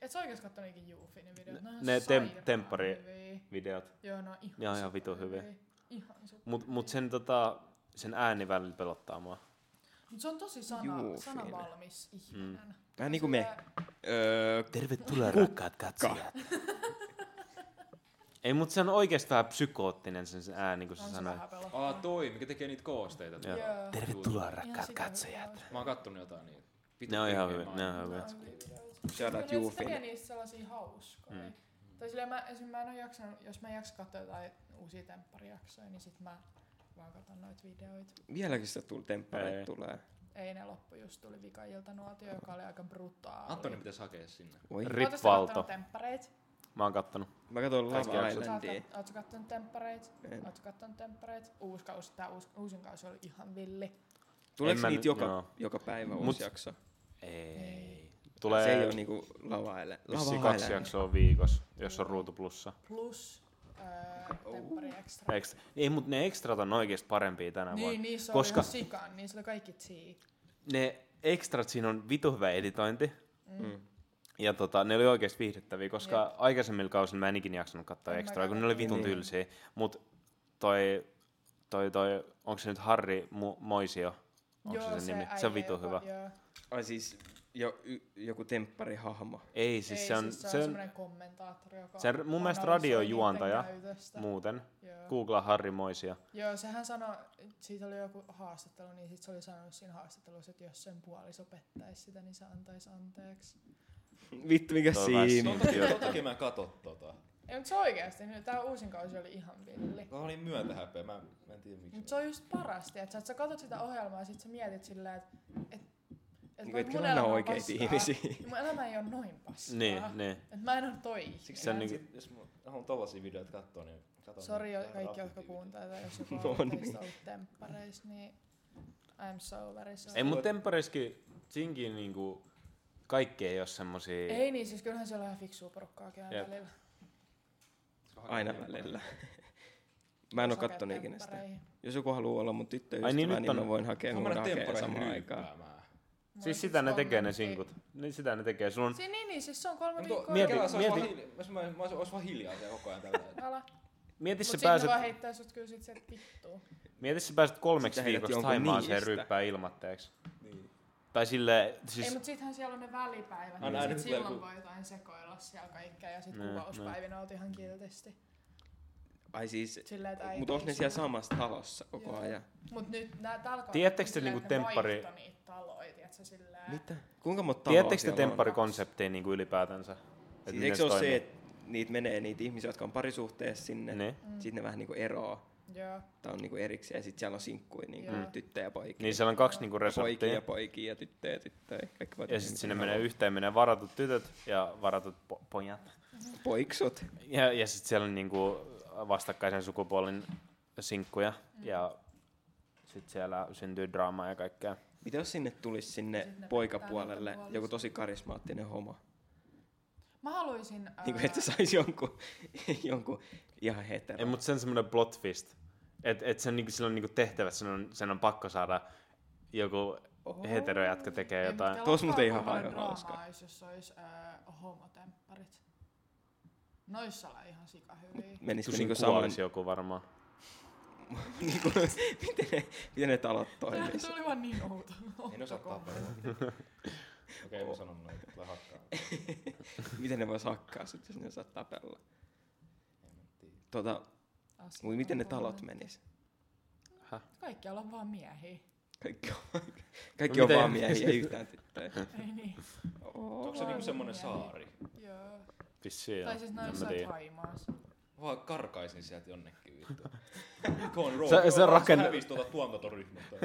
[SPEAKER 5] Et sä oikeesti kattonut ikin Juufinin videoita?
[SPEAKER 2] Ne-
[SPEAKER 5] on
[SPEAKER 2] ne
[SPEAKER 5] sairaan
[SPEAKER 2] tem- temppari-
[SPEAKER 5] hyviä.
[SPEAKER 2] Videot.
[SPEAKER 5] Joo, no ihan
[SPEAKER 2] Ne on ihan vitu
[SPEAKER 5] superhyviä.
[SPEAKER 2] hyviä.
[SPEAKER 5] Ihan super.
[SPEAKER 2] Mut, mut sen, tota, sen ääni välillä pelottaa mua.
[SPEAKER 5] Mut se on tosi sana,
[SPEAKER 3] Juufinen.
[SPEAKER 5] sanavalmis ihminen. Mm.
[SPEAKER 3] Vähän niinku me. Öö,
[SPEAKER 2] Tervetuloa rakkaat katsojat. ei, mut se on oikeesti vähän psykoottinen sen, sen ääni, kun
[SPEAKER 5] On
[SPEAKER 2] sä
[SPEAKER 5] se
[SPEAKER 2] sanoit.
[SPEAKER 5] vähän pelottaa.
[SPEAKER 1] Aa, toi, mikä tekee niitä koosteita.
[SPEAKER 2] Joo.
[SPEAKER 5] Joo.
[SPEAKER 1] Tervetuloa,
[SPEAKER 5] Ihan sika hyvä.
[SPEAKER 1] Mä oon kattonut jotain niitä. Vittu
[SPEAKER 2] Ne on ihan hyviä.
[SPEAKER 1] hyviä
[SPEAKER 2] Ne on
[SPEAKER 5] Joo,
[SPEAKER 2] hyviä.
[SPEAKER 5] on videoita.
[SPEAKER 3] Shout out
[SPEAKER 5] Kyllä ne tekee
[SPEAKER 3] Juufin.
[SPEAKER 5] niistä sellaisia hauskoja.
[SPEAKER 2] Mm.
[SPEAKER 5] Mm. Tai silleen mä, esim. mä en oo jaksanut, jos mä en jaksa katsoa jotain uusia tempparijaksoja, niin sit mä vaan katson noita videoita.
[SPEAKER 3] Vieläkin sitä tuli
[SPEAKER 2] Ei.
[SPEAKER 3] temppareet tulee.
[SPEAKER 5] Ei ne loppu, just tuli vika nuotio, joka oli aika brutaali.
[SPEAKER 1] Antoni pitäisi hakea sinne.
[SPEAKER 3] Voi.
[SPEAKER 2] Ri-
[SPEAKER 5] Ootas
[SPEAKER 2] Rip
[SPEAKER 5] sä
[SPEAKER 2] Valto.
[SPEAKER 5] kattonut temppareit?
[SPEAKER 2] Mä oon kattonut.
[SPEAKER 3] Mä katson
[SPEAKER 2] Kaikki
[SPEAKER 3] Lava
[SPEAKER 2] jaksot.
[SPEAKER 3] Islandia.
[SPEAKER 5] Ootko kattonut temppareit?
[SPEAKER 3] En.
[SPEAKER 5] Ootko kattonut temppareit? Uusi kausi, tää uusi, uusin kausi oli ihan villi.
[SPEAKER 3] Tuleeko
[SPEAKER 2] mä
[SPEAKER 3] niitä
[SPEAKER 2] nyt-
[SPEAKER 3] joka,
[SPEAKER 2] joo.
[SPEAKER 3] joka päivä
[SPEAKER 2] Mut-
[SPEAKER 3] uusi jakso?
[SPEAKER 2] Ei. niin-
[SPEAKER 3] Se ei
[SPEAKER 2] Tulee
[SPEAKER 3] ole niinku Lava Island.
[SPEAKER 2] vissiin
[SPEAKER 3] Lava
[SPEAKER 2] kaksi
[SPEAKER 3] Island.
[SPEAKER 2] jaksoa viikossa, jos on ruutuplussa.
[SPEAKER 5] Plus öö, temppari extra.
[SPEAKER 2] Ekstra. Ei, mutta ne ekstrat on oikeasti parempia tänä vuonna.
[SPEAKER 5] Niin, niissä
[SPEAKER 2] koska-
[SPEAKER 5] koska... oli ihan sikan, niissä oli kaikki tii.
[SPEAKER 2] ne ekstrat siinä on vitu hyvä editointi.
[SPEAKER 3] Mm.
[SPEAKER 2] Ja tota, ne oli oikeasti viihdyttäviä, koska
[SPEAKER 5] Jep.
[SPEAKER 2] Jep. aikaisemmilla kausilla mä en ikinä jaksanut katsoa
[SPEAKER 5] En
[SPEAKER 2] ekstraa, kun
[SPEAKER 5] mäkään.
[SPEAKER 2] ne oli vitun
[SPEAKER 3] Niin.
[SPEAKER 2] tylsiä. Mutta toi, toi, toi, onko se nyt Harri Mu- Moisio? Onko se sen nimi? Se on vitu hyvä.
[SPEAKER 5] Joo.
[SPEAKER 3] Ai siis jo, y, joku tempparihahmo.
[SPEAKER 2] Ei,
[SPEAKER 5] Siis
[SPEAKER 2] siis
[SPEAKER 5] Ei,
[SPEAKER 2] se on,
[SPEAKER 5] siis
[SPEAKER 2] se on
[SPEAKER 5] semmoinen kommentaattori, joka
[SPEAKER 2] se on mun mielestä
[SPEAKER 5] analysoi
[SPEAKER 2] radiojuontaja.
[SPEAKER 5] niiden käytöstä.
[SPEAKER 2] muuten.
[SPEAKER 5] Joo.
[SPEAKER 2] Googlaa Harri Moisio.
[SPEAKER 5] Joo, sehän sanoi, siitä oli joku haastattelu, niin sit se oli sanonut siinä haastattelussa, että jos sen puoliso pettäisi sitä, niin se antaisi anteeksi.
[SPEAKER 3] Vittu mikä
[SPEAKER 2] Toi on vähän
[SPEAKER 3] siinä.
[SPEAKER 2] siistiä.
[SPEAKER 5] Joo.
[SPEAKER 1] Totakin mä katot tota.
[SPEAKER 5] Ei, mutta se oikeasti, nyt tää uusin kausi oli ihan villi.
[SPEAKER 1] Mä olin myötä häpeä, mä, mä en tiedä miksi.
[SPEAKER 5] Mutta se on just parasti, että sä, et sä katot sitä ohjelmaa ja sit sä mietit silleen, että et, et,
[SPEAKER 3] Niin,
[SPEAKER 5] voi,
[SPEAKER 3] et
[SPEAKER 5] mun
[SPEAKER 3] kyllä on
[SPEAKER 5] elämä on
[SPEAKER 3] oikeita
[SPEAKER 5] paskaa.
[SPEAKER 3] ihmisiä.
[SPEAKER 5] Mun elämä ei ole noin paskaa.
[SPEAKER 2] Niin, niin.
[SPEAKER 5] Et mä en ole toi ihminen.
[SPEAKER 1] Siksi
[SPEAKER 2] Se on
[SPEAKER 1] mä en
[SPEAKER 2] niinku-
[SPEAKER 1] sit, jos mä haluan tollasia videoita kattoo, niin katon.
[SPEAKER 5] Sori
[SPEAKER 1] niitä
[SPEAKER 5] kaikki, jotka
[SPEAKER 1] rafittivideoita.
[SPEAKER 5] kuuntelee, tai jos
[SPEAKER 3] No
[SPEAKER 5] joku on
[SPEAKER 3] niin.
[SPEAKER 5] teistä ollut temppareissa, niin I'm so very sorry.
[SPEAKER 2] Ei, mutta temppariskin, sinkin niinku, kaikki ei ole semmosia...
[SPEAKER 5] Ei niin, siis kyllähän siellä on ihan fiksua porukkaakin aina
[SPEAKER 2] Jep.
[SPEAKER 5] välillä.
[SPEAKER 3] Aina välillä. Mä en oo kattonut ikinä sitä.
[SPEAKER 5] Temppareihin.
[SPEAKER 3] Jos joku haluaa olla mun tyttöystävä,
[SPEAKER 2] Ai
[SPEAKER 3] niin,
[SPEAKER 2] niin, nyt
[SPEAKER 3] niin
[SPEAKER 2] on-
[SPEAKER 3] mä voin hakea,
[SPEAKER 1] Mä
[SPEAKER 3] kun
[SPEAKER 1] menen
[SPEAKER 3] voin hakea
[SPEAKER 1] tempparin
[SPEAKER 3] samaan
[SPEAKER 1] ryyppäämään.
[SPEAKER 3] aikaan.
[SPEAKER 5] Mulla
[SPEAKER 2] Siis
[SPEAKER 5] oli
[SPEAKER 2] sitä ne
[SPEAKER 5] kolme
[SPEAKER 2] tekee ne
[SPEAKER 5] viikkoa-
[SPEAKER 2] sinkut. Niin sitä ne tekee. Sulla on
[SPEAKER 5] Siin, niin, niin, siis se on kolme
[SPEAKER 1] Mutta
[SPEAKER 5] viikkoa.
[SPEAKER 2] mieti-
[SPEAKER 1] Kela, se olisi
[SPEAKER 2] mieti-
[SPEAKER 1] vaan hiljaa. Jos mä, mä olisin vaan hiljaa siellä koko ajan tällä hetkellä.
[SPEAKER 5] Ala.
[SPEAKER 2] Mieti
[SPEAKER 5] Mut
[SPEAKER 2] sä,
[SPEAKER 5] sit pääset...
[SPEAKER 2] pääset,
[SPEAKER 5] ne vaan heittää sut kyllä sit sieltä vittuun.
[SPEAKER 2] mieti sä pääset kolmeksi
[SPEAKER 3] Sitten heität
[SPEAKER 2] viikoksi
[SPEAKER 3] jonkun
[SPEAKER 2] Thaimaaseen
[SPEAKER 3] niistä.
[SPEAKER 2] ryyppää ilmatteeksi.
[SPEAKER 1] Niin.
[SPEAKER 2] Tai sille,
[SPEAKER 5] Siis... Ei,
[SPEAKER 2] siis
[SPEAKER 5] mut sittenhän siellä on ne välipäivät,
[SPEAKER 1] Aina-
[SPEAKER 5] niin
[SPEAKER 1] aina
[SPEAKER 5] sit
[SPEAKER 1] tulee
[SPEAKER 5] silloin
[SPEAKER 1] joku-
[SPEAKER 5] voi jotain sekoilla siellä kaikkea, ja sit
[SPEAKER 2] Niin,
[SPEAKER 5] kuvauspäivinä oot ihan kiltisti.
[SPEAKER 3] Ai siis,
[SPEAKER 5] Silleen, että
[SPEAKER 3] mut onks ne siellä samassa talossa koko
[SPEAKER 5] Joo.
[SPEAKER 3] ajan?
[SPEAKER 5] Mut nyt nää tällä kaudella
[SPEAKER 2] Tiedättekö te
[SPEAKER 5] on silleen,
[SPEAKER 2] niinku
[SPEAKER 5] että ne
[SPEAKER 2] temppari-
[SPEAKER 5] vaihtoi niitä taloja, tiedätkö, silleen...
[SPEAKER 3] Mitä? Kuinka monta taloa
[SPEAKER 2] tiedättekö te
[SPEAKER 3] siellä on?
[SPEAKER 2] tempparikonseptia niin kuin ylipäätänsä? Et
[SPEAKER 3] Siis
[SPEAKER 2] miten
[SPEAKER 3] eikö se ole se,
[SPEAKER 2] toimii?
[SPEAKER 3] että niitä menee niitä ihmisiä, jotka on parisuhteessa sinne,
[SPEAKER 2] Niin.
[SPEAKER 5] Mm.
[SPEAKER 3] sitten ne vähän niinku eroaa,
[SPEAKER 5] Joo.
[SPEAKER 3] tai on niinku erikseen, ja sitten siellä on sinkkuja, niinku
[SPEAKER 5] Joo.
[SPEAKER 3] tyttöjä ja poikia.
[SPEAKER 2] Niin siellä on kaksi niinku
[SPEAKER 3] Ja poikia ja
[SPEAKER 2] resorttia.
[SPEAKER 3] poikia ja tyttöjä ja tyttöjä. Kaikki voi
[SPEAKER 2] Ja
[SPEAKER 3] tehdä,
[SPEAKER 2] sitten
[SPEAKER 3] mitä
[SPEAKER 2] sinne
[SPEAKER 3] ne
[SPEAKER 2] menee
[SPEAKER 3] haluaa.
[SPEAKER 2] yhteen, menee varatut tytöt ja varatut po- pojat.
[SPEAKER 3] Poiksut.
[SPEAKER 2] Ja, ja sitten siellä on niinku vastakkaisen sukupuolen sinkkuja
[SPEAKER 5] Mm.
[SPEAKER 2] ja sitten siellä syntyy draamaa ja kaikkea.
[SPEAKER 3] Mitä jos sinne tulisi sinne
[SPEAKER 5] Sitten ne
[SPEAKER 3] poikapuolelle
[SPEAKER 5] päättää niitä
[SPEAKER 3] joku tosi karismaattinen homo?
[SPEAKER 5] Mä haluaisin... Ää...
[SPEAKER 3] Niin kuin, että se saisi jonkun, jonkun ihan hetero.
[SPEAKER 2] Ei, mutta sen semmoinen plot twist. Että et sen, niinku, sillä on niinku tehtävä, sen on, sen on pakko saada joku
[SPEAKER 3] Oho.
[SPEAKER 2] heterojätkä tekee jotain.
[SPEAKER 5] Ei,
[SPEAKER 3] Tos muuten ihan
[SPEAKER 5] paljon
[SPEAKER 3] aivan hauskaa.
[SPEAKER 5] draamaa, olisi, jos olisi äh, homotempparit. Noissa oli ihan sikahyviä.
[SPEAKER 3] Menisikö
[SPEAKER 2] Tusin
[SPEAKER 3] niinku
[SPEAKER 2] kuolisi
[SPEAKER 3] saman...
[SPEAKER 2] joku varmaan.
[SPEAKER 3] Niinku, miten, ne, miten ne talot toimis?
[SPEAKER 5] Se oli vaan niin outo.
[SPEAKER 1] En osaa tapella. Okei, mä sanon noin, tulee hakkaa.
[SPEAKER 3] miten ne vois hakkaa sut, jos ne osaa tapella?
[SPEAKER 1] En mä tiedä.
[SPEAKER 3] Tota,
[SPEAKER 5] Asia
[SPEAKER 3] mut miten ne
[SPEAKER 5] on
[SPEAKER 3] talot
[SPEAKER 5] kommentti.
[SPEAKER 3] menis?
[SPEAKER 5] Kaikkialla on vaan miehiä.
[SPEAKER 3] Kaikki on, kaikki on
[SPEAKER 2] No miten-
[SPEAKER 3] vaan miehiä, ei yhtään tyttöjä.
[SPEAKER 5] Ei niin.
[SPEAKER 1] Onko se niinku semmonen saari?
[SPEAKER 5] Joo.
[SPEAKER 2] Vissiin joo.
[SPEAKER 5] Tai siis noissa Taimaas.
[SPEAKER 1] Vaan karkaisin sieltä jonnekin vittu. Nikon Road.
[SPEAKER 2] Se-
[SPEAKER 1] Se,
[SPEAKER 2] se
[SPEAKER 1] se
[SPEAKER 2] rakenn-
[SPEAKER 1] rakennu... Hävisi tuolta tuotantoryhmästä.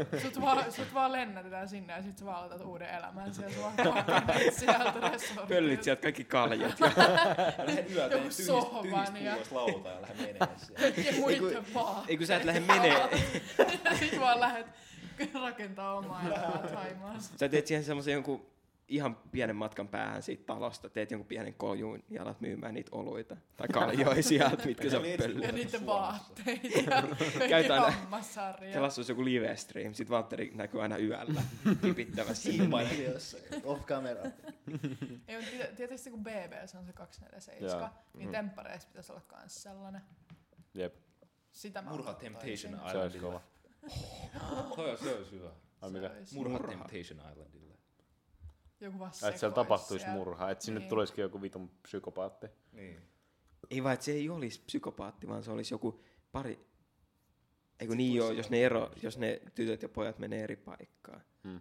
[SPEAKER 5] Sut vaan, sut vaan lennätetään sinne ja sit sä vaan aloitat uuden elämän siellä. Sä vaan kaakanet sieltä resortilta.
[SPEAKER 3] Pöllit sieltä kaikki kaljat.
[SPEAKER 1] Mä lähden yötä,
[SPEAKER 5] Joku
[SPEAKER 1] niin tyhjistä
[SPEAKER 5] sohvan
[SPEAKER 1] tyhjist
[SPEAKER 5] ja-
[SPEAKER 1] puuloista lautaa ja lähden menemään siellä.
[SPEAKER 5] Ja muiden vaan.
[SPEAKER 3] Ei kun sä et lähde menee.
[SPEAKER 5] Ja sit vaan lähet rakentaa omaa elämää Taimaassa.
[SPEAKER 3] Sä teet siihen semmoisen jonkun ihan pienen matkan päähän siitä talosta, teet jonkun pienen koljuun ja alat myymään niitä oluita tai kaljoja sieltä, mitkä sä
[SPEAKER 1] Oli itse
[SPEAKER 5] Ja
[SPEAKER 3] pöllyt.
[SPEAKER 5] niiden
[SPEAKER 1] Suomessa.
[SPEAKER 5] vaatteita ja kaikki
[SPEAKER 3] Käytään-
[SPEAKER 5] hammassarja.
[SPEAKER 3] Kelassa olisi joku live stream, sit Valtteri näkyy aina yöllä tipittävässä.
[SPEAKER 1] Siinä videossa, off camera.
[SPEAKER 5] Ei, mutta tiet- tietysti kun BB se on se 247, niin temppareissa pitäisi olla kans sellainen.
[SPEAKER 2] Mm. Jep,
[SPEAKER 5] Sitä mä
[SPEAKER 1] Murha Temptation
[SPEAKER 5] ottaisin.
[SPEAKER 1] Island.
[SPEAKER 2] se olisi kova.
[SPEAKER 1] Toi on, se olisi hyvä.
[SPEAKER 2] Ai
[SPEAKER 5] Se
[SPEAKER 2] mikä?
[SPEAKER 5] olisi
[SPEAKER 1] Murha,
[SPEAKER 3] Murha.
[SPEAKER 1] Temptation Islandille.
[SPEAKER 5] Joku vaan
[SPEAKER 2] Että siellä
[SPEAKER 5] sekois
[SPEAKER 2] tapahtuisi
[SPEAKER 5] siellä.
[SPEAKER 2] murha, että sinne
[SPEAKER 5] Niin.
[SPEAKER 2] tulisikin joku vitun psykopaatti.
[SPEAKER 1] Niin.
[SPEAKER 3] Ei vaan, että se ei olisi psykopaatti, vaan se olisi joku pari... Eikö
[SPEAKER 1] Se
[SPEAKER 3] niin
[SPEAKER 1] tulisi
[SPEAKER 3] joo,
[SPEAKER 1] olla
[SPEAKER 3] jos ne, ero, jos ne tytöt ja pojat menee eri paikkaan.
[SPEAKER 2] Mm.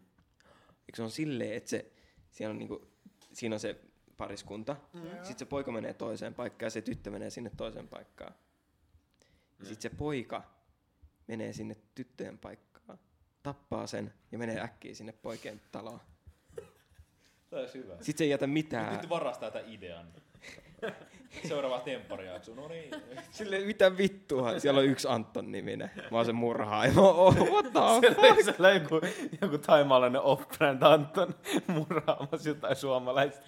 [SPEAKER 3] Eikö se on silleen, että se, siellä on niinku, siinä on se pariskunta,
[SPEAKER 5] Joo.
[SPEAKER 3] sitten se poika menee toiseen paikkaan ja se tyttö menee sinne toiseen paikkaan. Ja sitten se poika menee sinne tyttöjen paikkaan, tappaa sen ja menee äkkiä sinne poikien taloon.
[SPEAKER 1] Toi olisi hyvä.
[SPEAKER 3] Sitten se ei jätä
[SPEAKER 1] Nyt,
[SPEAKER 3] mitään.
[SPEAKER 1] nyt varastaa tämän idean. Seuraava tempparjaakso, no niin.
[SPEAKER 3] Sille mitä vittua, siellä on yksi Anton niminen. Mä oon se murhaaja. Mä oon, oh, what the fuck?
[SPEAKER 2] Siellä on joku, joku taimaalainen off-brand Anton murhaamassa jotain suomalaista.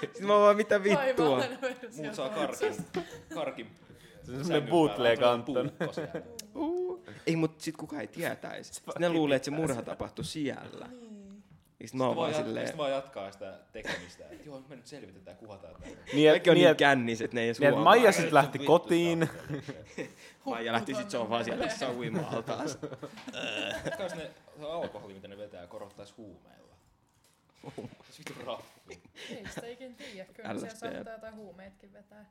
[SPEAKER 3] Sitten mä oon vaan, mitä vittua.
[SPEAKER 5] Toivollinen versio
[SPEAKER 1] Muut saa
[SPEAKER 5] Ruotsista.
[SPEAKER 1] karkin. karkin
[SPEAKER 2] Se on semmoinen
[SPEAKER 1] sängyn
[SPEAKER 2] bootleg
[SPEAKER 1] päällä, on
[SPEAKER 2] Anton.
[SPEAKER 1] puukko siellä.
[SPEAKER 3] Uu. Uh. Ei, mut sit kukaan ei tietäis. Sitten ne luulee, että se murha tapahtui siellä.
[SPEAKER 5] Niin.
[SPEAKER 3] Ja sit mä oon
[SPEAKER 1] Sitten vaan
[SPEAKER 3] No,
[SPEAKER 1] jat-
[SPEAKER 3] vaan
[SPEAKER 1] sitten
[SPEAKER 3] silleen...
[SPEAKER 1] vaan jatkaa sitä tekemistä. Et Joo, me nyt selvitetään, kuvataan. tää.
[SPEAKER 2] Niin, et-
[SPEAKER 3] Kaikki on
[SPEAKER 2] niin,
[SPEAKER 3] niin
[SPEAKER 2] et-
[SPEAKER 3] kännis, että ne ei edes
[SPEAKER 2] niin, et
[SPEAKER 3] huomaa.
[SPEAKER 2] Maija
[SPEAKER 1] Se
[SPEAKER 2] sitten
[SPEAKER 1] on
[SPEAKER 2] lähti
[SPEAKER 1] vittu
[SPEAKER 2] kotiin.
[SPEAKER 1] tää.
[SPEAKER 3] Maija lähti sit se on vaan siellä jossain uimaaltaas.
[SPEAKER 1] Mitkä olisi ne se alkoholi, mitä ne vetää, korottais huumeilla? Se vittu raffi.
[SPEAKER 5] Ei sitä ikin tiedä, kyllä
[SPEAKER 3] LSD.
[SPEAKER 5] siellä saattaa jotain huumeetkin vetää.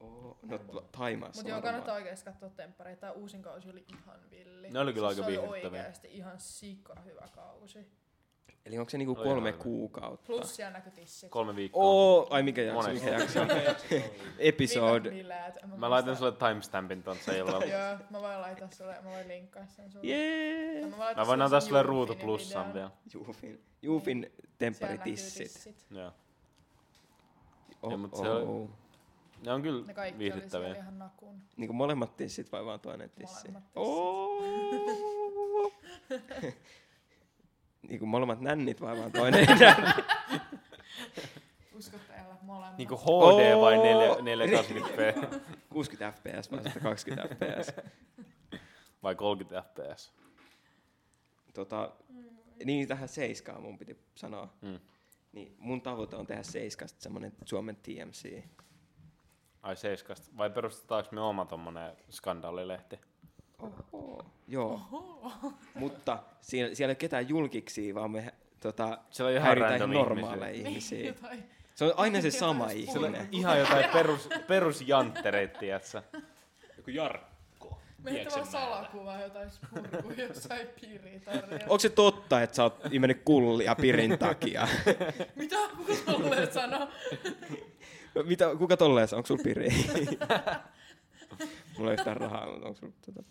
[SPEAKER 3] Oo, No t- Taimaassa
[SPEAKER 5] Mutta joo,
[SPEAKER 3] varmaan.
[SPEAKER 5] kannattaa oikeasti katsoa temppareita. Tämä uusin kausi oli ihan villi. Siis
[SPEAKER 2] Ne oli kyllä aika
[SPEAKER 5] se oli
[SPEAKER 2] viihdyttäviä.
[SPEAKER 5] oikeasti ihan sika hyvä kausi.
[SPEAKER 3] Eli onko se niinku
[SPEAKER 2] Oi,
[SPEAKER 3] kolme
[SPEAKER 2] aivan.
[SPEAKER 3] kuukautta?
[SPEAKER 2] Ah.
[SPEAKER 5] Plus siellä näkyi tissit.
[SPEAKER 2] Kolme viikkoa.
[SPEAKER 3] Oo, ai mikä jakso,
[SPEAKER 2] Monesti.
[SPEAKER 3] mikä jakso?
[SPEAKER 5] Niin, Vikat
[SPEAKER 3] Episode.
[SPEAKER 5] bileet, en
[SPEAKER 2] Mä laitan
[SPEAKER 5] muista.
[SPEAKER 2] sulle timestampin ton seilalla.
[SPEAKER 5] Joo, mä voin laittaa sulle, mä voin linkkaa sen sulle. Ja
[SPEAKER 3] Jee!
[SPEAKER 5] Mä, voin laittaa
[SPEAKER 2] Mä voin antaa
[SPEAKER 5] sen
[SPEAKER 2] sulle
[SPEAKER 5] Jufinin
[SPEAKER 2] ruutu
[SPEAKER 5] videon.
[SPEAKER 2] plussan vielä.
[SPEAKER 5] Siellä
[SPEAKER 3] Juufin, Juufin
[SPEAKER 5] Niin, näkyy
[SPEAKER 3] tempparitissit.
[SPEAKER 2] Joo.
[SPEAKER 3] Oh,
[SPEAKER 2] Ja,
[SPEAKER 3] oh,
[SPEAKER 2] mut se oli-
[SPEAKER 3] oh.
[SPEAKER 2] Ne on kyllä
[SPEAKER 5] Ne kaikki oli siellä
[SPEAKER 2] viihdyttäviä.
[SPEAKER 5] ihan nakun.
[SPEAKER 3] Niinku molemmat tissit vai vaan toinen tissi?
[SPEAKER 5] Molemmat tissit.
[SPEAKER 3] Oh. niinku molemmat nännit vai vaan toinen nänni?
[SPEAKER 5] Uskotte elä molemmat.
[SPEAKER 2] Niinku HD vai
[SPEAKER 3] Oo.
[SPEAKER 2] 4- 480p
[SPEAKER 3] 60 fps vai 120 fps?
[SPEAKER 2] vai 30 fps?
[SPEAKER 3] Tota,
[SPEAKER 5] Mm.
[SPEAKER 3] niin tähän seiskaan mun piti sanoa.
[SPEAKER 2] Mm.
[SPEAKER 3] Niin mun tavoite on tehdä seiskasta semmonen Suomen TMC.
[SPEAKER 2] Ai seiskasta. Vai perustetaanko me oma tommonen skandaalilehti?
[SPEAKER 3] Oho. Joo. Oho. Mutta siellä, siellä ei ole ketään julkiksi, vaan me tota,
[SPEAKER 2] Siellä on ihan
[SPEAKER 3] häiritään
[SPEAKER 2] random
[SPEAKER 3] ihan normaaleja
[SPEAKER 5] Niin,
[SPEAKER 3] ihmisiä.
[SPEAKER 5] jotain.
[SPEAKER 3] Se on aina se
[SPEAKER 5] Jotain
[SPEAKER 3] sama
[SPEAKER 5] puhutaan.
[SPEAKER 2] Siellä on
[SPEAKER 3] ihminen.
[SPEAKER 2] ihan jotain perus, perusjanttereita, tiiätsä.
[SPEAKER 1] Joku Jarkko.
[SPEAKER 5] Meitä vaan
[SPEAKER 1] Pieksämäellä.
[SPEAKER 5] salakuvaa jotain spurkuja jossain piritarjalla.
[SPEAKER 3] Onko se totta, että sä oot imennyt kullia pirin takia?
[SPEAKER 5] Mitä kuka tolleen sanoo?
[SPEAKER 3] Mitä, kuka tolleen Onko sulla piri? Mulla ei yhtään rahaa, mutta onko sulla tota...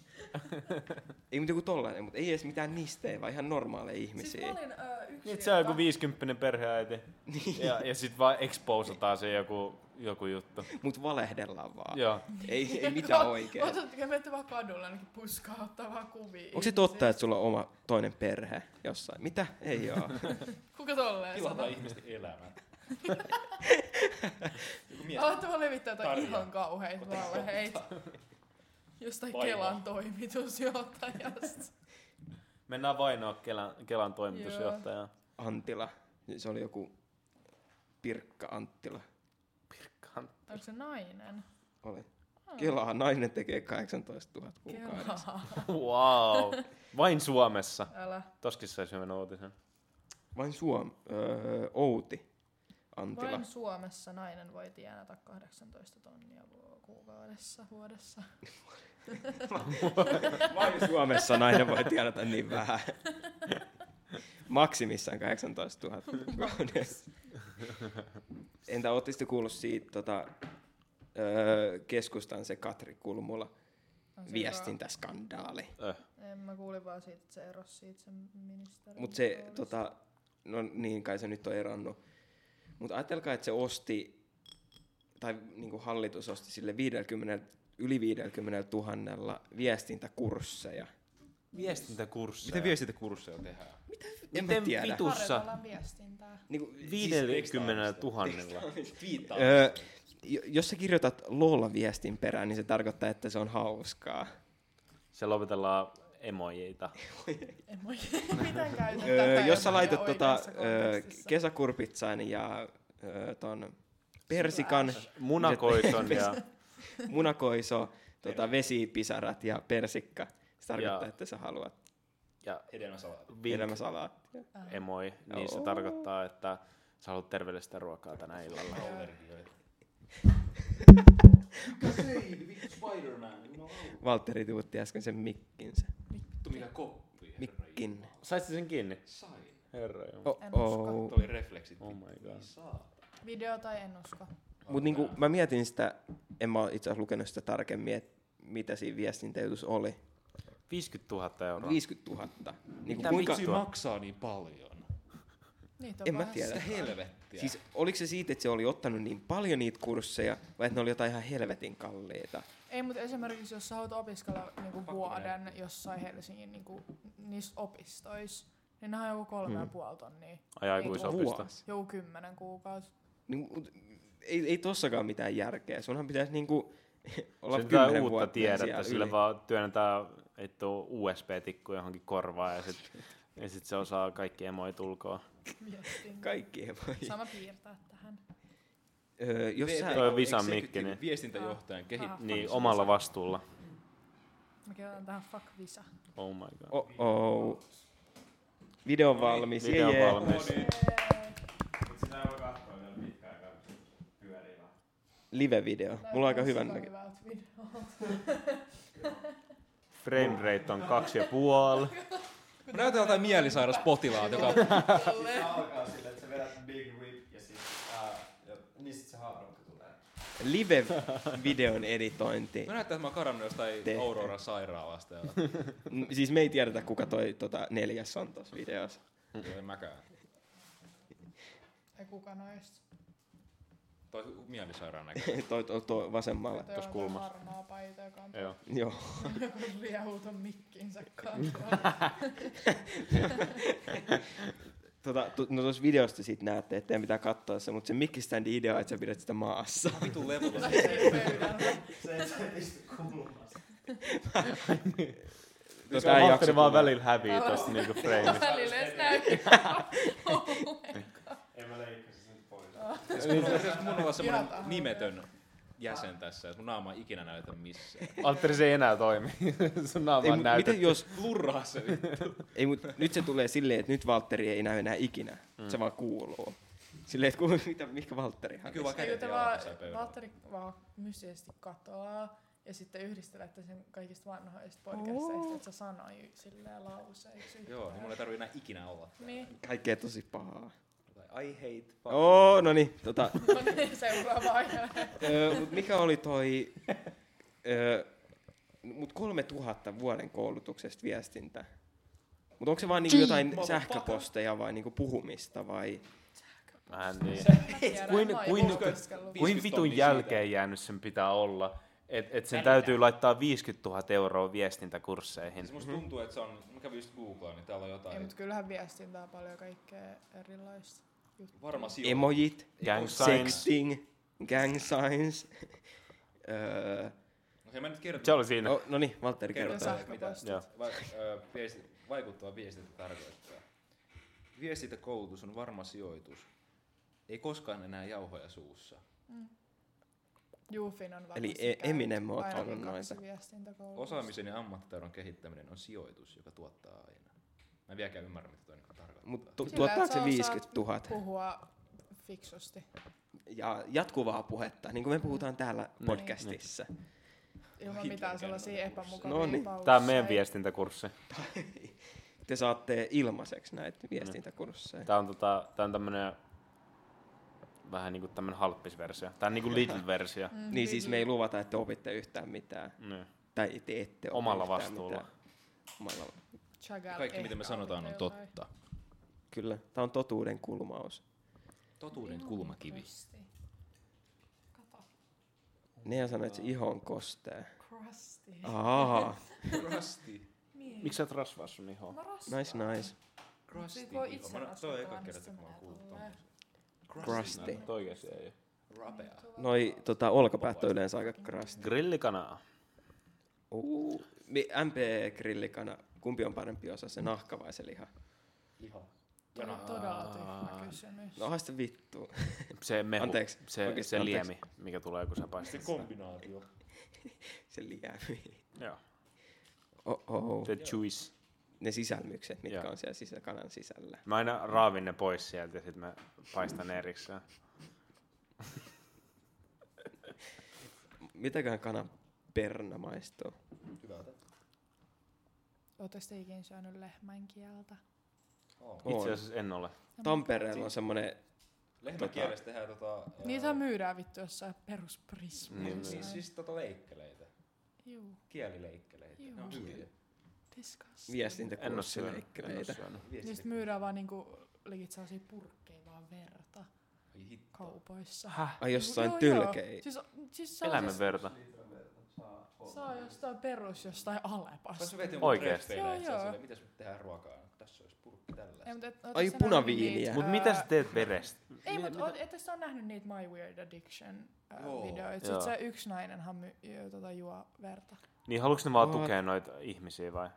[SPEAKER 3] Ei mutta joku tollainen, mutta ei edes mitään nistejä, vaan ihan normaaleja
[SPEAKER 5] Siis mä
[SPEAKER 3] ihmisiä.
[SPEAKER 5] olin ö, yksi
[SPEAKER 2] Niin, se on joku 50 perheäiti. Ja, ja sit vaan exposataan se joku, joku juttu.
[SPEAKER 3] Mut valehdellaan vaan.
[SPEAKER 2] Joo.
[SPEAKER 3] Ei, ei mitään oikein.
[SPEAKER 5] Otatko menette vaan kadulla ainakin puskaa ottaa vaan kuvia.
[SPEAKER 3] Onko se totta, että sulla on oma toinen perhe jossain? Mitä? Ei oo.
[SPEAKER 5] Kuka tolleen sanoo?
[SPEAKER 1] Pilataan ihmisten elämää. Joku mies
[SPEAKER 5] Alatte vaan levittää jotain
[SPEAKER 1] Tarjoaa.
[SPEAKER 5] ihan kauheita
[SPEAKER 1] Kotona
[SPEAKER 5] valheita. Jostain
[SPEAKER 1] Vaivaa.
[SPEAKER 5] Kelan toimitusjohtajasta.
[SPEAKER 2] Mennään vainoa Kelan, Kelan toimitusjohtajaan.
[SPEAKER 3] Antila. Niin Se oli joku Pirkka Anttila.
[SPEAKER 2] Pirkkaan.
[SPEAKER 5] Onko se nainen?
[SPEAKER 3] Oli. Kelaa, nainen tekee 18 000 kuukaudessa.
[SPEAKER 5] Kelaa.
[SPEAKER 2] Wow. Vain Suomessa.
[SPEAKER 5] Älä.
[SPEAKER 2] Toskin saisi hyvän uutisen.
[SPEAKER 3] Vain Suom, öö, Outi Antila.
[SPEAKER 5] Vain Suomessa nainen voi tienata 18 tonnia vu- kuukaudessa vuodessa.
[SPEAKER 3] Vain Suomessa nainen voi tienata niin vähän. Maksimissaan 18 000 vuodessa. Entä ootte sitten kuullut siitä tota, öö, keskustan se Katri Kulmula
[SPEAKER 5] On se
[SPEAKER 3] viestintäskandaali?
[SPEAKER 2] Öh.
[SPEAKER 5] hyvä. En mä kuulin vaan siitä, että se erosi siitä sen ministerin.
[SPEAKER 3] Mutta se,
[SPEAKER 5] roolista.
[SPEAKER 3] tota, no niin kai se nyt on erannut. Mutta ajatelkaa, että se osti, tai niinku hallitus osti sille 50, yli 50 000 viestintäkursseja.
[SPEAKER 2] Viestintäkursseja.
[SPEAKER 1] Miten viestintäkursseja tehdään?
[SPEAKER 3] En mä
[SPEAKER 2] Miten
[SPEAKER 3] tiedä.
[SPEAKER 2] vitu- tussa?
[SPEAKER 5] Harjoitellaan viestintää.
[SPEAKER 3] Niinku, siis,
[SPEAKER 2] 50 000.
[SPEAKER 1] Viittaa.
[SPEAKER 3] öö, jo- jos sä kirjoitat LOL-viestin perään, niin se tarkoittaa, että se on hauskaa.
[SPEAKER 2] Se lopetellaan emojiita.
[SPEAKER 5] En voi mitään käytä
[SPEAKER 3] Öö,
[SPEAKER 5] tätä
[SPEAKER 3] jos sä
[SPEAKER 5] enää
[SPEAKER 3] laitat tota,
[SPEAKER 5] oikeassa
[SPEAKER 3] öö,
[SPEAKER 5] kontekstissa.
[SPEAKER 3] kesäkurpitsain ja öö, ton persikan,
[SPEAKER 2] Munakoison ja
[SPEAKER 3] munakoiso, tota, vesipisarat ja persikka, se tarkoittaa,
[SPEAKER 2] Ja-
[SPEAKER 3] että sä haluat
[SPEAKER 1] Hedelmäsalaatti.
[SPEAKER 2] vink
[SPEAKER 3] elämäsalaattia.
[SPEAKER 5] Äh,
[SPEAKER 2] emoi, niin se
[SPEAKER 3] Oo.
[SPEAKER 2] tarkoittaa, että sä haluat terveellistä ruokaa tänä illalla.
[SPEAKER 1] Allergioita.
[SPEAKER 3] Valtteri tuutti äsken sen mikkinsä.
[SPEAKER 1] Vittu mikä koppi.
[SPEAKER 3] Mikkin.
[SPEAKER 2] Saisit sen kiinni?
[SPEAKER 1] Sain.
[SPEAKER 2] Herra joo.
[SPEAKER 3] Oh,
[SPEAKER 5] En
[SPEAKER 3] oh.
[SPEAKER 1] Tuli refleksit.
[SPEAKER 2] Oh my god.
[SPEAKER 1] Saa.
[SPEAKER 5] Video tai en usko.
[SPEAKER 3] Mut niinku, mä mietin sitä, en mä oo itse asiassa lukenut sitä tarkemmin, että mitä siinä viestintäjutus oli.
[SPEAKER 2] 50 000 euroa.
[SPEAKER 3] 50 000. Niinku
[SPEAKER 2] Mitä
[SPEAKER 1] Niin
[SPEAKER 3] kuinka,
[SPEAKER 2] vitsi?
[SPEAKER 1] maksaa niin paljon?
[SPEAKER 5] Niitä
[SPEAKER 3] En mä
[SPEAKER 5] vähän
[SPEAKER 3] tiedä.
[SPEAKER 1] Mitä
[SPEAKER 5] sekaan.
[SPEAKER 1] helvettiä?
[SPEAKER 3] Siis oliko se siitä, että se oli ottanut niin paljon niitä kursseja, vai että ne oli jotain ihan helvetin kalliita?
[SPEAKER 5] Ei, mutta esimerkiksi jos sä haluat opiskella niinku
[SPEAKER 1] Pakko
[SPEAKER 5] vuoden jossain Helsingin niinku, niissä opistoissa, niin ne on joku kolme
[SPEAKER 3] Hmm.
[SPEAKER 5] ja puoli tonnia.
[SPEAKER 2] Ai aikuisopisto.
[SPEAKER 3] Vuosi.
[SPEAKER 5] Joku kymmenen kuukausi.
[SPEAKER 3] Niin, mut ei, ei tossakaan mitään järkeä. Sunhan pitäisi niinku olla
[SPEAKER 2] Se on
[SPEAKER 3] kymmenen
[SPEAKER 2] uutta
[SPEAKER 3] vuotta
[SPEAKER 2] tiedettä,
[SPEAKER 3] siellä
[SPEAKER 2] sille
[SPEAKER 3] yli.
[SPEAKER 2] vaan työnnetään et USB-tikku johonkin korvaan ja sitten ja sit se osaa kaikki emoit ulkoa.
[SPEAKER 5] Viestin.
[SPEAKER 3] Kaikki ei voi.
[SPEAKER 5] Saa mä piirtää tähän.
[SPEAKER 3] Öö, jos sä,
[SPEAKER 2] Toi on Visan
[SPEAKER 1] Executive
[SPEAKER 2] mikki, niin.
[SPEAKER 1] Viestintäjohtajan kehittäminen.
[SPEAKER 5] Ah,
[SPEAKER 2] Niin,
[SPEAKER 5] fuck.
[SPEAKER 2] omalla vastuulla.
[SPEAKER 5] Mä kirjoitan tähän fuck visa.
[SPEAKER 2] Oh my god.
[SPEAKER 3] oh, oh. Video on valmis.
[SPEAKER 2] Video on
[SPEAKER 3] jee, jee.
[SPEAKER 2] valmis.
[SPEAKER 4] Mut sitä ei voi katsoa vielä pitkään aikaa, kun se pyörii vähän.
[SPEAKER 3] Live-video. Mulla on aika hyvän näkö.
[SPEAKER 2] Frame rate on kaksi ja puoli.
[SPEAKER 1] Näytä jotain mielisairas potilaat, joka
[SPEAKER 4] Se alkaa sillä, että sä vedät big whip ja sit, ää, ja, niin sit se haarukka tulee.
[SPEAKER 3] Live-videon editointi.
[SPEAKER 1] Mä näyttää, että mä oon kadonnut jostain
[SPEAKER 3] Tehty.
[SPEAKER 1] Aurora sairaalasta. Ja...
[SPEAKER 3] N- Siis me ei tiedetä, kuka toi tota, neljäs on tuossa videossa.
[SPEAKER 1] Ei mäkään.
[SPEAKER 5] Ei kuka noista.
[SPEAKER 1] Toi mielisairaan näkee.
[SPEAKER 3] toi, toi, toi vasemmalla.
[SPEAKER 5] Toi
[SPEAKER 2] tossa
[SPEAKER 5] on
[SPEAKER 2] kulmassa.
[SPEAKER 5] harmaa paita, joka on
[SPEAKER 2] Joo.
[SPEAKER 3] Joo.
[SPEAKER 5] joku liehuton mikkinsä kanssa.
[SPEAKER 3] Tota, tu, no tuossa videosta sit näette, että teidän pitää katsoa se, mutta se mikkiständi idea, että sä pidät sitä maassa.
[SPEAKER 1] Vitu levolla.
[SPEAKER 4] Se ei se pysty kulmasta.
[SPEAKER 2] Tota
[SPEAKER 3] ei
[SPEAKER 2] Mahteri vaan
[SPEAKER 3] kuulla.
[SPEAKER 2] välillä hävii tosta niinku frameista.
[SPEAKER 5] Välillä edes näkyy.
[SPEAKER 4] En mä leikkasin sen pois.
[SPEAKER 1] Mun on pitäis mun olla semmonen
[SPEAKER 5] Pirataan.
[SPEAKER 1] nimetön jäsen tässä, että mun naama ei ikinä näytä missään.
[SPEAKER 2] Alteri se ei enää toimi. Sun naama
[SPEAKER 3] Ei,
[SPEAKER 2] on
[SPEAKER 3] mut, miten
[SPEAKER 2] näytetty.
[SPEAKER 3] jos,
[SPEAKER 1] Lurraa se vittu.
[SPEAKER 3] ei, mut, nyt se tulee silleen, että nyt Valtteri ei näy enää ikinä. Mm. Se vaan kuuluu. Silleen, että ku, mitä, mikä Valtterihan
[SPEAKER 1] Kyllä vaan
[SPEAKER 5] Eikö
[SPEAKER 1] kädet
[SPEAKER 5] te
[SPEAKER 1] ja
[SPEAKER 5] vaan,
[SPEAKER 1] jalat jossain pöydällä.
[SPEAKER 5] Valtteri vaan mystisesti katoaa ja sitten yhdistelette sen kaikista vanhoista podcasteista, että sä sanoi silleen lauseiksi.
[SPEAKER 1] Joo, niin mun ei tarvi enää ikinä olla.
[SPEAKER 5] Niin,
[SPEAKER 3] Kaikkea tosi pahaa.
[SPEAKER 1] Tai I hate fuck.
[SPEAKER 3] Oo, no niin. Tota,
[SPEAKER 5] no niin, seuraava aihe.
[SPEAKER 3] öö, mut mikä oli toi... Öö, mut 3000 vuoden koulutuksesta viestintä. Mutta onko se vaan niinku jotain sähköposteja vai niinku puhumista vai...
[SPEAKER 2] Vähän niin. Kuin-
[SPEAKER 5] Kuin,
[SPEAKER 2] kuin-
[SPEAKER 5] kuin, kuin,
[SPEAKER 2] Kuin
[SPEAKER 1] 50
[SPEAKER 2] vitun
[SPEAKER 1] tonnia
[SPEAKER 2] jälkeen jäänyt sen pitää olla? Että et sen
[SPEAKER 1] Tänään.
[SPEAKER 2] täytyy laittaa 50 000 euroa viestintäkursseihin.
[SPEAKER 1] Siis musta tuntuu, että se on, mä kävin just googlaan, niin täällä on
[SPEAKER 5] Ei,
[SPEAKER 1] jotain.
[SPEAKER 5] mutta kyllähän viestintää on paljon kaikkea erilaista.
[SPEAKER 1] Varma sijoitus.
[SPEAKER 3] Emojit,
[SPEAKER 2] Gang signs.
[SPEAKER 3] sexting, gang signs. öö,
[SPEAKER 1] No hei, mä nyt kerron.
[SPEAKER 2] Se oli siinä.
[SPEAKER 3] oh, no niin, Valtteri
[SPEAKER 1] Kerrotaan,
[SPEAKER 5] Kerrotaan.
[SPEAKER 3] kertoo.
[SPEAKER 1] että mitä
[SPEAKER 5] Sähköpostit.
[SPEAKER 1] va-
[SPEAKER 2] Joo.
[SPEAKER 1] ö, viesti, vaikuttava viestintä tarkoittaa. Viestintäkoulutus on varma sijoitus. Ei koskaan enää jauhoja suussa.
[SPEAKER 5] Juufin on varmasti
[SPEAKER 3] Eli E-
[SPEAKER 5] käynyt
[SPEAKER 3] Eminem on
[SPEAKER 5] ainakin
[SPEAKER 3] ottanut
[SPEAKER 5] kaksi
[SPEAKER 3] noita.
[SPEAKER 5] viestintäkoulutusta.
[SPEAKER 1] Osaamisen ja ammattitaidon kehittäminen on sijoitus, joka tuottaa aina. Mä en vieläkään ymmärrä, mitä toi niinku tarkoittaa.
[SPEAKER 3] Mutta tu-
[SPEAKER 5] Sillä,
[SPEAKER 3] tuottaako
[SPEAKER 5] että
[SPEAKER 3] se
[SPEAKER 5] sä
[SPEAKER 3] 50 000?
[SPEAKER 5] Puhua fiksusti.
[SPEAKER 3] Ja jatkuvaa puhetta, niin kuin me puhutaan täällä podcastissa.
[SPEAKER 5] Ilman
[SPEAKER 1] Hitler
[SPEAKER 5] mitään sellaisia
[SPEAKER 1] käynyt
[SPEAKER 5] epämukavia
[SPEAKER 3] No
[SPEAKER 5] no,
[SPEAKER 3] niin.
[SPEAKER 5] niin.
[SPEAKER 2] Tää on meidän viestintäkurssi.
[SPEAKER 3] Te saatte ilmaiseksi näitä viestintäkursseja.
[SPEAKER 2] Tää on, tota, tää on tämmönen vähän niinku tämmönen halppisversio. Tää on niinku little-versio.
[SPEAKER 5] Mm-hmm.
[SPEAKER 3] Niin siis me ei luvata, että te opitte yhtään mitään.
[SPEAKER 2] Niin.
[SPEAKER 3] Tai te ette opi
[SPEAKER 2] Omalla
[SPEAKER 3] yhtään
[SPEAKER 2] vastuulla.
[SPEAKER 3] mitään. Omalla
[SPEAKER 1] Kaikki, mitä me sanotaan, on totta.
[SPEAKER 3] Kyllä, tämä on totuuden kulmaus.
[SPEAKER 1] Totuuden kulmakivi.
[SPEAKER 5] Kato,
[SPEAKER 3] Ne sanoi, että se iho on kostea.
[SPEAKER 5] krusty.
[SPEAKER 3] Ah. Aa,
[SPEAKER 1] Rasti.
[SPEAKER 5] Niin.
[SPEAKER 2] Miksi sä et rasvaa sun ihoa?
[SPEAKER 5] Mä rasvaan.
[SPEAKER 3] nice nice.
[SPEAKER 1] Rasti.
[SPEAKER 5] Sit voi itse
[SPEAKER 1] Toi on
[SPEAKER 5] rasvata,
[SPEAKER 1] eka
[SPEAKER 5] niin
[SPEAKER 1] kerta,
[SPEAKER 5] sitten
[SPEAKER 1] kun mä oon
[SPEAKER 5] tulee
[SPEAKER 1] kuullut
[SPEAKER 5] tolleen.
[SPEAKER 1] tommosen. Niin,
[SPEAKER 3] Krusty.
[SPEAKER 1] Krusty.
[SPEAKER 2] Oikeesti ei.
[SPEAKER 1] Rapea.
[SPEAKER 3] Noi tota, olkapäät on yleensä aika krasti.
[SPEAKER 2] Grillikanaa.
[SPEAKER 3] Uh, MP-grillikana, kumpi on parempi osa, se nahka vai se liha?
[SPEAKER 1] Iho.
[SPEAKER 5] Toi on Todella tyhmä kysymys.
[SPEAKER 3] No haista vittu.
[SPEAKER 2] Se mehu.
[SPEAKER 3] Anteeksi,
[SPEAKER 2] Se,
[SPEAKER 3] oikeesti
[SPEAKER 2] se
[SPEAKER 3] anteeksi.
[SPEAKER 2] liemi, mikä tulee, kun sä paistat sitä.
[SPEAKER 1] kombinaatio.
[SPEAKER 3] Se liävi.
[SPEAKER 2] Joo.
[SPEAKER 3] Oh, oh.
[SPEAKER 2] Se juice.
[SPEAKER 3] Ne sisälmykset, mitkä
[SPEAKER 2] Joo.
[SPEAKER 3] on siellä sisä, kanan sisällä.
[SPEAKER 2] Mä aina raavin ne pois sieltä ja sit mä paistan ne erikseen.
[SPEAKER 3] Mitäköhän kanan perna maistuu?
[SPEAKER 1] Hyvältä.
[SPEAKER 5] Ootteko te ikinä syönyt lehmän kieltä?
[SPEAKER 1] Oh.
[SPEAKER 2] Itse
[SPEAKER 3] On.
[SPEAKER 2] asiassa en ole.
[SPEAKER 3] Tampereella on semmoinen,
[SPEAKER 1] Lehmäkielessä tehdään tota... ää,
[SPEAKER 5] Niitä myydään vittu jossain
[SPEAKER 3] Niin,
[SPEAKER 5] perusprismoissa.
[SPEAKER 1] Siis, siis tota leikkeleitä.
[SPEAKER 5] Juu,
[SPEAKER 1] Kielilleikkeleitä. Ne on
[SPEAKER 5] Juu.
[SPEAKER 1] hyviä.
[SPEAKER 2] En oo
[SPEAKER 5] disgusting.
[SPEAKER 2] syönyt. En oo
[SPEAKER 3] viestintäkurssileikkeleitä.
[SPEAKER 2] syönyt.
[SPEAKER 5] Niistä myydään vaan niinku legit sellaisia purkkeja vaan verta
[SPEAKER 1] Ai hitto.
[SPEAKER 5] kaupoissa.
[SPEAKER 2] Häh?
[SPEAKER 3] Ai jossain
[SPEAKER 5] Joo, joo.
[SPEAKER 3] tylkei.
[SPEAKER 5] Siis, siis saa,
[SPEAKER 2] Elämän
[SPEAKER 5] siis,
[SPEAKER 2] verta.
[SPEAKER 5] saa jostain perus jostain alepasta.
[SPEAKER 1] Tässä veti
[SPEAKER 2] Oikeesti?
[SPEAKER 5] Joo,
[SPEAKER 1] Joo,
[SPEAKER 5] joo.
[SPEAKER 1] joo. Silleen, mitäs me tehdään ruokaa? No, Tässä olisi purkki
[SPEAKER 5] Ei,
[SPEAKER 1] tällaista.
[SPEAKER 5] mut et, ootteko
[SPEAKER 3] Ai,
[SPEAKER 5] sä nähnyt
[SPEAKER 3] punaviiniä.
[SPEAKER 5] niitä,
[SPEAKER 2] Mut
[SPEAKER 5] ää,
[SPEAKER 2] mitä sä teet verestä?
[SPEAKER 5] Ei,
[SPEAKER 2] Mi-
[SPEAKER 5] mutta
[SPEAKER 2] mitä-
[SPEAKER 5] ette sä ole nähnyt niitä My Weird Addiction äh,
[SPEAKER 1] Joo.
[SPEAKER 5] videoita.
[SPEAKER 2] Joo.
[SPEAKER 5] Sitten se yksi nainenhan my, jo, tota, juo verta.
[SPEAKER 2] Niin haluatko ne vaan
[SPEAKER 3] What?
[SPEAKER 2] tukea noita ihmisiä vai?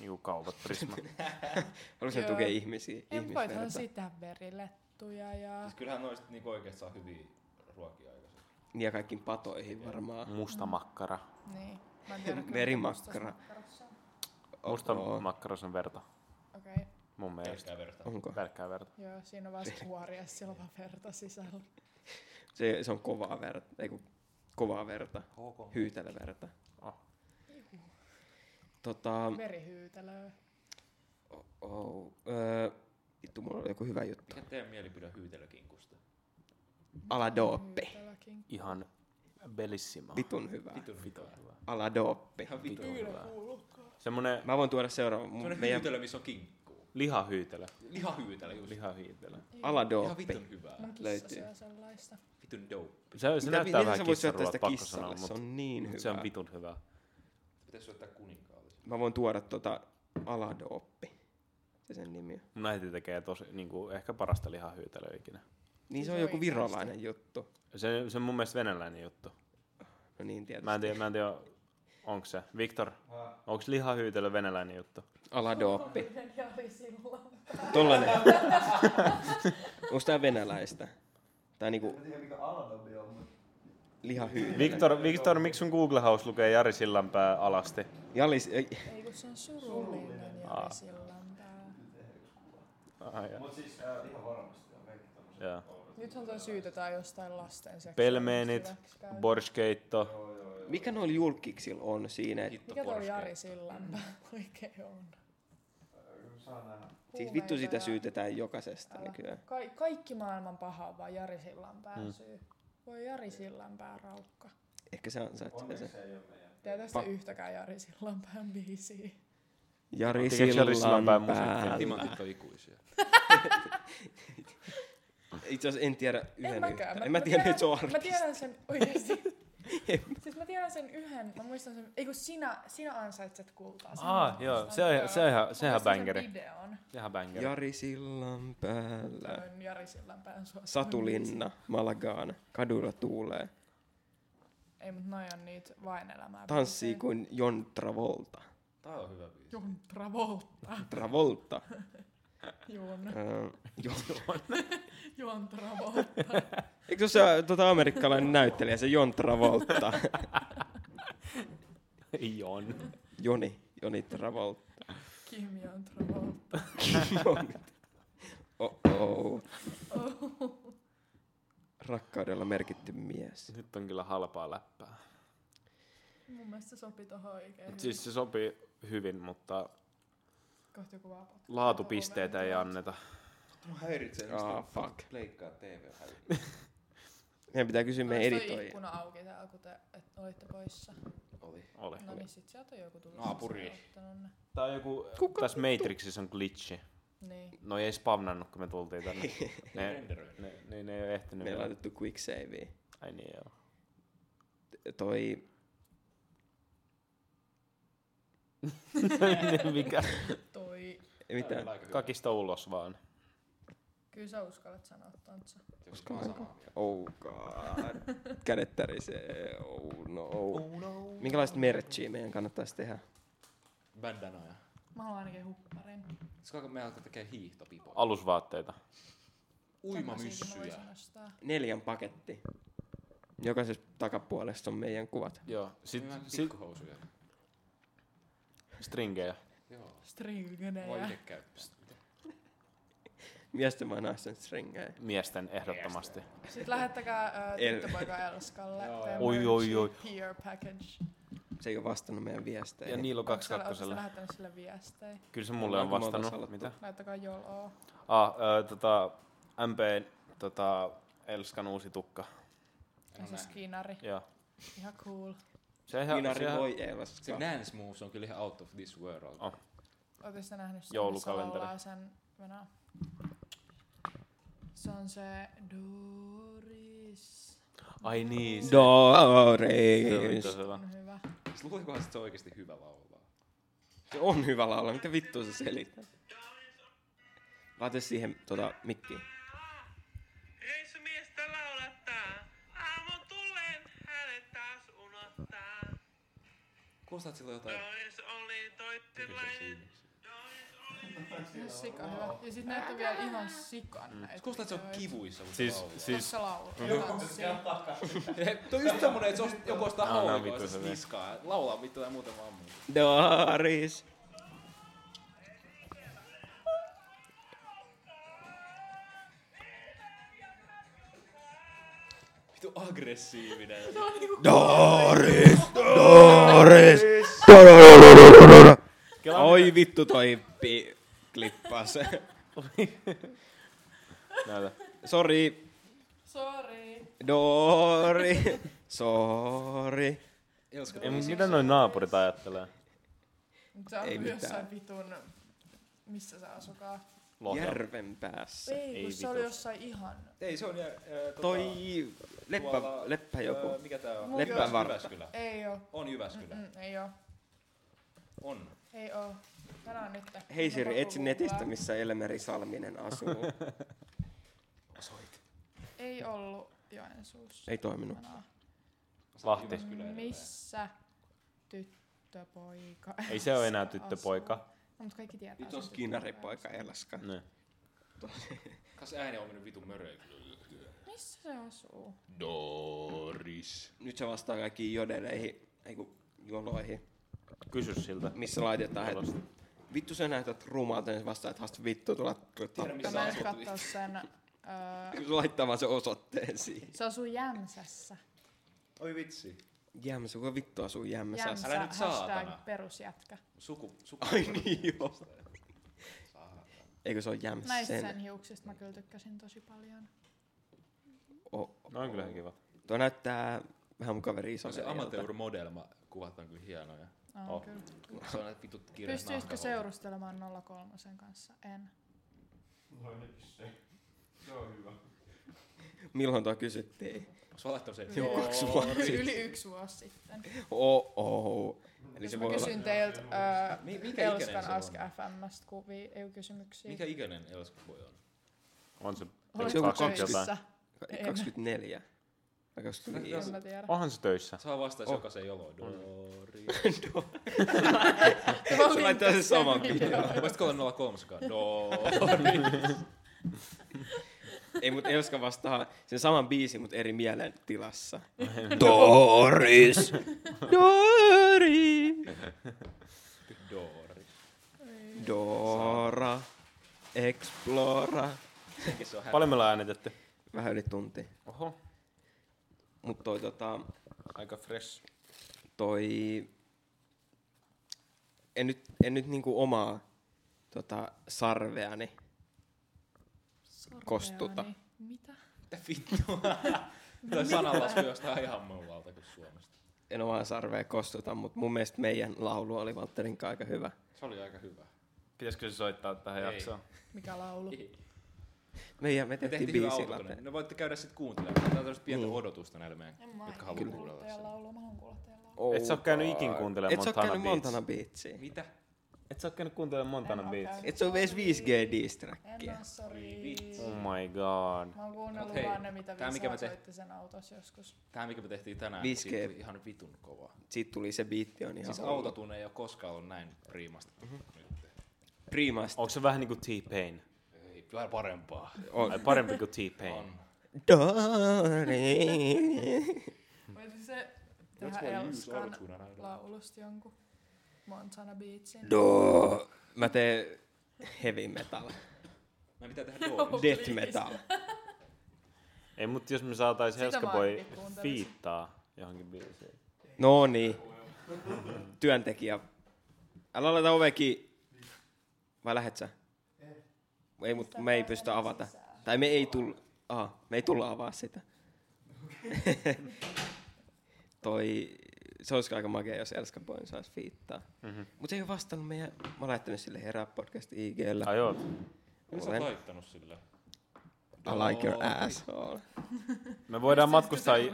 [SPEAKER 2] Niinku kaupat, Prisma.
[SPEAKER 3] Haluaisin
[SPEAKER 5] Joo.
[SPEAKER 3] tukea ihmisiä,
[SPEAKER 5] Ei, mut voithan
[SPEAKER 3] ihmisverta.
[SPEAKER 5] siitä tehdä verilettuja ja...
[SPEAKER 1] Siis kyllähän noista niinku oikeesti saa hyviä ruokia aikaisemmin.
[SPEAKER 3] Ja kaikkiin patoihin varmaan.
[SPEAKER 2] Musta makkara.
[SPEAKER 5] Niin. Mä en tiedä, kyllä
[SPEAKER 3] Verimakkara.
[SPEAKER 5] mustassa makkarassa on.
[SPEAKER 2] Musta
[SPEAKER 3] Oo.
[SPEAKER 2] makkaras on verta.
[SPEAKER 5] Okei, okay.
[SPEAKER 2] Mun mielestä.
[SPEAKER 1] Pelkkää verta.
[SPEAKER 3] Onko?
[SPEAKER 2] Pelkkää verta.
[SPEAKER 5] joo, siinä on vaan kuoria, sillä on vaan verta sisällä.
[SPEAKER 3] Se, se on kovaa verta, ei kun kovaa verta,
[SPEAKER 1] HK.
[SPEAKER 3] hyytävä verta.
[SPEAKER 2] Oh.
[SPEAKER 3] Tota,
[SPEAKER 5] Verihyytelöä.
[SPEAKER 3] oh, oh, öö, vittu, mulla oli joku hyvä juttu.
[SPEAKER 1] Mikä teidän mielipide on hyytelökinkusta?
[SPEAKER 3] Aladooppi.
[SPEAKER 5] Hyytelökin.
[SPEAKER 2] Ihan bellissima.
[SPEAKER 3] Vitun hyvä.
[SPEAKER 1] Vitun hyvää.
[SPEAKER 3] Aladooppi.
[SPEAKER 1] Ihan
[SPEAKER 2] Vitun
[SPEAKER 1] vitun.
[SPEAKER 2] hyvää. Semmonen
[SPEAKER 3] Mä voin tuoda seuraavan. Mun,
[SPEAKER 1] Semmoinen
[SPEAKER 3] meidän
[SPEAKER 1] hyytelö, missä on kinkkuu.
[SPEAKER 2] lihahyytelö.
[SPEAKER 1] Lihahyytelö just.
[SPEAKER 2] Lihahyytelö.
[SPEAKER 1] Ihan
[SPEAKER 3] aladooppi.
[SPEAKER 1] vitun hyvää.
[SPEAKER 5] Mun kissa
[SPEAKER 3] löytyy.
[SPEAKER 5] syö sellaista.
[SPEAKER 1] Vitun dope.
[SPEAKER 2] Se, se
[SPEAKER 3] Mitä-
[SPEAKER 2] näyttää
[SPEAKER 3] miten
[SPEAKER 2] vähän
[SPEAKER 3] sä voit syöttää
[SPEAKER 2] kissaruolta,
[SPEAKER 3] sitä
[SPEAKER 2] pakko sanoa,
[SPEAKER 3] kissalle? Se
[SPEAKER 2] mutta
[SPEAKER 3] on niin hyvä.
[SPEAKER 2] se on vitun hyvä.
[SPEAKER 1] Pitäis syöttää kuninkaallis.
[SPEAKER 3] Mä voin tuoda tota aladooppi. Se sen nimi on.
[SPEAKER 2] Mun äiti tekee tosi, niin kuin, ehkä parasta lihahyytelöä ikinä.
[SPEAKER 3] Niin se
[SPEAKER 5] Siis Se
[SPEAKER 3] on
[SPEAKER 5] on
[SPEAKER 3] joku
[SPEAKER 5] oikeasti.
[SPEAKER 3] virolainen juttu.
[SPEAKER 2] Se, se on mun mielestä venäläinen juttu.
[SPEAKER 3] No niin tietysti.
[SPEAKER 2] Mä en tiedä, mä en tiedä onko se. Viktor, onko lihahyytelö venäläinen juttu?
[SPEAKER 3] Aladooppi.
[SPEAKER 5] Toinen Jari Sillan.
[SPEAKER 3] Tollanen. Onks tää venäläistä? Tai niinku
[SPEAKER 4] En tiedä mikä Aladobi on, mutta
[SPEAKER 3] lihahyytelö.
[SPEAKER 2] Viktor, Viktor miksi sun Google-haus lukee Jari Sillanpää alasti?
[SPEAKER 3] Jallis, ei,
[SPEAKER 5] Ei kun se on surullinen
[SPEAKER 2] Aa.
[SPEAKER 5] Jari Sillanpää.
[SPEAKER 2] Ai, ja.
[SPEAKER 4] mut siis äh, ihan varmasti on kaikki tommoset.
[SPEAKER 2] Joo.
[SPEAKER 5] Nythän toi syytetään jostain lasten seksuaalista
[SPEAKER 2] Pelmeenit,
[SPEAKER 5] hyväksikäytöstä.
[SPEAKER 2] Borschkeitto.
[SPEAKER 4] Joo, joo, joo.
[SPEAKER 3] mikä noilla julkiksilla on siinä? Et,
[SPEAKER 1] Hitto
[SPEAKER 5] Mikä toi
[SPEAKER 1] porske.
[SPEAKER 5] Jari siis? Sillanpää oikein on?
[SPEAKER 4] Äh, Saa nähdä.
[SPEAKER 3] siis
[SPEAKER 5] Huumeita
[SPEAKER 3] vittu sitä
[SPEAKER 5] ja-
[SPEAKER 3] syytetään jokaisesta
[SPEAKER 5] Älä.
[SPEAKER 3] nykyään.
[SPEAKER 5] Ka- kaikki maailman paha on vaan Jari Sillanpään
[SPEAKER 2] Mm.
[SPEAKER 5] mm. syy. Voi Jari Sillanpää raukka.
[SPEAKER 3] Ehkä se ansaitsee sen.
[SPEAKER 4] Onneksi se ei ole meidän.
[SPEAKER 5] Tää tästä
[SPEAKER 3] Pa-
[SPEAKER 5] yhtäkään Jari Sillanpään biisiä.
[SPEAKER 3] Jari
[SPEAKER 2] Tekeekö Jari Sillanpää
[SPEAKER 3] Sillanpää.
[SPEAKER 2] musiikkia?
[SPEAKER 1] Timantit on ikuisia.
[SPEAKER 3] Itse asiassa en tiedä
[SPEAKER 5] En
[SPEAKER 3] yhden
[SPEAKER 5] mäkään.
[SPEAKER 3] yhtään. En mä tiedä, että se on
[SPEAKER 5] Mä
[SPEAKER 3] artisti.
[SPEAKER 5] tiedän sen oikeesti. siis mä tiedän sen yhden. Mä muistan sen. Ei kun sinä, sinä ansaitset kultaa. Sen
[SPEAKER 2] Aa,
[SPEAKER 5] mä
[SPEAKER 2] joo,
[SPEAKER 5] muistan.
[SPEAKER 2] se on, ihan- se on ihan,
[SPEAKER 5] Mä
[SPEAKER 2] se on ihan
[SPEAKER 5] muistan sen
[SPEAKER 2] bängeri.
[SPEAKER 5] videon.
[SPEAKER 2] Ihan bängeri.
[SPEAKER 3] Jari Sillanpäällä.
[SPEAKER 5] Noin Jari Sillanpään suosittu.
[SPEAKER 3] Satulinna, Malagaan, kadulla tuulee.
[SPEAKER 5] Ei mut noi on niitä vain elämää.
[SPEAKER 3] Tanssii
[SPEAKER 5] biisejä.
[SPEAKER 3] kuin John Travolta.
[SPEAKER 1] Tää on hyvä biisi.
[SPEAKER 5] Jon Travolta.
[SPEAKER 3] Travolta.
[SPEAKER 5] Jon,
[SPEAKER 3] Öö, John.
[SPEAKER 5] Jon Travolta.
[SPEAKER 3] Eikö se ole se tota, amerikkalainen näyttelijä, se John Travolta?
[SPEAKER 2] Jon.
[SPEAKER 3] Joni, Joni Travolta.
[SPEAKER 5] Kim Jon Travolta.
[SPEAKER 3] Joni. Oh, oh. Rakkaudella merkitty mies.
[SPEAKER 2] Nyt on kyllä halpaa läppää.
[SPEAKER 5] Mun mielestä se sopi tohon oikein. hyvin.
[SPEAKER 2] Siis se sopii hyvin, mutta
[SPEAKER 5] Kohta joku vaan potkaa.
[SPEAKER 2] laatupisteitä ei
[SPEAKER 5] Tuolla-
[SPEAKER 2] anneta.
[SPEAKER 1] Mua häiritsee, mistä
[SPEAKER 3] Ah,
[SPEAKER 1] ah,
[SPEAKER 3] fuck.
[SPEAKER 1] fuck. leikkaa TV häiritsee.
[SPEAKER 3] Meidän pitää kysyä meidän
[SPEAKER 5] Oliko toi
[SPEAKER 3] editoijia.
[SPEAKER 5] ikkuna auki täällä, kun te et olitte poissa.
[SPEAKER 1] Oli.
[SPEAKER 2] Ole.
[SPEAKER 5] No niin, sit sieltä on joku tullut.
[SPEAKER 1] Naapuri.
[SPEAKER 5] sisään ja ottanut ne.
[SPEAKER 2] Tää on joku,
[SPEAKER 3] Kuka
[SPEAKER 2] tässä Matrixissa on glitchi.
[SPEAKER 5] Niin.
[SPEAKER 2] No ei spavnannut, kun me tultiin tänne. Ne,
[SPEAKER 1] Renderöi.
[SPEAKER 2] ne, ne, ne ei ole ehtinyt
[SPEAKER 3] Me ei
[SPEAKER 2] vielä.
[SPEAKER 3] laitettu quick savea.
[SPEAKER 2] Ai niin joo.
[SPEAKER 3] Toi
[SPEAKER 2] Mikä?
[SPEAKER 5] Toi.
[SPEAKER 3] Ei mitään.
[SPEAKER 2] Kakista ulos vaan.
[SPEAKER 5] Kyllä sä uskallat sanoa tontsa.
[SPEAKER 1] Koska on samaa mieltä.
[SPEAKER 3] Oh god. Kädet tärisee. Oh no. Minkälaista merchia meidän kannattaisi tehdä?
[SPEAKER 1] Bandanoja.
[SPEAKER 5] Mä haluan ainakin hupparin.
[SPEAKER 1] Koska me alkaa tekee hiihtopipoja.
[SPEAKER 2] Alusvaatteita.
[SPEAKER 5] Tämmösiäkin mä
[SPEAKER 1] Uimamyssyjä.
[SPEAKER 5] voisin ostaa.
[SPEAKER 3] Neljän paketti. Jokaisessa takapuolessa on meidän kuvat.
[SPEAKER 2] Joo.
[SPEAKER 1] Sitten
[SPEAKER 2] Sitten sit
[SPEAKER 1] pikkuhousuja.
[SPEAKER 2] stringejä.
[SPEAKER 1] Joo. Voi
[SPEAKER 5] Stringenejä.
[SPEAKER 1] itse käyttää.
[SPEAKER 3] Miesten vai naisten stringejä?
[SPEAKER 2] Miesten ehdottomasti.
[SPEAKER 5] Sitten lähettäkää uh,
[SPEAKER 3] El-
[SPEAKER 5] tyttöpoika Elskalle.
[SPEAKER 1] Joo,
[SPEAKER 5] teidän
[SPEAKER 1] joo.
[SPEAKER 2] Oi, oi,
[SPEAKER 5] merchia,
[SPEAKER 2] oi.
[SPEAKER 5] Peer package.
[SPEAKER 3] Se ei ole vastannut meidän Niin viesteihin.
[SPEAKER 2] Ja niin, Niilo
[SPEAKER 5] Onko sillä- ootteko
[SPEAKER 2] 22.
[SPEAKER 5] sä lähettänyt sille viestejä?
[SPEAKER 2] Kyllä se mulle on
[SPEAKER 3] Ollaanko me oltais
[SPEAKER 2] vastannut.
[SPEAKER 3] alettu?
[SPEAKER 2] Mitä?
[SPEAKER 5] Laittakaa joloo.
[SPEAKER 2] Ah, ö, tota, MP, tota, Elskan uusi tukka.
[SPEAKER 5] Ja se skinari.
[SPEAKER 2] Joo.
[SPEAKER 5] Ihan cool.
[SPEAKER 2] Se ihan,
[SPEAKER 3] Minari
[SPEAKER 2] se ihan,
[SPEAKER 3] voi ei ole
[SPEAKER 1] Se dance moves on kyllä ihan out of this world.
[SPEAKER 2] On.
[SPEAKER 5] Ootte sitä nähnyt sen, missä
[SPEAKER 2] Joulukalenteri.
[SPEAKER 5] laulaa sen Venä- Se on se Doris.
[SPEAKER 2] Ai niin, se, se on
[SPEAKER 3] Doris.
[SPEAKER 2] tosi hyvä.
[SPEAKER 5] On hyvä.
[SPEAKER 1] Siis luulikohan, että se on oikeasti hyvä laulaa?
[SPEAKER 3] Se on hyvä laula, mitä vittua se selittää? Laita siihen tota mikkiin.
[SPEAKER 6] Ei se miestä laulattaa. Aamu tulleen hänet taas unohtaa.
[SPEAKER 1] Kuulostaat silloin jotain?
[SPEAKER 6] Doris oli toittilainen.
[SPEAKER 5] Ihan sika hyvä. Ja sit näitä on vielä ihan sikan näitä.
[SPEAKER 1] Kuulostaa, että se on
[SPEAKER 5] videoita.
[SPEAKER 1] kivuissa, kun se
[SPEAKER 2] Siis,
[SPEAKER 1] laulaa.
[SPEAKER 2] Mm. siis
[SPEAKER 5] Tossa laulu. Tanssi.
[SPEAKER 1] Tuo on just semmonen, että se on joku ostaa
[SPEAKER 2] Nää on
[SPEAKER 1] haulikkoa,
[SPEAKER 2] vittu
[SPEAKER 1] no, se
[SPEAKER 2] hyviä.
[SPEAKER 1] niskaa. Laulaa vittu tai muuta vaan muuta.
[SPEAKER 3] Doris.
[SPEAKER 1] Vittu aggressiivinen.
[SPEAKER 3] niinku- Doris. Doris. Doris. Oi vittu toi pi- klippas.
[SPEAKER 2] näytä.
[SPEAKER 3] Sori.
[SPEAKER 5] Sori.
[SPEAKER 3] Dori. Sori.
[SPEAKER 1] Elska,
[SPEAKER 2] Ei, mut mitä noin naapurit ajattelee?
[SPEAKER 5] Mut Se on
[SPEAKER 3] Ei
[SPEAKER 5] Ei
[SPEAKER 3] mitään.
[SPEAKER 5] jossain vitun... Missä sä asukaa?
[SPEAKER 2] Lohja.
[SPEAKER 3] Järven päässä.
[SPEAKER 5] Ei, kun
[SPEAKER 2] Ei
[SPEAKER 5] se oli
[SPEAKER 2] vitus.
[SPEAKER 5] jossain ihan...
[SPEAKER 1] Ei, se on... jä- ää, tota,
[SPEAKER 3] Toi leppä,
[SPEAKER 1] tuolla,
[SPEAKER 3] leppä
[SPEAKER 1] ää,
[SPEAKER 3] joku.
[SPEAKER 1] Mikä tää on?
[SPEAKER 5] Leppä
[SPEAKER 1] Jyväs-
[SPEAKER 3] vartta.
[SPEAKER 1] Jyväskylä.
[SPEAKER 5] Ei oo.
[SPEAKER 1] On Jyväskylä.
[SPEAKER 5] Mm, ei oo.
[SPEAKER 1] On.
[SPEAKER 5] Ei oo. Tänään nyt.
[SPEAKER 3] Hei Siri, etsi netistä, missä Elmeri Salminen asuu.
[SPEAKER 1] Osoit.
[SPEAKER 5] Ei ollut Joensuussa.
[SPEAKER 3] Ei toiminut.
[SPEAKER 5] Tänään.
[SPEAKER 2] Lahti.
[SPEAKER 1] Jyväskylä edelleen.
[SPEAKER 5] Missä tyttöpoika?
[SPEAKER 2] Ei se ole enää tyttöpoika.
[SPEAKER 5] No, mutta kaikki tietää.
[SPEAKER 3] Nyt
[SPEAKER 5] sen
[SPEAKER 3] on skinnaripoika Elska.
[SPEAKER 2] Ne.
[SPEAKER 1] Kas ääni on mennyt vitun möröön.
[SPEAKER 5] tyttöpoikaa. Missä se asuu?
[SPEAKER 1] Doris.
[SPEAKER 3] Nyt se vastaa kaikkiin jodeleihin, ei kun joloihin,
[SPEAKER 2] Kysy siltä.
[SPEAKER 3] missä laitetaan, että
[SPEAKER 2] Jolosta.
[SPEAKER 3] vittu sä näytät rumalta, niin se vastaa, että hasta vittu tulla
[SPEAKER 1] Tiedä,
[SPEAKER 5] Mä
[SPEAKER 1] missä
[SPEAKER 5] menen
[SPEAKER 1] asut.
[SPEAKER 5] katsoa sen. Öö,
[SPEAKER 3] Kyllä se laittaa vaan se otteen siihen.
[SPEAKER 5] se asuu Jämsässä.
[SPEAKER 1] Oi vitsi.
[SPEAKER 3] Jämsä, kuka vittu asuu jämsässä?
[SPEAKER 5] Jämsä,
[SPEAKER 1] Älä nyt
[SPEAKER 5] hashtag
[SPEAKER 1] saatana.
[SPEAKER 5] perusjätkä.
[SPEAKER 1] Suku, suku.
[SPEAKER 3] Ai niin joo. Eikö se ole
[SPEAKER 5] Näistä sen
[SPEAKER 3] jämsen?
[SPEAKER 5] hiuksista mä kyllä tykkäsin tosi paljon.
[SPEAKER 3] Oh.
[SPEAKER 2] No on kyllä kiva.
[SPEAKER 3] Tuo näyttää vähän mun kaveri
[SPEAKER 1] Se on
[SPEAKER 3] isoverilta.
[SPEAKER 1] se amateur modelma. Kuvat on kyllä hienoja.
[SPEAKER 5] On
[SPEAKER 2] Oh.
[SPEAKER 5] kyllä.
[SPEAKER 1] Se on näitä vitut kirjat
[SPEAKER 5] Pystyisikö seurustelemaan 03 kanssa? En.
[SPEAKER 3] Milloin tuo kysyttiin?
[SPEAKER 1] Onko se laittanut sen?
[SPEAKER 5] Joo.
[SPEAKER 3] Kaksi vuotta sitten.
[SPEAKER 5] Yli yksi vuosi sitten.
[SPEAKER 3] Oh, oh. Eli
[SPEAKER 5] Jos
[SPEAKER 3] se
[SPEAKER 5] Siis mä
[SPEAKER 3] voi olla...
[SPEAKER 5] kysyn teiltä ää,
[SPEAKER 1] Mi- mikä ikäinen
[SPEAKER 5] Elskan
[SPEAKER 1] se on?
[SPEAKER 5] Ask FMstä kuvia, ei oo kysymyksiä.
[SPEAKER 1] Mikä ikäinen Elska voi on?
[SPEAKER 2] On se
[SPEAKER 5] Olet
[SPEAKER 3] joku
[SPEAKER 5] töissä?
[SPEAKER 2] 20 jotain.
[SPEAKER 5] En.
[SPEAKER 3] 24. Vai 25.
[SPEAKER 5] En mä tiedä.
[SPEAKER 1] Ah,
[SPEAKER 2] Onhan se töissä.
[SPEAKER 1] Saa vastaisi
[SPEAKER 3] Oh.
[SPEAKER 1] oh. jokaisen joloin. Doris.
[SPEAKER 3] No.
[SPEAKER 5] Mä
[SPEAKER 3] Se laittaa sen
[SPEAKER 5] linkasin
[SPEAKER 3] saman
[SPEAKER 5] videon.
[SPEAKER 1] Voisitko olla 03 Doris.
[SPEAKER 3] Ei, mutta Elska vastaa sen saman biisin, mutta eri mielen tilassa. Doris! Doris!
[SPEAKER 1] Doris.
[SPEAKER 3] Dora. Explora.
[SPEAKER 1] Sekin se on
[SPEAKER 2] Paljon me ollaan äänitetty.
[SPEAKER 3] Vähän yli tunti.
[SPEAKER 2] Oho,
[SPEAKER 3] Mutta toi, tota,
[SPEAKER 2] aika fresh.
[SPEAKER 3] toi... En nyt, en nyt niinku omaa tota, sarveani.
[SPEAKER 5] Sormeani.
[SPEAKER 3] Kostuta.
[SPEAKER 5] Mitä?
[SPEAKER 1] Mitä vittua? Tämä sananlasku jostain ihan muualta kuin Suomesta.
[SPEAKER 3] En omaa sarvea kostuta, mutta mun mielestä meidän laulu oli Valtterin kanssa aika hyvä.
[SPEAKER 1] Se oli aika hyvä.
[SPEAKER 2] Pitäisikö se soittaa tähän
[SPEAKER 1] Ei.
[SPEAKER 2] jaksoon?
[SPEAKER 5] Mikä laulu?
[SPEAKER 3] Meidän, me
[SPEAKER 1] Me tehtiin
[SPEAKER 3] tehtiin, tehtiin
[SPEAKER 1] hyvä
[SPEAKER 3] biisi
[SPEAKER 1] autokone.
[SPEAKER 3] Latte.
[SPEAKER 1] Ne voitte käydä sitten kuuntelemaan. Tämä on tämmöistä pientä
[SPEAKER 3] Niin.
[SPEAKER 1] odotusta näille meidän,
[SPEAKER 5] En mä
[SPEAKER 1] jotka
[SPEAKER 5] ikinä
[SPEAKER 1] haluaa
[SPEAKER 5] kuullut
[SPEAKER 1] kuunnella
[SPEAKER 5] teidän
[SPEAKER 1] sen.
[SPEAKER 5] laulua, mä haluan kuulla teidän laulua.
[SPEAKER 3] Oh
[SPEAKER 2] Et sä oo käynyt
[SPEAKER 3] god.
[SPEAKER 2] ikin kuuntelemaan
[SPEAKER 3] Et sä oo
[SPEAKER 2] Montana
[SPEAKER 3] käynyt
[SPEAKER 2] Beatsia.
[SPEAKER 3] Montana Beatsia.
[SPEAKER 1] Mitä?
[SPEAKER 2] Et sä oo käynyt kuuntelemaan Montana
[SPEAKER 5] En oo
[SPEAKER 2] Beats.
[SPEAKER 5] käynyt.
[SPEAKER 3] Et se on edes 5G distrackia.
[SPEAKER 5] En oo, sori.
[SPEAKER 1] Vitsi.
[SPEAKER 2] Oh my god.
[SPEAKER 5] Mä oon kuunnellut
[SPEAKER 1] Mut hei,
[SPEAKER 5] vaan ne, mitä
[SPEAKER 1] tää, mikä
[SPEAKER 5] Visa
[SPEAKER 1] mä te-
[SPEAKER 5] soitti sen autossa joskus.
[SPEAKER 1] Tämä, mikä me tehtiin tänään, niin
[SPEAKER 3] 5G.
[SPEAKER 1] siitä tuli ihan vitun kova.
[SPEAKER 3] Siitä tuli se biitti on ihan
[SPEAKER 1] Siis autotune ei ole koskaan ollut näin priimasta.
[SPEAKER 3] Mhm.
[SPEAKER 1] Nyt.
[SPEAKER 3] Primasta.
[SPEAKER 2] Onko se vähän niinku T-Pain?
[SPEAKER 1] Ei, vähän parempaa.
[SPEAKER 2] Ai parempi kuin T-Pain.
[SPEAKER 1] On.
[SPEAKER 3] Dori.
[SPEAKER 1] Hmm.
[SPEAKER 5] Voisi se
[SPEAKER 1] Let's
[SPEAKER 5] tehdä
[SPEAKER 1] go use
[SPEAKER 5] Elskan
[SPEAKER 1] autotune and I don't-
[SPEAKER 5] laulusta jonkun Montana Beatsin.
[SPEAKER 3] Do. Mä teen heavy metal.
[SPEAKER 1] Mä pitää tehdä Doris.
[SPEAKER 3] Death
[SPEAKER 5] Please.
[SPEAKER 3] metal.
[SPEAKER 2] Ei, mut jos me saatais
[SPEAKER 5] Sitä mä
[SPEAKER 2] Helskaboy
[SPEAKER 5] ainakin kuuntelisin.
[SPEAKER 2] fiittaa johonkin biisiin.
[SPEAKER 3] No niin. Työntekijä. Älä laita oveki. Vai lähet sä? Ei, mutta me ei pystytä avata. Tai me ei tulla. Aha, me ei tulla avaa sitä. Toi, se olisi aika makea, jos Elska Boyn saisi fiittaa. Mm-hmm. Mutta se ei ole vastannut meidän, mä oon lähettänyt sille herää podcast IGllä.
[SPEAKER 2] Ai joo.
[SPEAKER 1] Mitä sä
[SPEAKER 3] Olen.
[SPEAKER 1] oot laittanut sille?
[SPEAKER 3] I like your asshole.
[SPEAKER 2] Me voidaan matkustaa...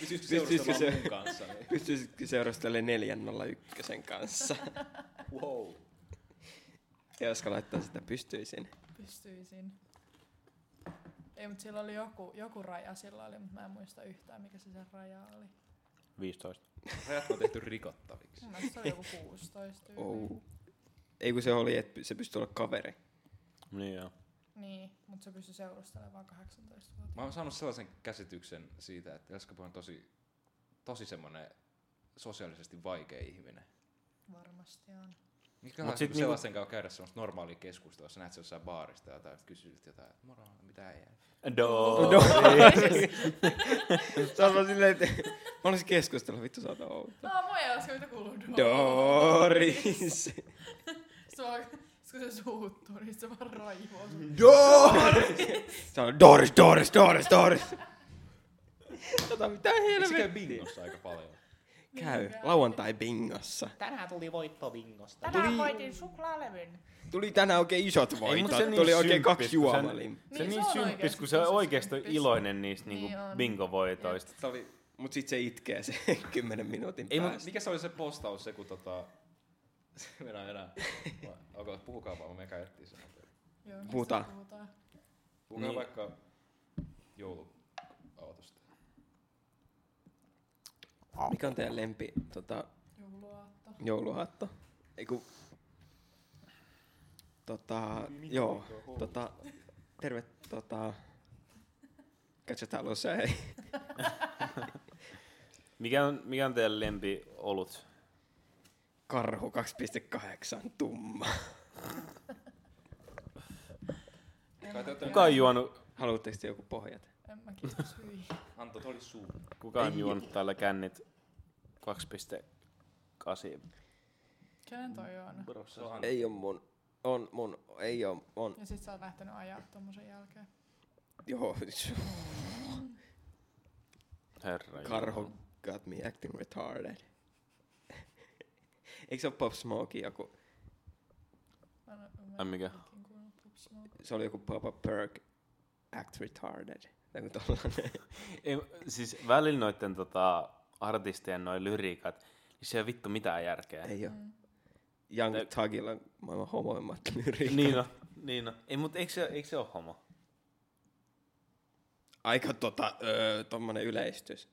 [SPEAKER 1] Pystyisikö se mun kanssa? Niin.
[SPEAKER 3] Pystyisikö seurustelemaan 401 kanssa?
[SPEAKER 1] Wow.
[SPEAKER 3] Ja Oska laittaa sitä pystyisin.
[SPEAKER 5] Pystyisin. Ei, mutta sillä oli joku, joku raja sillä oli, mutta mä en muista yhtään, mikä se sen raja oli.
[SPEAKER 2] 15.
[SPEAKER 1] Rajat on tehty rikottaviksi.
[SPEAKER 5] Mun mielestä se oli joku 16 tyyliin.
[SPEAKER 3] Oh. Ei kun se oli, että se pystyi olla kaveri.
[SPEAKER 2] Niin joo.
[SPEAKER 5] Niin, mutta se pystyi seurustelemaan vaan 18
[SPEAKER 1] Mä oon saanut sellaisen käsityksen siitä, että Jaskapu on tosi, tosi semmonen sosiaalisesti vaikea ihminen.
[SPEAKER 5] Varmasti on.
[SPEAKER 1] Mikä
[SPEAKER 2] Mut
[SPEAKER 1] on
[SPEAKER 2] sit
[SPEAKER 1] sit
[SPEAKER 2] niinku-
[SPEAKER 1] sellaisen kanssa käydä semmoista normaalia keskustelua, jos sä näet se jossain baarista jotain, että kysyt jotain, että moro, mitä Niin. ei
[SPEAKER 2] Do.
[SPEAKER 3] Se on vaan silleen, että mä olisin keskustella, vittu sä oot outo.
[SPEAKER 5] No, moi ei olisi mitä kuuluu.
[SPEAKER 3] Doris.
[SPEAKER 5] Se on, sit kun se suuttuu, niin se vaan raivoo sun.
[SPEAKER 3] Se on Doris, Doris, Doris, Doris. Tota mitä
[SPEAKER 1] Se käy
[SPEAKER 3] helvettiä.
[SPEAKER 1] bingossa aika paljon.
[SPEAKER 3] Käy. Lauantai bingossa.
[SPEAKER 7] Tänään tuli voitto bingosta.
[SPEAKER 5] Tänään voitin suklaalevyn.
[SPEAKER 3] Tuli tänään oikein isot
[SPEAKER 2] Ei, mut
[SPEAKER 3] voitot.
[SPEAKER 2] se niin
[SPEAKER 3] Tuli oikein
[SPEAKER 2] symppis,
[SPEAKER 3] kaksi
[SPEAKER 2] kun sen-
[SPEAKER 3] juomalimppaa.
[SPEAKER 2] Se
[SPEAKER 5] Niin,
[SPEAKER 2] niin
[SPEAKER 5] se on
[SPEAKER 2] symppis,
[SPEAKER 5] oikeesti
[SPEAKER 2] kun se
[SPEAKER 5] tosi
[SPEAKER 2] oikeasti on
[SPEAKER 5] symppis.
[SPEAKER 2] iloinen niistä niinku
[SPEAKER 5] Niin on.
[SPEAKER 2] bingovoitoista.
[SPEAKER 3] Se oli, mut sit se itkee se 10 minuutin
[SPEAKER 1] Ei,
[SPEAKER 3] Ei,
[SPEAKER 1] mut
[SPEAKER 3] päästä.
[SPEAKER 1] mikä se oli se postaus, se kun tota... Mennään enää. Mä- Okei, puhukaa vaan, mä menen käyttiin sen.
[SPEAKER 5] Joo, mistä
[SPEAKER 3] Puhutaan.
[SPEAKER 5] puhutaan.
[SPEAKER 1] Puhukaa
[SPEAKER 3] Niin.
[SPEAKER 1] niin. vaikka jouluautosta.
[SPEAKER 3] Mikä, mikä on teidän lempi tota,
[SPEAKER 5] Jouluaatto.
[SPEAKER 3] jouluhaatto? Eiku... Tota, joo, tota, terve, tota, katsotaan luossa, hei.
[SPEAKER 2] Mikä on, mikä on teidän lempi olut?
[SPEAKER 3] Karhu 2.8, tumma.
[SPEAKER 1] Kai te ootte-
[SPEAKER 2] Kuka on juonut,
[SPEAKER 3] Haluatteko te joku pohjat?
[SPEAKER 5] En mä kiitos hyi.
[SPEAKER 1] Anto, toi oli suu.
[SPEAKER 2] kuka on juonut täällä kännit 2.8?
[SPEAKER 5] Kenen toi on?
[SPEAKER 1] Se on Anto.
[SPEAKER 3] Ei on mun, on mun, ei on, on,
[SPEAKER 5] Ja sit sä oot lähtenyt ajaa tommosen jälkeen.
[SPEAKER 3] joo,
[SPEAKER 2] Herra
[SPEAKER 3] karhu got me acting retarded. Eikö se ole Pop Smokey joku?
[SPEAKER 5] Mä en, mä
[SPEAKER 2] Ai mikä?
[SPEAKER 5] ikin kuunnellut Pop Smokea.
[SPEAKER 3] se oli joku Papa Perk Act Retarded. Tai joku tollanen.
[SPEAKER 2] Ei, siis välillä noiden tota, artistien noin lyriikat, niin se ei vittu mitään järkeä.
[SPEAKER 3] Ei oo.
[SPEAKER 5] Mm.
[SPEAKER 3] Young
[SPEAKER 2] Ei.
[SPEAKER 3] Thugilla on maailman homoimmat lyriikat.
[SPEAKER 2] Niin on, niin on. Ei, mutta eikö se, eikö se ole homo?
[SPEAKER 3] Aika tota, öö, tommonen yleistys.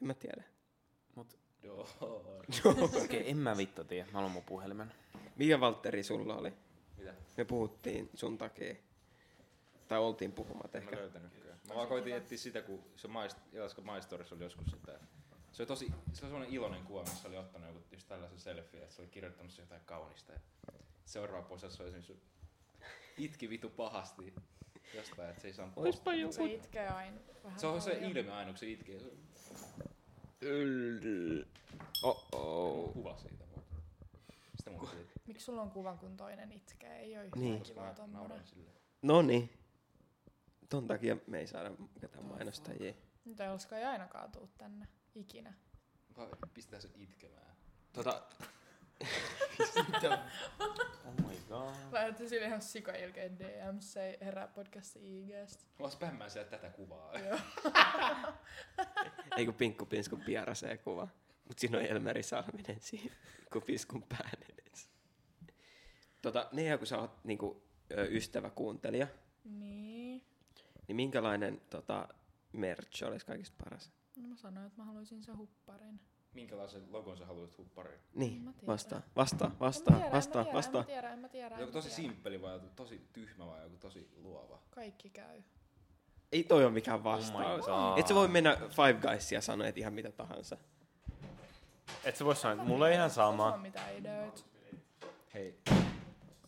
[SPEAKER 3] En mä tiedä.
[SPEAKER 1] Joo.
[SPEAKER 2] Okei, en mä vittu tiedä. Mä haluan mun puhelimen.
[SPEAKER 3] Mikä Valtteri sulla oli?
[SPEAKER 1] Mitä?
[SPEAKER 3] Me puhuttiin sun takia. Tai oltiin puhumat
[SPEAKER 1] En mä
[SPEAKER 3] ehkä.
[SPEAKER 1] löytänytkään. Mä vaan koitin etsiä sitä, kun se maist, Jelaska Maistorissa oli joskus sitä. Se oli tosi, se oli semmoinen iloinen kuva, missä oli ottanut joku just tällaisen selfie, että se oli kirjoittanut siihen jotain kaunista. Ja seuraava posessa se oli esimerkiksi itki vitu pahasti jostain, että se ei saanut
[SPEAKER 3] Oispa
[SPEAKER 1] postia.
[SPEAKER 3] joku-
[SPEAKER 5] Se itkee aina. vähän
[SPEAKER 1] Se on se
[SPEAKER 5] paljon.
[SPEAKER 1] ilme aina, kun se itkee. Se on
[SPEAKER 3] Oh-oh.
[SPEAKER 1] kuva siitä. mutta- Sitten mun piti,
[SPEAKER 5] Miksi sulla on kuvan, kun toinen itkee? Ei oo yhtään
[SPEAKER 3] Niin.
[SPEAKER 1] koska mä
[SPEAKER 5] kivaa tommonen.
[SPEAKER 1] nauran silleen.
[SPEAKER 3] Noni. Ton takia me ei saada ketään mainostajia.
[SPEAKER 5] Nyt ei Oska ei ainakaan tuu tänne. Ikinä.
[SPEAKER 1] Mä pistää se itkemään.
[SPEAKER 3] Tota,
[SPEAKER 2] Oh my god.
[SPEAKER 5] Lähetin sille ihan sika ilkeen DM, se ei herää podcasti IGstä.
[SPEAKER 1] Mä spämmään sieltä tätä kuvaa.
[SPEAKER 5] Joo.
[SPEAKER 3] ei kun Pinkku Pinskun pierasee kuva. Mut siinä on Elmeri Salminen siinä, kun Pinskun pään edessä. Tota, Nea, kun sä oot niinku, ö, ystäväkuuntelija,
[SPEAKER 5] Niin.
[SPEAKER 3] niin minkälainen tota, merch olisi kaikista paras?
[SPEAKER 5] No mä sanoin, että mä haluaisin sen hupparin.
[SPEAKER 1] Minkälaisen logon sä haluat huppariin?
[SPEAKER 3] Niin,
[SPEAKER 5] Mä tiedän.
[SPEAKER 3] vastaa, vastaa, vastaa, vastaa,
[SPEAKER 5] en mä tiedä,
[SPEAKER 3] vastaa.
[SPEAKER 5] En mä tiedä, en mä tiedä. en
[SPEAKER 1] Joku
[SPEAKER 5] mä
[SPEAKER 1] tosi
[SPEAKER 5] tiedä.
[SPEAKER 1] simppeli vai joku tosi tyhmä vai joku tosi luova?
[SPEAKER 5] Kaikki käy.
[SPEAKER 3] Ei toi ole mikään
[SPEAKER 2] Oh my
[SPEAKER 3] vastaus.
[SPEAKER 2] god.
[SPEAKER 3] Et sä voi mennä Five Guysia ja sanoa, että ihan mitä tahansa.
[SPEAKER 2] Et sä voi sanoa, että mulla on ihan
[SPEAKER 5] Sama
[SPEAKER 2] sama.
[SPEAKER 5] mitä ideoita.
[SPEAKER 1] Hei.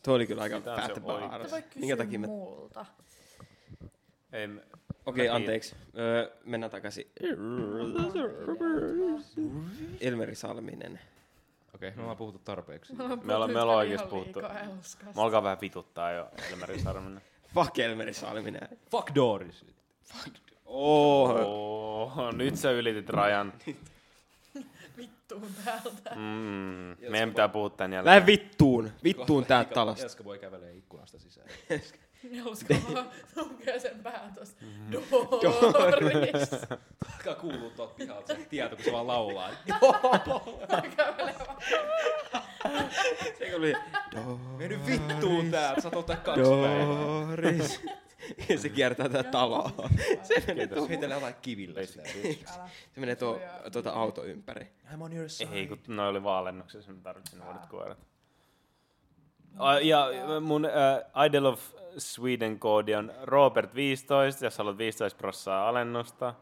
[SPEAKER 3] Tuo oli kyllä aika
[SPEAKER 2] Sitä on se
[SPEAKER 3] fat
[SPEAKER 5] Sä
[SPEAKER 3] bars.
[SPEAKER 5] voi kysyä
[SPEAKER 3] Minkä takia me...
[SPEAKER 5] multa.
[SPEAKER 2] Ei,
[SPEAKER 3] Okei,
[SPEAKER 2] Mä tiedän.
[SPEAKER 3] anteeksi. Öö, mennään takaisin. Elmeri Salminen.
[SPEAKER 1] Okei, okay, me ollaan puhuttu tarpeeksi.
[SPEAKER 2] me ollaan, me ollaan oikeesti puhuttu. Mä
[SPEAKER 5] Mä
[SPEAKER 2] alkaa vähän vituttaa jo Elmeri Sarminen.
[SPEAKER 3] Fuck Elmeri Salminen.
[SPEAKER 1] Fuck Doris.
[SPEAKER 3] Oh.
[SPEAKER 2] Oh, nyt sä ylitit rajan.
[SPEAKER 5] Vittuun täältä.
[SPEAKER 2] Mm, meidän pitää puhua tän jälkeen.
[SPEAKER 3] Lähde vittuun. Vittuun täältä talosta.
[SPEAKER 1] Jaska voi kävelee ikkunasta sisään.
[SPEAKER 5] Ne uskaa lukea sen pään tosta.
[SPEAKER 2] Mhm.
[SPEAKER 5] Dooris.
[SPEAKER 1] Alkaa kuuluu tuolta pihalta se tieto, kun se vaan laulaa.
[SPEAKER 5] Kävelee vaan.
[SPEAKER 3] Se oli
[SPEAKER 1] Mene vittuun täältä, saat ottaa kaksi päivää.
[SPEAKER 3] Doris. ja se kiertää tätä taloa. Se menee,
[SPEAKER 1] Tuu heitellään jotain kivillä sitä.
[SPEAKER 5] Älä.
[SPEAKER 3] se menee tuo,
[SPEAKER 5] Joo.
[SPEAKER 3] tuota auto ympäri.
[SPEAKER 1] I'm on your side.
[SPEAKER 2] Ei, kun noi oli vaalennuksessa, mä tarvitsin uudet koirat. Ah, Ja mun äh, Idol of Sweden koodi on Robert 15, jos haluat 15 prossaa alennusta.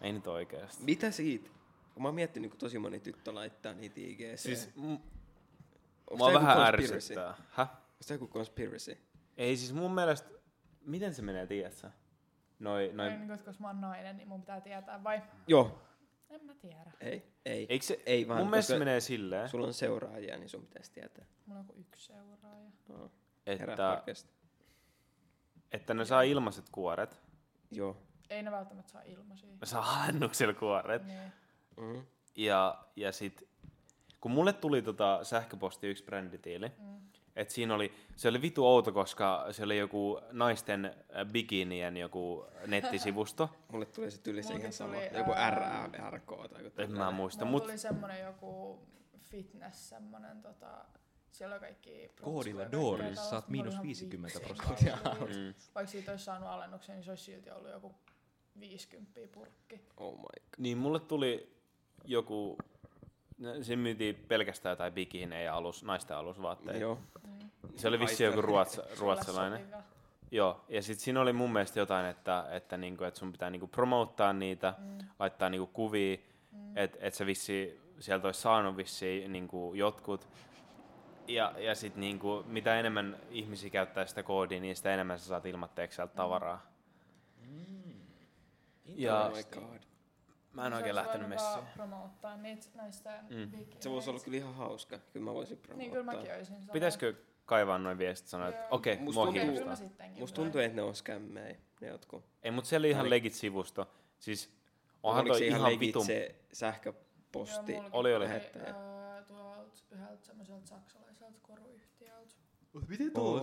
[SPEAKER 2] Ei nyt oikeasti.
[SPEAKER 3] Mitä siitä? Mä oon miettinyt, kun tosi moni tyttö laittaa niitä IG.
[SPEAKER 2] Siis m-
[SPEAKER 3] Onko
[SPEAKER 2] mua
[SPEAKER 3] tää joku
[SPEAKER 2] vähän
[SPEAKER 3] conspiracy?
[SPEAKER 2] ärsyttää. Häh?
[SPEAKER 3] Onko tää joku conspiracy?
[SPEAKER 2] Ei siis mun mielestä, miten se menee, tiedätkö? Noi, noi,
[SPEAKER 5] Ei, niin kuin, koska mä oon nainen, niin mun pitää tietää, vai?
[SPEAKER 3] Joo.
[SPEAKER 5] En mä tiedä.
[SPEAKER 3] Ei. Ei.
[SPEAKER 2] eikö se,
[SPEAKER 3] Ei vaan,
[SPEAKER 2] mun mielestä se
[SPEAKER 3] koska
[SPEAKER 2] menee silleen,
[SPEAKER 3] Sulla on seuraajia, niin sun pitäisi tietää.
[SPEAKER 5] Mulla on kuin yksi seuraaja.
[SPEAKER 3] No, herää
[SPEAKER 2] että,
[SPEAKER 3] podcast.
[SPEAKER 2] että ne saa ilmaiset kuoret.
[SPEAKER 3] Joo.
[SPEAKER 5] Ei ne välttämättä saa ilmaisia.
[SPEAKER 2] Ne saa alennuksella kuoret.
[SPEAKER 5] Niin.
[SPEAKER 3] Mm.
[SPEAKER 2] Ja, ja sit, kun mulle tuli tota sähköposti yksi bränditiili, mm. et siinä oli, se oli vitu outo, koska se oli joku naisten äh, bikinien joku nettisivusto.
[SPEAKER 3] Mulle tuli se tyli se
[SPEAKER 5] Mullakin
[SPEAKER 3] ihan sama.
[SPEAKER 5] tuli,
[SPEAKER 3] Joku
[SPEAKER 5] ää,
[SPEAKER 3] RRK tai joku
[SPEAKER 2] en mä
[SPEAKER 3] tällainen.
[SPEAKER 2] muista,
[SPEAKER 5] Mulla
[SPEAKER 2] mut
[SPEAKER 5] tuli semmonen joku fitness, semmonen tota... Siellä on kaikki...
[SPEAKER 1] Koodilla
[SPEAKER 5] protskuja, kaikkea
[SPEAKER 1] Doris
[SPEAKER 5] tällaista.
[SPEAKER 1] saat
[SPEAKER 5] Mä olin
[SPEAKER 1] miinus
[SPEAKER 5] ihan
[SPEAKER 1] 50
[SPEAKER 5] vitsin
[SPEAKER 1] prosenttia.
[SPEAKER 2] Mm.
[SPEAKER 5] kalliilla. Vaikka siitä olisi saanut alennuksen, niin se olisi silti ollut joku 50 purkki.
[SPEAKER 3] Oh my god.
[SPEAKER 2] niin mulle tuli joku, no, siinä myytiin pelkästään jotain bikinejä alus, naisten alusvaatteita.
[SPEAKER 3] Joo.
[SPEAKER 2] Se oli vissi joku ruotsa, ruotsalainen.
[SPEAKER 5] Sulle sopiva.
[SPEAKER 2] Joo, ja sitten siinä oli mun mielestä jotain, että, että, niinku, että sun pitää niinku promouttaa niitä, mm. laittaa niinku kuvia, mm. että et sä vissi, sieltä olisi saanut vissiin niinku jotkut. Ja, ja sitten niinku, mitä enemmän ihmisiä käyttää sitä koodia, niin sitä enemmän sä saat ilmatteeksi sieltä tavaraa.
[SPEAKER 3] Mm.
[SPEAKER 2] Mm. Ja
[SPEAKER 3] Oh my god.
[SPEAKER 2] mä en
[SPEAKER 5] Niin Se
[SPEAKER 2] oikein
[SPEAKER 5] olisi
[SPEAKER 2] lähtenyt
[SPEAKER 5] voinut vaan
[SPEAKER 2] messiin.
[SPEAKER 5] promoottaa niitä näistä mm.
[SPEAKER 3] Se voisi olla kyllä ihan hauska. Kyllä mä voisin promoottaa.
[SPEAKER 5] Niin kyllä mäkin olisin sanonut.
[SPEAKER 2] Pitäisikö kaivaa noin viestit sanoa, että
[SPEAKER 5] Joo.
[SPEAKER 2] okei, okay,
[SPEAKER 3] Musta
[SPEAKER 2] mua
[SPEAKER 3] tuntuu-
[SPEAKER 5] Okei, kyllä
[SPEAKER 2] kiinnostaa.
[SPEAKER 5] mä sittenkin.
[SPEAKER 3] Musta
[SPEAKER 5] voin.
[SPEAKER 3] tuntuu, että ne on skämmejä, ne jotkut.
[SPEAKER 2] Ei, mutta se oli ihan
[SPEAKER 3] Oli-
[SPEAKER 2] legit sivusto. Siis onhan
[SPEAKER 3] Oliko
[SPEAKER 2] toi
[SPEAKER 3] se ihan
[SPEAKER 2] ihan
[SPEAKER 3] legit
[SPEAKER 2] vitun
[SPEAKER 3] se
[SPEAKER 5] Joo,
[SPEAKER 3] sähköposti?
[SPEAKER 5] mullakin
[SPEAKER 2] Oli, oli.
[SPEAKER 3] lähettäjä.
[SPEAKER 5] ää, Tuolta yhdeltä semmoiselta saksalaiselta koruyhtiöltä.
[SPEAKER 3] Oo.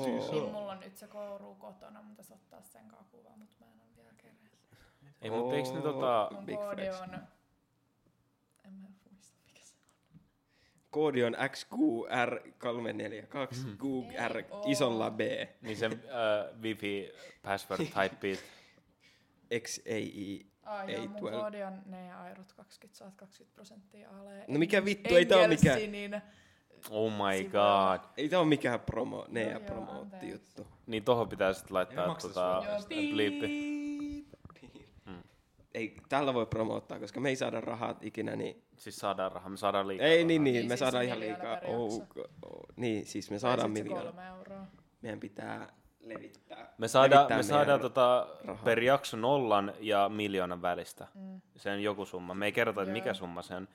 [SPEAKER 2] siis
[SPEAKER 5] Niin mulla on nyt se kouru kotona, mutta se ottaa sen kanssa kuva, mutta mä en ole vielä kerennyt.
[SPEAKER 2] Ei, mutta eikö ne
[SPEAKER 3] Oo.
[SPEAKER 2] tota...
[SPEAKER 5] Mun
[SPEAKER 3] Ah, Big
[SPEAKER 5] koodi
[SPEAKER 3] flex.
[SPEAKER 5] on... En mä muista mikä se on.
[SPEAKER 3] Koodi on XQR342
[SPEAKER 2] Mm.
[SPEAKER 5] Ei
[SPEAKER 3] QR
[SPEAKER 5] oo.
[SPEAKER 3] isolla B.
[SPEAKER 2] Niin sen uh, wifi password typeit.
[SPEAKER 3] E, XAI.
[SPEAKER 5] Ai joo, mun
[SPEAKER 3] 812.
[SPEAKER 5] koodi on ne ja airut 20, saat 20 prosenttia aleen.
[SPEAKER 3] No mikä vittu, ei tää oo mikään-
[SPEAKER 5] Engelsininen.
[SPEAKER 2] Oh my
[SPEAKER 5] Sivuilla.
[SPEAKER 2] god.
[SPEAKER 3] Ei tää ole mikään promo, ne
[SPEAKER 5] Joo,
[SPEAKER 3] ja
[SPEAKER 5] joo,
[SPEAKER 3] promootti
[SPEAKER 5] anteeksi.
[SPEAKER 3] juttu.
[SPEAKER 2] Niin tohon pitää sitten
[SPEAKER 1] Ei
[SPEAKER 2] laittaa
[SPEAKER 1] maksa
[SPEAKER 2] tota
[SPEAKER 1] sulle
[SPEAKER 2] bliippi. Mm.
[SPEAKER 3] Ei, tällä voi promoottaa, koska me ei saada rahaa ikinä, niin...
[SPEAKER 2] Siis saadaan rahaa, me saadaan liikaa
[SPEAKER 3] Ei, niin,
[SPEAKER 5] Niin,
[SPEAKER 3] niin, me
[SPEAKER 5] siis
[SPEAKER 3] saadaan
[SPEAKER 5] se
[SPEAKER 3] ihan
[SPEAKER 5] miljoona
[SPEAKER 3] liikaa.
[SPEAKER 5] per
[SPEAKER 3] Oh,
[SPEAKER 5] jakso.
[SPEAKER 3] oh. Niin, siis me saadaan
[SPEAKER 5] Tai sit se
[SPEAKER 3] miljoona.
[SPEAKER 5] Kolme euroa.
[SPEAKER 3] Meidän pitää levittää.
[SPEAKER 2] Me saadaan,
[SPEAKER 3] levittää
[SPEAKER 2] me
[SPEAKER 3] meidän
[SPEAKER 2] saadaan tota
[SPEAKER 3] rahaa.
[SPEAKER 2] per jakso nollan ja miljoonan välistä.
[SPEAKER 5] Mm.
[SPEAKER 2] Se on joku summa. Me ei kerrota, että mikä
[SPEAKER 5] Joo.
[SPEAKER 2] summa se on.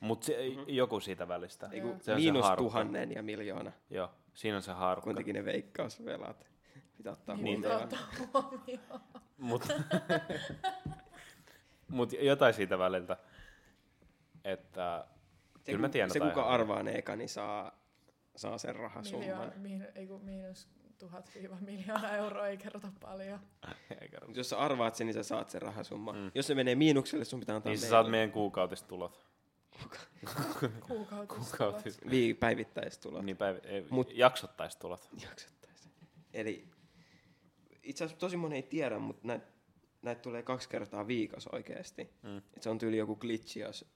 [SPEAKER 2] Mutta se, joku siitä välistä.
[SPEAKER 3] Ei
[SPEAKER 5] Joo.
[SPEAKER 3] kun
[SPEAKER 2] Se on se
[SPEAKER 3] miinus
[SPEAKER 2] haarukka.
[SPEAKER 3] tuhannen ja miljoona.
[SPEAKER 2] Joo, siinä on se haarukka.
[SPEAKER 3] Kuitenkin ne veikkausvelat. Pitää ottaa
[SPEAKER 5] Niin,
[SPEAKER 3] huomioon.
[SPEAKER 5] tota huomioon.
[SPEAKER 2] Mut, mut jotain siitä väliltä. Että
[SPEAKER 3] Se,
[SPEAKER 2] kyllä mä
[SPEAKER 3] ku-
[SPEAKER 2] tiedän
[SPEAKER 3] se
[SPEAKER 2] tää
[SPEAKER 3] kuka
[SPEAKER 2] ihan.
[SPEAKER 3] arvaa ne eka, niin saa, saa sen
[SPEAKER 5] Miljoona,
[SPEAKER 3] rahasumman.
[SPEAKER 5] miin, ei kun miinus tuhat viiva miljoona euroa ei kerrota paljon.
[SPEAKER 2] ei kerro.
[SPEAKER 3] Mut Jos sä arvaat sen, niin sä saat sen rahasumman. Mm. Jos se menee miinukselle, sun pitää antaa
[SPEAKER 2] Niin sä
[SPEAKER 3] meille.
[SPEAKER 2] saat meidän kuukautistulot.
[SPEAKER 5] Kuukautistulot.
[SPEAKER 2] Kuukautis.
[SPEAKER 3] Vii- päivittäistulot.
[SPEAKER 2] Niin päiv- ei,
[SPEAKER 3] Mut-
[SPEAKER 2] Mut. jaksottaistulot.
[SPEAKER 3] Jaksettaisiin. Eli itse asiassa tosi moni ei tiedä, mutta näitä näit tulee kaksi kertaa viikossa oikeasti. Mm. Et se on tyyli joku glitchi, jos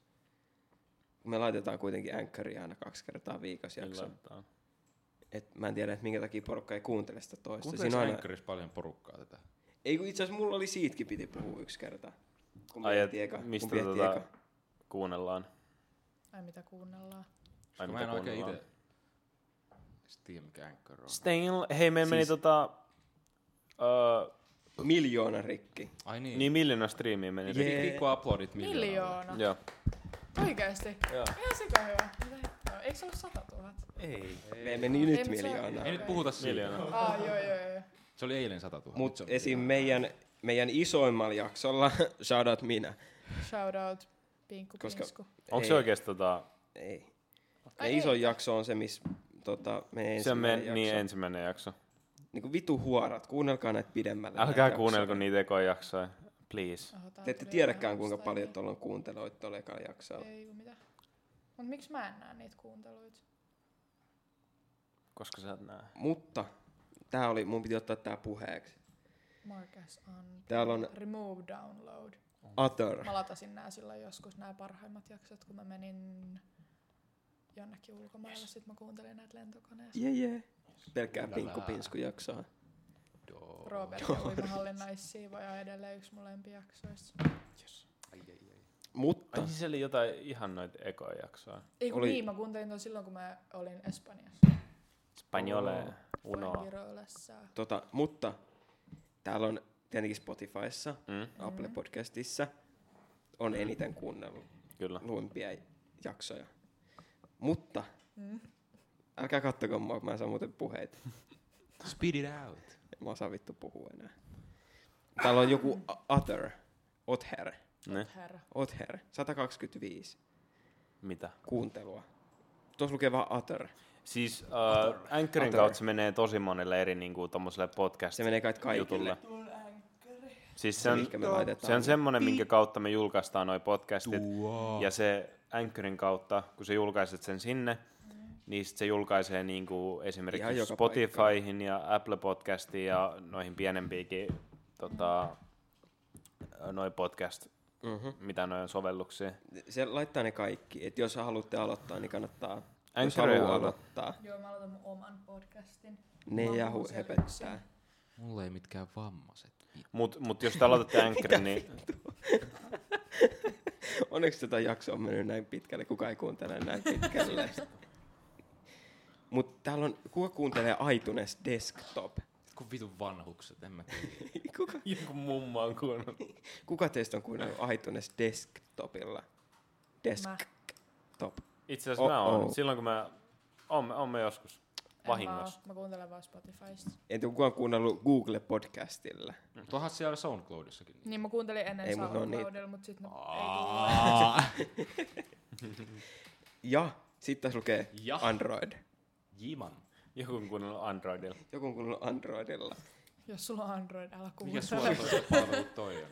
[SPEAKER 3] me laitetaan kuitenkin anchoriin aina kaksi kertaa viikossa jakso.
[SPEAKER 2] Niin Laitetaan.
[SPEAKER 3] Et mä en tiedä, että minkä takia porukka ei kuuntele sitä toista.
[SPEAKER 1] Kuunteleeko
[SPEAKER 3] on aina-
[SPEAKER 1] Anchorissa paljon porukkaa tätä?
[SPEAKER 3] Ei kun itse asiassa mulla oli siitäkin piti puhua yksi kerta. Kun
[SPEAKER 2] Ai, et
[SPEAKER 3] miettii eka. kun
[SPEAKER 2] mistä
[SPEAKER 3] miettii
[SPEAKER 2] tota,
[SPEAKER 3] eka.
[SPEAKER 2] kuunnellaan.
[SPEAKER 5] Ai mitä kuunnellaan.
[SPEAKER 1] Koska mä
[SPEAKER 2] mitä
[SPEAKER 1] en oikein
[SPEAKER 2] kuunnellaan.
[SPEAKER 1] itse tiedä, mikä Anchor on.
[SPEAKER 2] Stengel, hei meillä meni tota... Öö,
[SPEAKER 3] Miljoona rikki.
[SPEAKER 1] Ai niin.
[SPEAKER 2] niin miljoona striimiä meni.
[SPEAKER 3] Jee.
[SPEAKER 1] Pik- Pikku uploadit miljoonaa.
[SPEAKER 5] Miljoona.
[SPEAKER 2] Joo.
[SPEAKER 5] Oikeesti.
[SPEAKER 2] Joo.
[SPEAKER 5] Ihan sika hyvä. Mitä hittoa? Eikö se ollut 100 000?
[SPEAKER 2] Ei.
[SPEAKER 3] Me meni nyt
[SPEAKER 5] Ei, mut se-
[SPEAKER 3] miljoonaa.
[SPEAKER 1] Ei nyt puhuta siitä.
[SPEAKER 2] Miljoona.
[SPEAKER 5] Aa, joo, joo, joo.
[SPEAKER 1] Se oli eilen 100 000.
[SPEAKER 3] Mutta
[SPEAKER 1] Se-
[SPEAKER 3] esim. meidän, meidän isoimmalla jaksolla, shoutout minä,
[SPEAKER 5] Shout out. Pinkku
[SPEAKER 3] Koska-
[SPEAKER 5] pinsku.
[SPEAKER 2] Onko
[SPEAKER 3] Ei.
[SPEAKER 2] se oikeasti tota...
[SPEAKER 3] ei.
[SPEAKER 5] Ai
[SPEAKER 3] Ai
[SPEAKER 5] ei.
[SPEAKER 3] iso jakso on se, missä tota, meidän
[SPEAKER 2] Se on niin
[SPEAKER 3] ensimmäinen
[SPEAKER 2] meidän
[SPEAKER 3] jakso.
[SPEAKER 2] niin ensimmäinen jakso.
[SPEAKER 3] niin kuin vitu huorat. Kuunnelkaa näitä pidemmälle.
[SPEAKER 2] Älkää
[SPEAKER 3] näitä
[SPEAKER 2] kuunnelko niin.
[SPEAKER 3] jaksoja.
[SPEAKER 2] niitä ekoja jaksoja. Please.
[SPEAKER 5] Aha, tää
[SPEAKER 3] Te ette
[SPEAKER 5] tuli
[SPEAKER 3] tiedäkään,
[SPEAKER 5] ihan
[SPEAKER 3] kuinka
[SPEAKER 5] jostain.
[SPEAKER 3] paljon tuolla on kuunteluita tuolla ekalla jaksolla.
[SPEAKER 5] Ei ku mitä. Mut miksi mä en näe niitä kuunteluita?
[SPEAKER 2] Koska sä et näe.
[SPEAKER 3] Mutta tää oli, mun piti ottaa tää puheeksi.
[SPEAKER 5] Marcus on
[SPEAKER 3] Täällä on
[SPEAKER 5] remove download.
[SPEAKER 3] Other.
[SPEAKER 5] Mä latasin nää silloin joskus, nämä parhaimmat jaksot, kun mä menin jonnekin ulkomaille, sit mä kuuntelin näitä lentokoneessa.
[SPEAKER 3] Jee jee. Pelkkää pinkkupinsku jaksoa.
[SPEAKER 5] Robert ja uimahallin naissiivoja on edelleen yksi mun lempijaksoista.
[SPEAKER 3] Mutta
[SPEAKER 2] Ai siis oli jotain ihan noita ekoja jaksoja.
[SPEAKER 5] Ei kun
[SPEAKER 3] Oli-
[SPEAKER 5] niin, mä kuuntelin ton silloin, kun mä olin Espanjassa.
[SPEAKER 2] Spanjole,
[SPEAKER 5] Voin
[SPEAKER 2] Uno.
[SPEAKER 5] Virolassa.
[SPEAKER 3] Tota, mutta täällä on tietenkin Spotifyssa,
[SPEAKER 2] Mm,
[SPEAKER 3] Apple Podcastissa on eniten kuunnellut
[SPEAKER 2] kyllä.
[SPEAKER 3] luimpia jaksoja. Mutta älkää kattoko mua, kun mä en saa muuten puheita.
[SPEAKER 1] Speed it out.
[SPEAKER 3] Mä osaan vittu puhua enää. Täällä on joku o- other, other,
[SPEAKER 2] Ne.
[SPEAKER 3] Eh?
[SPEAKER 5] Herra.
[SPEAKER 3] other, 125
[SPEAKER 2] Mitä?
[SPEAKER 3] kuuntelua. Tuossa lukee vaan other.
[SPEAKER 2] Siis uh, Anchorin
[SPEAKER 3] Other.
[SPEAKER 2] kautta se menee tosi monelle eri niinku, tommoselle podcast
[SPEAKER 3] Se menee kai kaikille.
[SPEAKER 2] jutulle. Siis se on,
[SPEAKER 3] mihinkä me laitetaan.
[SPEAKER 2] se on semmonen, minkä kautta me julkaistaan noi podcastit. Ja se Anchorin kautta, kun sä julkaiset sen sinne, niin sit se julkaisee niinku
[SPEAKER 3] Ihan
[SPEAKER 2] esimerkiksi
[SPEAKER 3] joka paikkaan.
[SPEAKER 2] Spotifyhin ja Apple Podcastiin ja noihin pienempiinkin tota, noi podcast,
[SPEAKER 3] Mhm.
[SPEAKER 2] mitä noi on sovelluksia.
[SPEAKER 3] Se laittaa ne kaikki. Et jos haluatte aloittaa, niin kannattaa. Jos
[SPEAKER 2] Anchor
[SPEAKER 3] haluaa
[SPEAKER 2] ei auta.
[SPEAKER 3] aloittaa,
[SPEAKER 5] Joo, mä aloitan mun oman podcastin.
[SPEAKER 3] ne
[SPEAKER 5] Mä oon
[SPEAKER 3] jahu
[SPEAKER 5] siellä
[SPEAKER 3] hepettää.
[SPEAKER 1] Mulla ei mitkään vammaset.
[SPEAKER 2] Mut, mut jos te aloitatte Anchorin, niin
[SPEAKER 3] Onneksi tätä jaksoa on mennyt näin pitkälle, kuka ei kuuntele näin pitkälle. Mutta täällä on, kuka kuuntelee iTunes Desktop?
[SPEAKER 1] Kun vitun vanhukset, en mä tiedä.
[SPEAKER 3] Kuka,
[SPEAKER 2] joku mummo on kuunnellut.
[SPEAKER 3] kuka teistä on kuunnellut iTunes Desktopilla?
[SPEAKER 5] Mä.
[SPEAKER 3] Desktop.
[SPEAKER 2] Itse asiassa mä
[SPEAKER 3] Oh-oh.
[SPEAKER 2] oon. Silloin kun mä... Oon, mä- oon mä joskus.
[SPEAKER 5] En
[SPEAKER 2] Vahingossa.
[SPEAKER 5] Mä, oo, mä kuuntelen vaan Spotifysta.
[SPEAKER 3] Entä kuka on kuunnellut Google Podcastilla?
[SPEAKER 1] No, Tuohan siellä SoundCloudissakin.
[SPEAKER 5] Niin mä kuuntelin ennen
[SPEAKER 3] Ei, mut ne on
[SPEAKER 5] SoundCloudilla, mut sit ne ei tullut.
[SPEAKER 1] Aa.
[SPEAKER 3] Ja sitten taas lukee
[SPEAKER 1] Ja.
[SPEAKER 3] Android.
[SPEAKER 1] Jiman.
[SPEAKER 2] Joku on kuunnellut Androidilla.
[SPEAKER 3] Joku on kuunnellut Androidilla.
[SPEAKER 5] Jos sulla on Android, älä
[SPEAKER 1] Mikä
[SPEAKER 5] kuuntele.
[SPEAKER 1] suosituspalvelu toi on?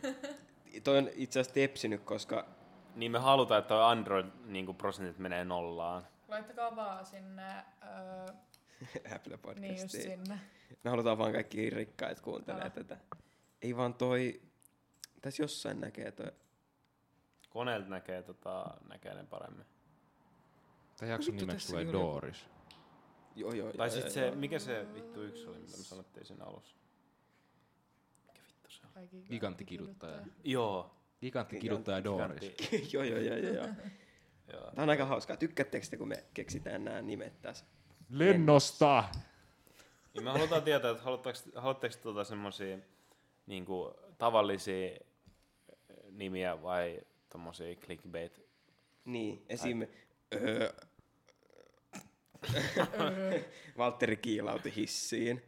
[SPEAKER 3] Toi on itse asiassa tepsinyt, koska
[SPEAKER 2] Niin me halutaan, että toi Android niinku prosentit menee nollaan.
[SPEAKER 5] Laittakaa vaan sinne, öö,
[SPEAKER 3] Apple
[SPEAKER 5] niin just
[SPEAKER 3] Podcastiin.
[SPEAKER 5] sinne.
[SPEAKER 3] Me halutaan vaan kaikki rikkaat kuuntelee
[SPEAKER 5] Älä.
[SPEAKER 3] tätä. Ei vaan toi... Tässä jossain näkee toi...
[SPEAKER 2] Koneelta näkee, tota, näkee ne paremmin.
[SPEAKER 1] Tän jakson
[SPEAKER 3] Vittu,
[SPEAKER 1] nimeksi
[SPEAKER 3] tässä
[SPEAKER 1] tulee
[SPEAKER 3] ei ole joku-
[SPEAKER 1] Doris.
[SPEAKER 3] Joo, joo,
[SPEAKER 2] Tai
[SPEAKER 3] joo,
[SPEAKER 2] sit
[SPEAKER 3] joo,
[SPEAKER 2] se,
[SPEAKER 3] joo.
[SPEAKER 2] mikä se vittu yksi oli, mitä me sanottiin siinä alussa? Mikä vittu se oli?
[SPEAKER 5] Kaikki
[SPEAKER 1] Giganttikiduttaja.
[SPEAKER 2] Joo.
[SPEAKER 1] Gigantti kiduttaja Doris.
[SPEAKER 2] Gigantti.
[SPEAKER 3] joo, joo, joo, joo, joo.
[SPEAKER 2] Joo.
[SPEAKER 3] Tää on aika hauskaa. Tykkäättekö te, kun me keksitään nämä nimet tässä?
[SPEAKER 1] Lennosta!
[SPEAKER 2] Niin me halutaan tietää, että haluatteko, haluatteko tuota semmosia niinku, tavallisia eh, nimiä vai tommosia clickbait
[SPEAKER 3] Niin, esim... Öö, Valtteri kiilauti hissiin.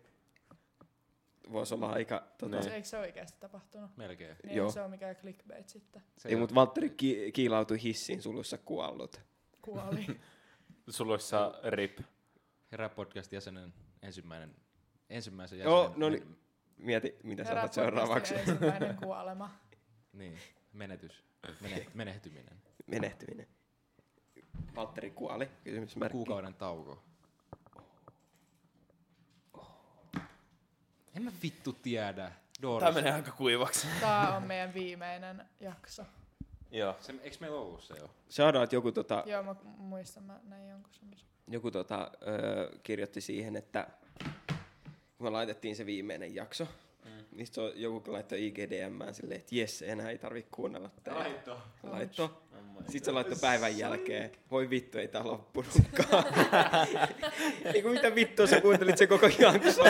[SPEAKER 3] Voisi olla aika...
[SPEAKER 2] Niin.
[SPEAKER 3] Tota,
[SPEAKER 5] Se, eikö se oikeasti tapahtunut?
[SPEAKER 1] Melkein.
[SPEAKER 5] Niin
[SPEAKER 3] Joo.
[SPEAKER 5] Joo. se on mikään clickbait sitten.
[SPEAKER 1] Se
[SPEAKER 3] ei, mutta Valtteri ki- kiilautui hissiin sulussa kuollut.
[SPEAKER 5] Kuoli.
[SPEAKER 2] suluissa rip.
[SPEAKER 1] Herää podcast jäsenen ensimmäinen, ensimmäisen jäsenen.
[SPEAKER 3] Joo, no niin. Mieti, mitä sä
[SPEAKER 5] Herää
[SPEAKER 3] sanot seuraavaksi.
[SPEAKER 5] podcastin ensimmäinen kuolema.
[SPEAKER 1] Niin, menetys. Mene, menehtyminen.
[SPEAKER 3] Menehtyminen. Valtteri kuoli, kysymysmerkki.
[SPEAKER 1] Kuukauden tauko. En mä vittu tiedä.
[SPEAKER 2] Tämä
[SPEAKER 1] Doris.
[SPEAKER 2] menee aika kuivaksi.
[SPEAKER 5] Tää on meidän viimeinen jakso.
[SPEAKER 2] Joo.
[SPEAKER 1] Se, eiks meillä ollut se jo?
[SPEAKER 3] Saadaan, joku, tota,
[SPEAKER 5] Joo, mä muistan, mä näin jonkun semmoisen.
[SPEAKER 3] joku tota, öö, kirjoitti siihen, että kun me laitettiin se viimeinen jakso, mm. niin se on- joku laittoi IGDMään silleen, että jes, enää ei tarvitse kuunnella teitä. Laitto. Laitto. Sitten se laittoi päivän jälkeen, voi vittu, ei tää loppunutkaan. niin kuin mitä vittua sä kuuntelit se koko jakso?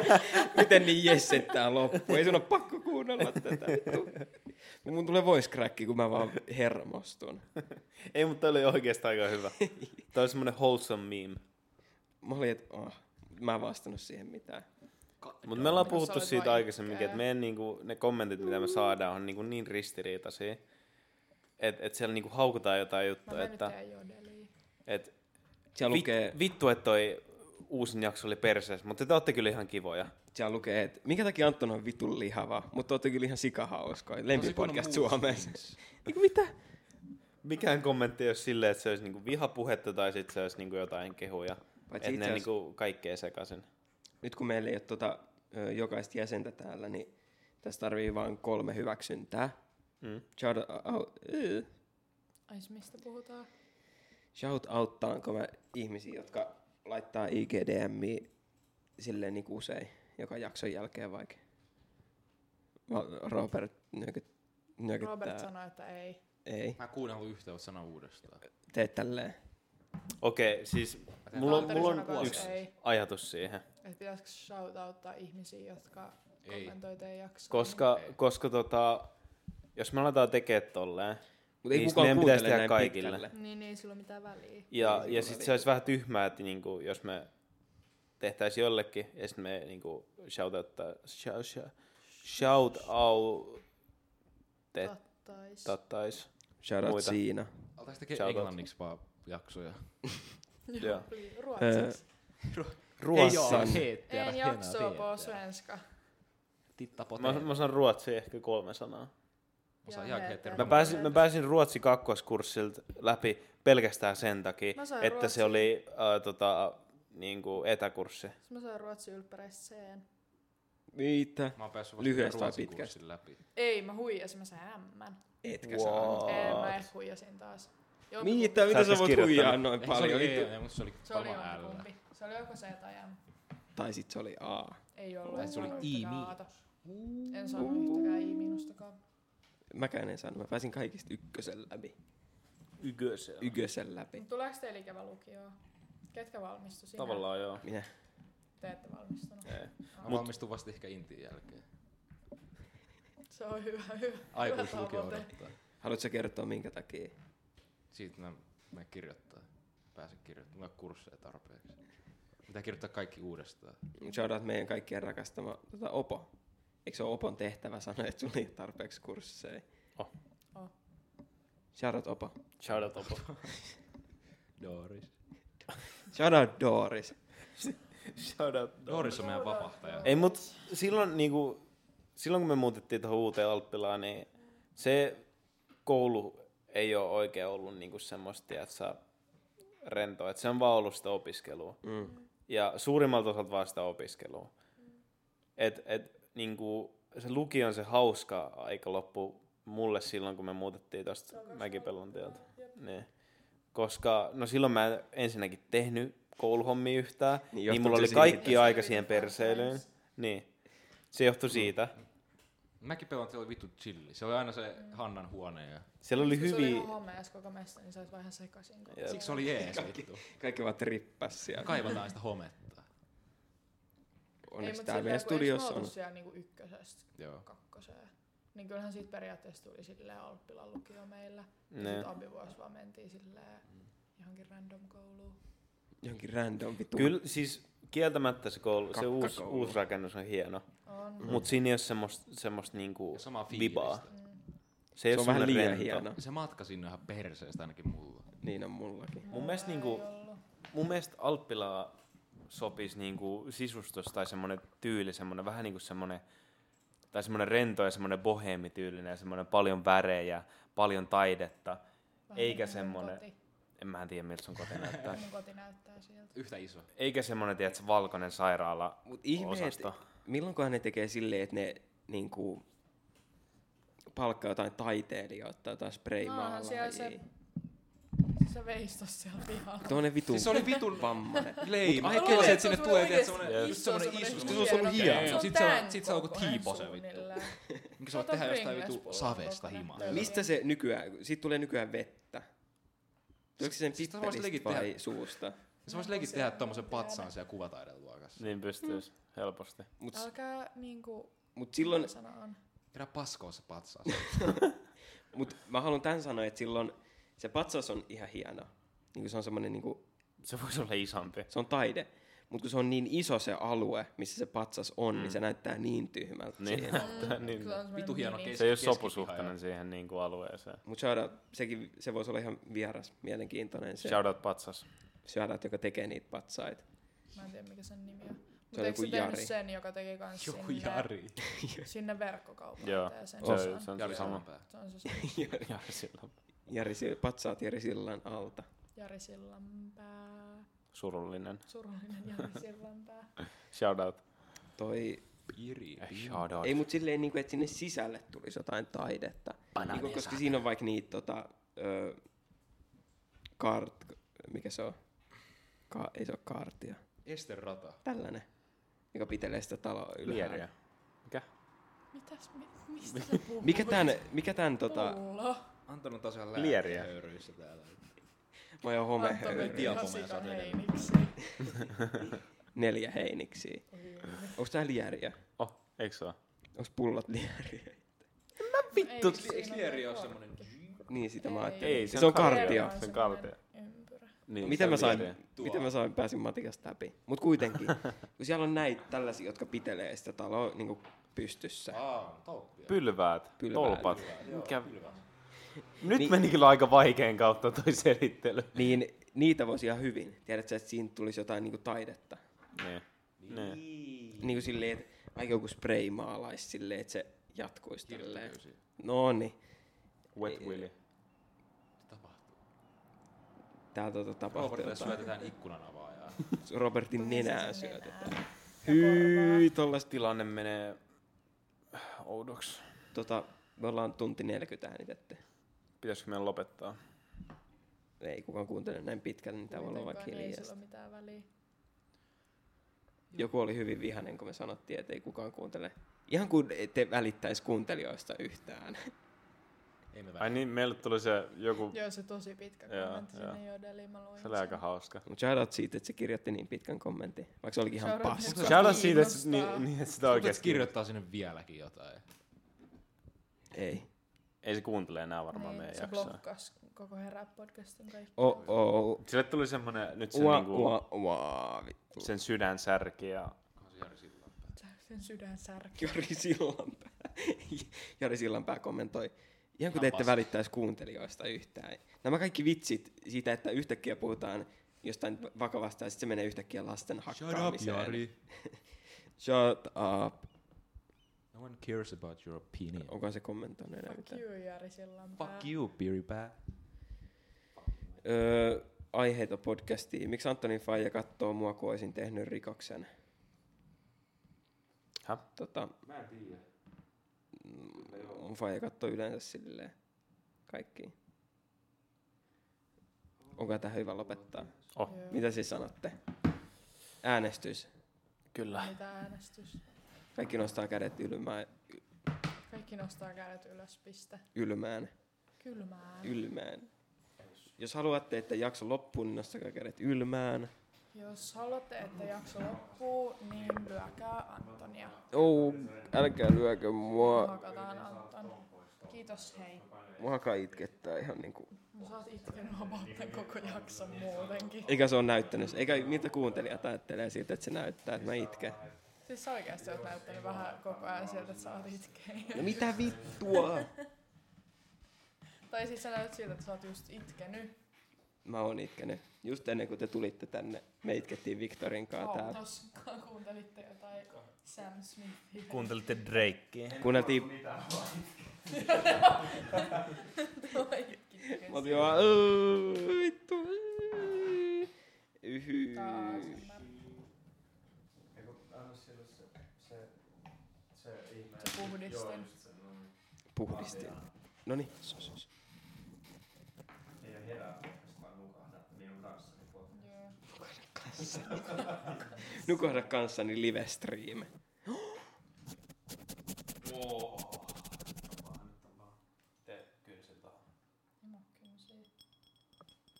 [SPEAKER 3] Miten niin jes, että tää loppu? Ei sun ole pakko kuunnella tätä vittu. Mun tulee voice crack, kun mä vaan hermostun.
[SPEAKER 2] Ei, mutta toi oli oikeastaan aika hyvä. Tämä oli semmonen wholesome meme.
[SPEAKER 3] Mä olin, että oh, mä en vastannut siihen mitään.
[SPEAKER 2] Mutta me ollaan
[SPEAKER 5] Jos
[SPEAKER 2] puhuttu
[SPEAKER 5] olet
[SPEAKER 2] siitä
[SPEAKER 5] vain
[SPEAKER 2] aikaisemminkin,
[SPEAKER 5] ikää.
[SPEAKER 2] että meidän niinku, ne kommentit, mitä me saadaan, on niinku niin ristiriitaisia, että et siellä niinku haukutaan jotain
[SPEAKER 5] Mä
[SPEAKER 2] juttua,
[SPEAKER 5] menen nyt
[SPEAKER 2] että
[SPEAKER 5] teidän jodeliin.
[SPEAKER 2] et,
[SPEAKER 3] Siellä
[SPEAKER 2] vit,
[SPEAKER 3] lukee,
[SPEAKER 2] vittu, että toi uusin jakso oli perseessä, mutta te olette kyllä ihan kivoja.
[SPEAKER 3] Siellä lukee, että minkä takia Anton on vitun lihava, mutta olette kyllä ihan sikahauskoja. Lempipodcast Suomessa. Niinku mitä?
[SPEAKER 2] Mikään kommentti ei ole silleen, että se olisi niinku vihapuhetta tai sitten se olisi niinku jotain kehuja. Että
[SPEAKER 3] itse
[SPEAKER 2] ne
[SPEAKER 3] asiassa-
[SPEAKER 2] on niinku kaikkea sekaisin.
[SPEAKER 3] Nyt kun meillä ei ole tota, ö, jokaista jäsentä täällä, niin tässä tarvii vain kolme hyväksyntää.
[SPEAKER 2] Mm.
[SPEAKER 3] Shout, out, ö,
[SPEAKER 5] Ai se mistä puhutaan?
[SPEAKER 3] shout outtaanko mä ihmisiä, jotka laittaa IGDMi silleen niin usein, joka jakson jälkeen vaikka. Va- Robert nyökyt, nyökyttää.
[SPEAKER 5] Robert sanoi, että ei.
[SPEAKER 3] Ei,
[SPEAKER 1] Mä en kuunnellut yhtä, mutta sano uudestaan.
[SPEAKER 3] tee tälleen.
[SPEAKER 2] Okei, siis mulla on,
[SPEAKER 5] Valtteri
[SPEAKER 2] mulla
[SPEAKER 5] sanoi
[SPEAKER 2] on
[SPEAKER 5] kans
[SPEAKER 2] yksi
[SPEAKER 5] ei.
[SPEAKER 2] ajatus siihen.
[SPEAKER 5] Että pitäisikö shoutouttaa ihmisiä, jotka
[SPEAKER 1] Ei.
[SPEAKER 5] kommentoi teidän jaksoa?
[SPEAKER 2] Koska, koska tota, jos me aletaan tekemään tolleen,
[SPEAKER 3] Mutta ei
[SPEAKER 2] Niin,
[SPEAKER 3] kukaan
[SPEAKER 2] meidän pitäisi
[SPEAKER 3] kuuntele
[SPEAKER 2] tehdä
[SPEAKER 3] näin
[SPEAKER 2] kaikille.
[SPEAKER 3] pitkälle.
[SPEAKER 5] Niin, niin ei sillä ole mitään väliä.
[SPEAKER 2] ja,
[SPEAKER 3] Ei se
[SPEAKER 2] ja
[SPEAKER 3] kyllä
[SPEAKER 2] sitten Niin, se olisi vähän tyhmää, että niinku, jos me tehtäisiin jollekin, ja sitten me niinku shoutoutta, shout, shout, shout out,
[SPEAKER 5] Kattais.
[SPEAKER 2] tattais.
[SPEAKER 3] Shout out
[SPEAKER 2] Muita.
[SPEAKER 3] Siina.
[SPEAKER 1] Altaako tekee
[SPEAKER 2] Shout out.
[SPEAKER 1] englanniksi vaan jaksoja?
[SPEAKER 2] Joo.
[SPEAKER 5] Ruotsiksi.
[SPEAKER 3] Ruossan.
[SPEAKER 5] En jaksoa på svenska.
[SPEAKER 1] Titta på
[SPEAKER 2] Mä, mä sanon ruotsi ehkä kolme sanaa.
[SPEAKER 1] Osaa
[SPEAKER 5] Ja
[SPEAKER 1] ihan
[SPEAKER 5] heter-
[SPEAKER 1] heter-
[SPEAKER 2] Mä pääsin, mä pääsin ruotsi kakkoskurssilta läpi pelkästään sen takia,
[SPEAKER 5] Mä sain
[SPEAKER 2] että
[SPEAKER 5] ruotsin.
[SPEAKER 2] se oli äh, tota, niinku etäkurssi.
[SPEAKER 5] Mä sain ruotsi ylppäreistä C:n.
[SPEAKER 3] Mitä?
[SPEAKER 1] Mä oon päässyt
[SPEAKER 3] Lyhyesti
[SPEAKER 1] vasta
[SPEAKER 3] vai
[SPEAKER 1] ruotsin
[SPEAKER 3] pitkästi?
[SPEAKER 1] kurssin läpi.
[SPEAKER 5] Ei, mä huijasin, mä sain M.
[SPEAKER 3] Etkä
[SPEAKER 2] Wow.
[SPEAKER 3] wow.
[SPEAKER 5] Ei, mä ehkä huijasin taas. Jompikumpi.
[SPEAKER 3] Mitä? Mitä
[SPEAKER 2] et
[SPEAKER 3] sä
[SPEAKER 2] edes
[SPEAKER 3] voit
[SPEAKER 2] kirjoittanut.
[SPEAKER 3] huijaa noin paljon?
[SPEAKER 1] Paljon ei,
[SPEAKER 3] Vittu.
[SPEAKER 1] ei, mutta se E. oli
[SPEAKER 5] Se oli
[SPEAKER 1] varmaan L.
[SPEAKER 5] jompikumpi. Se oli joko C tai M.
[SPEAKER 3] Tai sit se oli A.
[SPEAKER 5] Ei ollut.
[SPEAKER 1] Tai se oli
[SPEAKER 5] en saanut
[SPEAKER 1] I
[SPEAKER 5] yhtäkään
[SPEAKER 1] miinus.
[SPEAKER 5] aata. En saanut yhtäkään I miinustakaan.
[SPEAKER 3] Mäkään en saanut. Mä pääsin kaikista ykkösen läpi.
[SPEAKER 2] Ygösellä.
[SPEAKER 3] Ykösen läpi.
[SPEAKER 5] Mut Tuleeko teillä ikävä lukioon? Ketkä valmistu sinä?
[SPEAKER 2] Tavallaan joo.
[SPEAKER 3] Minä.
[SPEAKER 5] Te ette valmistunut.
[SPEAKER 2] Ei.
[SPEAKER 1] Mä valmistun vasta ehkä Intiin jälkeen.
[SPEAKER 5] Se on hyvä, hyvä.
[SPEAKER 1] Aikuislukio
[SPEAKER 5] tavoite.
[SPEAKER 1] odottaa.
[SPEAKER 3] Haluatko sä kertoa minkä takia?
[SPEAKER 1] Siitä mä, mä kirjoittaa. Pääsen kirjoittamaan. Mulla ei ole kursseja tarpeeksi. Pitää kirjoittaa kaikki uudestaan.
[SPEAKER 3] Shoutout meidän kaikkien rakastama tota, Opo. Eikö se ole Opon tehtävä sanoa, että sulla ei ole tarpeeksi kursseja?
[SPEAKER 2] Oh.
[SPEAKER 5] Oh.
[SPEAKER 3] Shoutout Opo.
[SPEAKER 2] Shout out Opo.
[SPEAKER 1] Doris.
[SPEAKER 3] Shoutout Doris.
[SPEAKER 2] Shout out
[SPEAKER 1] Doris on meidän vapahtaja.
[SPEAKER 2] Ei mut silloin niinku, silloin kun me muutettiin tuohon uuteen Alppilaan, niin se koulu ei ole oikein ollut niinku semmoista, että sä rentoa. Et se on vaan ollut sitä opiskelua.
[SPEAKER 3] Mm.
[SPEAKER 2] Ja suurimmalta osalta vaan sitä opiskelua. Et, et, niinku, se lukion se hauska aika loppu mulle silloin, kun me muutettiin tuosta Mäkipelon tieltä. Niin. Koska, no silloin mä en ensinnäkin tehnyt kouluhommia yhtään,
[SPEAKER 3] Niin,
[SPEAKER 2] niin, niin
[SPEAKER 3] johtuuko
[SPEAKER 2] mulla
[SPEAKER 3] se
[SPEAKER 2] oli
[SPEAKER 3] siitä?
[SPEAKER 2] kaikki aika siihen perseilyyn. Niin. Se johtui siitä.
[SPEAKER 1] Mäkin pelaan, että se oli vittu chilli. Se oli aina se Hannan huone ja
[SPEAKER 2] Siellä oli
[SPEAKER 5] Kun Se oli
[SPEAKER 2] hyviä...
[SPEAKER 5] ihan homeas koko mesta, niin sä oot vähän sekaisin. koko
[SPEAKER 2] Jep.
[SPEAKER 5] ajan.
[SPEAKER 1] siksi se oli E. jees vittu.
[SPEAKER 3] Kaikki vaan trippas siellä.
[SPEAKER 1] Kaivataan sitä hometta.
[SPEAKER 3] Onneksi
[SPEAKER 5] mut
[SPEAKER 3] täällä meidän
[SPEAKER 5] kun eiks
[SPEAKER 3] studiossa
[SPEAKER 5] me oltu
[SPEAKER 3] on.
[SPEAKER 5] siellä niinku ykkösestä
[SPEAKER 1] Joo.
[SPEAKER 5] kakkoseen. Niin kyllähän siitä periaatteessa tuli silleen Alppilan lukio meillä.
[SPEAKER 2] Ne.
[SPEAKER 5] Ja sit ambivuosi vaan mentiin silleen johonkin random kouluun.
[SPEAKER 3] Jonkin random vittu.
[SPEAKER 2] Kyllä siis kieltämättä se, koulu, se
[SPEAKER 3] Kakkakoulu. Mhm.
[SPEAKER 2] uusi, uusi rakennus on hieno,
[SPEAKER 5] On.
[SPEAKER 2] mutta siinä ei ole semmoista semmoist niinku
[SPEAKER 1] Ja samaa
[SPEAKER 2] vibaa.
[SPEAKER 1] fiilistä.
[SPEAKER 5] Mm.
[SPEAKER 2] Se, ei
[SPEAKER 3] Se
[SPEAKER 2] ole
[SPEAKER 3] on vähän
[SPEAKER 2] semmoinen
[SPEAKER 3] liian
[SPEAKER 2] rento.
[SPEAKER 3] hieno.
[SPEAKER 1] Se matka sinne on ihan perseestä ainakin mulla.
[SPEAKER 3] Niin on mullakin.
[SPEAKER 2] Mun mielestä, niinku, mun mielestä Alppilaa sopisi niinku sisustus tai semmoinen tyyli, semmoinen vähän niinku semmoinen tai semmoinen rento ja semmoinen boheemityylinen ja semmoinen paljon värejä, paljon taidetta.
[SPEAKER 5] Vähän
[SPEAKER 2] Eikä
[SPEAKER 5] niinku mun
[SPEAKER 2] semmonen-
[SPEAKER 5] koti.
[SPEAKER 2] En mä en tiedä miltä sun koti näyttää.
[SPEAKER 5] Mun koti näyttää siltä.
[SPEAKER 1] Yhtä iso.
[SPEAKER 2] Eikä semmoinen, tiedätkö, valkoinen sairaala
[SPEAKER 3] Mut ihme, et-
[SPEAKER 2] osasto.
[SPEAKER 3] Milloinkohan ne tekee silleen, että ne niinku, palkkaa jotain taiteilijoita tai jotain
[SPEAKER 5] Maahan siellä
[SPEAKER 3] spreimaalajia?
[SPEAKER 5] se, se veistos siellä pihalla.
[SPEAKER 3] Tuonne vitun
[SPEAKER 1] Siis se oli vitun
[SPEAKER 3] vammainen.
[SPEAKER 1] leima.
[SPEAKER 5] Mä
[SPEAKER 1] Mä
[SPEAKER 5] luulen,
[SPEAKER 1] kelasin,
[SPEAKER 5] että
[SPEAKER 1] että sinne
[SPEAKER 5] se on
[SPEAKER 1] tulee teet
[SPEAKER 5] oikeesti
[SPEAKER 1] semmonen,
[SPEAKER 5] iso,
[SPEAKER 1] just semmonen
[SPEAKER 5] semmonen
[SPEAKER 1] iso.
[SPEAKER 5] hieno
[SPEAKER 1] Sitten se on ollut hieno.
[SPEAKER 5] kokoinen. Se on
[SPEAKER 1] Sitten se
[SPEAKER 5] tän
[SPEAKER 1] on, sit se alkoi
[SPEAKER 5] kokoinen
[SPEAKER 1] tiipose vittu.
[SPEAKER 5] suunnilleen.
[SPEAKER 1] Minkä sä voit
[SPEAKER 5] Tota
[SPEAKER 1] tehdä jostain vittu
[SPEAKER 5] Pringles-pullon
[SPEAKER 1] savesta
[SPEAKER 5] kokoinen.
[SPEAKER 1] himaa.
[SPEAKER 3] Mistä se nykyään, siitä tulee nykyään vettä? Tuleeko se sen
[SPEAKER 1] Siis tää voisi legit
[SPEAKER 3] pippelistä vai
[SPEAKER 1] tehdä.
[SPEAKER 3] suusta?
[SPEAKER 1] Sä vois legit tehdä tommosen patsaan siellä kuvataiden luokassa.
[SPEAKER 2] Niin pystyisi
[SPEAKER 5] Mm.
[SPEAKER 2] helposti.
[SPEAKER 3] Mut,
[SPEAKER 5] Älkää niinku,
[SPEAKER 3] mut silloin,
[SPEAKER 5] mikä sana on.
[SPEAKER 1] Kerää paskoa se patsaa.
[SPEAKER 3] mut mä haluan tän sanoa, että silloin se patsas on ihan hieno. Niinku se on semmonen niinku,
[SPEAKER 2] Se voisi olla isompi.
[SPEAKER 3] se on taide. Mut kun se on niin iso se alue, missä se patsas on, mm. niin se näyttää niin tyhmältä
[SPEAKER 2] Niin.
[SPEAKER 3] siihen.
[SPEAKER 2] Tää niin.
[SPEAKER 5] Mm, Kyllä on semmonen
[SPEAKER 1] Vitu hieno
[SPEAKER 5] mini-
[SPEAKER 1] kes-
[SPEAKER 2] Se ei ole
[SPEAKER 1] keskipiha
[SPEAKER 2] sopusuhtainen siihen niin kuin alueeseen.
[SPEAKER 3] Mut shoutout, sekin, se voisi olla ihan vieras, mielenkiintoinen se
[SPEAKER 2] Shoutout patsas.
[SPEAKER 3] shoutout, joka tekee niitä patsaita.
[SPEAKER 5] Mä en tiedä mikä sen nimi on.
[SPEAKER 3] oli
[SPEAKER 5] Mutta eikö se
[SPEAKER 3] joku Jari.
[SPEAKER 5] tehnyt sen, joka teki kans sinne, sinne
[SPEAKER 2] Joo,
[SPEAKER 5] verkkokaupalle tää sen
[SPEAKER 2] se on-
[SPEAKER 5] osan?
[SPEAKER 2] se on
[SPEAKER 1] Jari
[SPEAKER 2] sama.
[SPEAKER 1] Sillanpää.
[SPEAKER 5] Se on se se
[SPEAKER 3] Jari,
[SPEAKER 2] Ja silloin
[SPEAKER 3] Jari, Sil- patsaat Jari Sillan alta.
[SPEAKER 5] Jari Sillanpää.
[SPEAKER 2] surullinen.
[SPEAKER 5] Surullinen Jari Sillanpää.
[SPEAKER 2] Shout out.
[SPEAKER 3] Toi,
[SPEAKER 1] Piri.
[SPEAKER 2] Shout out.
[SPEAKER 3] ei mut silleen niinku, että sinne sisälle tulisi jotain taidetta. Niinku, koska siinä on vaikka niitä tota, ö, kart, mikä se on? Ka, ei se ole kaartia.
[SPEAKER 1] Ester Rata.
[SPEAKER 3] Tällainen, joka pitelee sitä taloa ylhäällä.
[SPEAKER 2] Lieriä. Mikä?
[SPEAKER 5] Mitäs, mi, mistä sä puhut?
[SPEAKER 3] Mikä tämän, mikä tämän tota,
[SPEAKER 5] Pullo.
[SPEAKER 1] Anton on tosiaan
[SPEAKER 2] Lieriä.
[SPEAKER 1] lääkehöyryissä täällä.
[SPEAKER 3] mä oon homehöyry.
[SPEAKER 1] Tiapomeja saa vielä.
[SPEAKER 5] Tiapomeja
[SPEAKER 3] Neljä heiniksiä. Onks tää lieriä?
[SPEAKER 2] Oh, eikö se ole?
[SPEAKER 3] Onks pullot lieriä?
[SPEAKER 5] Vittu.
[SPEAKER 1] Eikö Lieri ole semmoinen?
[SPEAKER 3] Niin sitä mä
[SPEAKER 5] Ei.
[SPEAKER 3] ajattelin.
[SPEAKER 2] Ei,
[SPEAKER 3] se on kartia.
[SPEAKER 2] Se on kaltia.
[SPEAKER 5] Ympyrä.
[SPEAKER 2] Niin,
[SPEAKER 3] Miten
[SPEAKER 2] se
[SPEAKER 3] mä,
[SPEAKER 2] on
[SPEAKER 3] sain,
[SPEAKER 2] lieriä.
[SPEAKER 3] miten mä sain, pääsin matikasta läpi? Mut kuitenkin, kun siellä on näitä tällaisia, jotka pitelee sitä taloa niinku pystyssä.
[SPEAKER 1] Aa, tauppia.
[SPEAKER 2] Pylväät,
[SPEAKER 3] Pylväät.
[SPEAKER 2] tolpat. Mikä?
[SPEAKER 1] Pylvä.
[SPEAKER 2] Nyt
[SPEAKER 3] Niin.
[SPEAKER 2] meni kyllä aika vaikean kautta toi selittely.
[SPEAKER 3] Niin niitä voisi ihan hyvin. Tiedätkö, että siinä tulisi jotain niinku taidetta.
[SPEAKER 2] Niin. niin.
[SPEAKER 3] Niin kuin silleen, että vaikka joku spray maalaisi silleen, että se jatkuisi tälleen.
[SPEAKER 1] Kirjoittakaa siihen.
[SPEAKER 3] No niin,
[SPEAKER 2] Wet Willy.
[SPEAKER 1] Mitä Tapahtuu.
[SPEAKER 3] tää tota tapahtuu
[SPEAKER 1] Robertille
[SPEAKER 3] jotain.
[SPEAKER 1] syötetään ikkunan avaajaa.
[SPEAKER 3] Robertin nenää syötetään.
[SPEAKER 2] Hyi, tollas tilanne menee oudoksi.
[SPEAKER 3] Tota, me ollaan tunti 40 äänitetty.
[SPEAKER 2] Pitäisikö meidän lopettaa?
[SPEAKER 3] Ei kukaan kuuntele näin pitkälle, niin tää voi olla vaikka
[SPEAKER 5] Ei sillä
[SPEAKER 3] hiljaista.
[SPEAKER 5] ole mitään väliä.
[SPEAKER 3] Joku oli hyvin vihainen, kun me sanottiin, että ei kukaan kuuntele. Ihan kuin ette välittäisi kuuntelijoista yhtään.
[SPEAKER 1] Ei me
[SPEAKER 2] Ai
[SPEAKER 1] vähän.
[SPEAKER 2] niin, meille tuli se joku...
[SPEAKER 5] Joo, se tosi pitkä
[SPEAKER 2] Joo,
[SPEAKER 5] kommentti
[SPEAKER 2] joo.
[SPEAKER 5] sinne Jodeliin, mä luin
[SPEAKER 2] Se oli aika hauska.
[SPEAKER 3] Mutta shoutout siitä, että se kirjoitti niin pitkän kommentin, vaikka se olikin ihan
[SPEAKER 5] Shoutout
[SPEAKER 3] paska.
[SPEAKER 5] Mut
[SPEAKER 2] Shout out siitä, että,
[SPEAKER 5] kiinnostaa.
[SPEAKER 2] niin, niin, että
[SPEAKER 1] Oikeesti
[SPEAKER 2] sitä oikeasti...
[SPEAKER 1] kirjoittaa sinne vieläkin jotain.
[SPEAKER 3] Ei.
[SPEAKER 2] Ei se kuuntele enää varmaan meidän
[SPEAKER 5] Niin, se
[SPEAKER 2] jaksoa.
[SPEAKER 5] blokkas koko herää podcastin kaikki.
[SPEAKER 3] Oh, oh.
[SPEAKER 2] Sille tuli semmonen nyt sen,
[SPEAKER 3] Ua,
[SPEAKER 2] niinku,
[SPEAKER 3] ua, ua, vittu.
[SPEAKER 2] sen sydän särki ja
[SPEAKER 5] Sen sydän särki.
[SPEAKER 3] Jari Sillanpää. Jari Sillanpää kommentoi, ihan kun
[SPEAKER 1] Ihan
[SPEAKER 3] te ette
[SPEAKER 1] paska.
[SPEAKER 3] välittäisi kuuntelijoista yhtään. Nämä kaikki vitsit siitä, että yhtäkkiä puhutaan jostain vakavasta ja sitten se menee yhtäkkiä lasten hakkaamiseen. Shut up.
[SPEAKER 1] No one cares about your opinion.
[SPEAKER 3] Onko se kommentoinut enää
[SPEAKER 5] Fuck
[SPEAKER 3] mitään?
[SPEAKER 5] you, Jari Sillanpää.
[SPEAKER 1] Fuck you, Piripää.
[SPEAKER 3] Öö, aiheita podcastiin. Miksi Antonin faija kattoo mua, kun olisin tehnyt rikoksen?
[SPEAKER 2] Häh?
[SPEAKER 3] Tota, Mä en tiedä. Mun faija kattoo yleensä silleen kaikkiin. Onko tähän hyvä lopettaa?
[SPEAKER 2] Oh.
[SPEAKER 5] Joo.
[SPEAKER 3] Mitä siis sanotte? Äänestys.
[SPEAKER 2] Kyllä.
[SPEAKER 5] Mitä äänestys?
[SPEAKER 3] Kaikki nostaa kädet ylmään.
[SPEAKER 5] Kaikki nostaa kädet ylös, piste.
[SPEAKER 3] ylmään.
[SPEAKER 5] Kylmää.
[SPEAKER 3] ylmään. Jos haluatte, että jakso loppuu, niin nostakaa kädet ylmään.
[SPEAKER 5] Jos haluatte, että jakso loppuu, niin lyökää Antonia.
[SPEAKER 3] Oh, älkää lyökö mua.
[SPEAKER 5] Hakataan Anton. Kiitos, hei.
[SPEAKER 3] Mua alkaa itkettää ihan niinku.
[SPEAKER 5] Sä oot itkenyt about tän koko jakson muutenkin.
[SPEAKER 3] Eikä se ole näyttänyt. Eikä niitä kuuntelijat ajattelee siitä, että se näyttää, että mä itken.
[SPEAKER 5] Siis sä oikeesti oot näyttänyt vähän koko ajan sieltä, että sä oot itkenyt.
[SPEAKER 3] No mitä vittua?
[SPEAKER 5] Tai siis sä näytät siltä, että sä oot just itkenyt.
[SPEAKER 3] Mä oon itkenyt. Just ennen kuin te tulitte tänne, me itkettiin Viktorin kanssa täällä.
[SPEAKER 5] Autos, kuuntelitte jotain Sam Smithia.
[SPEAKER 2] Kuuntelitte Drakea.
[SPEAKER 3] Kuunneltiin
[SPEAKER 5] Toi
[SPEAKER 3] Mä otin vaan, "Öö, vittu. öö." Yhy.
[SPEAKER 5] Taas mä- Se puhdistin.
[SPEAKER 3] Puhdistin. Noniin. sos, sos.
[SPEAKER 5] Joo.
[SPEAKER 3] Nukohda kanssani live stream.
[SPEAKER 5] Niin mä kyllä siitä.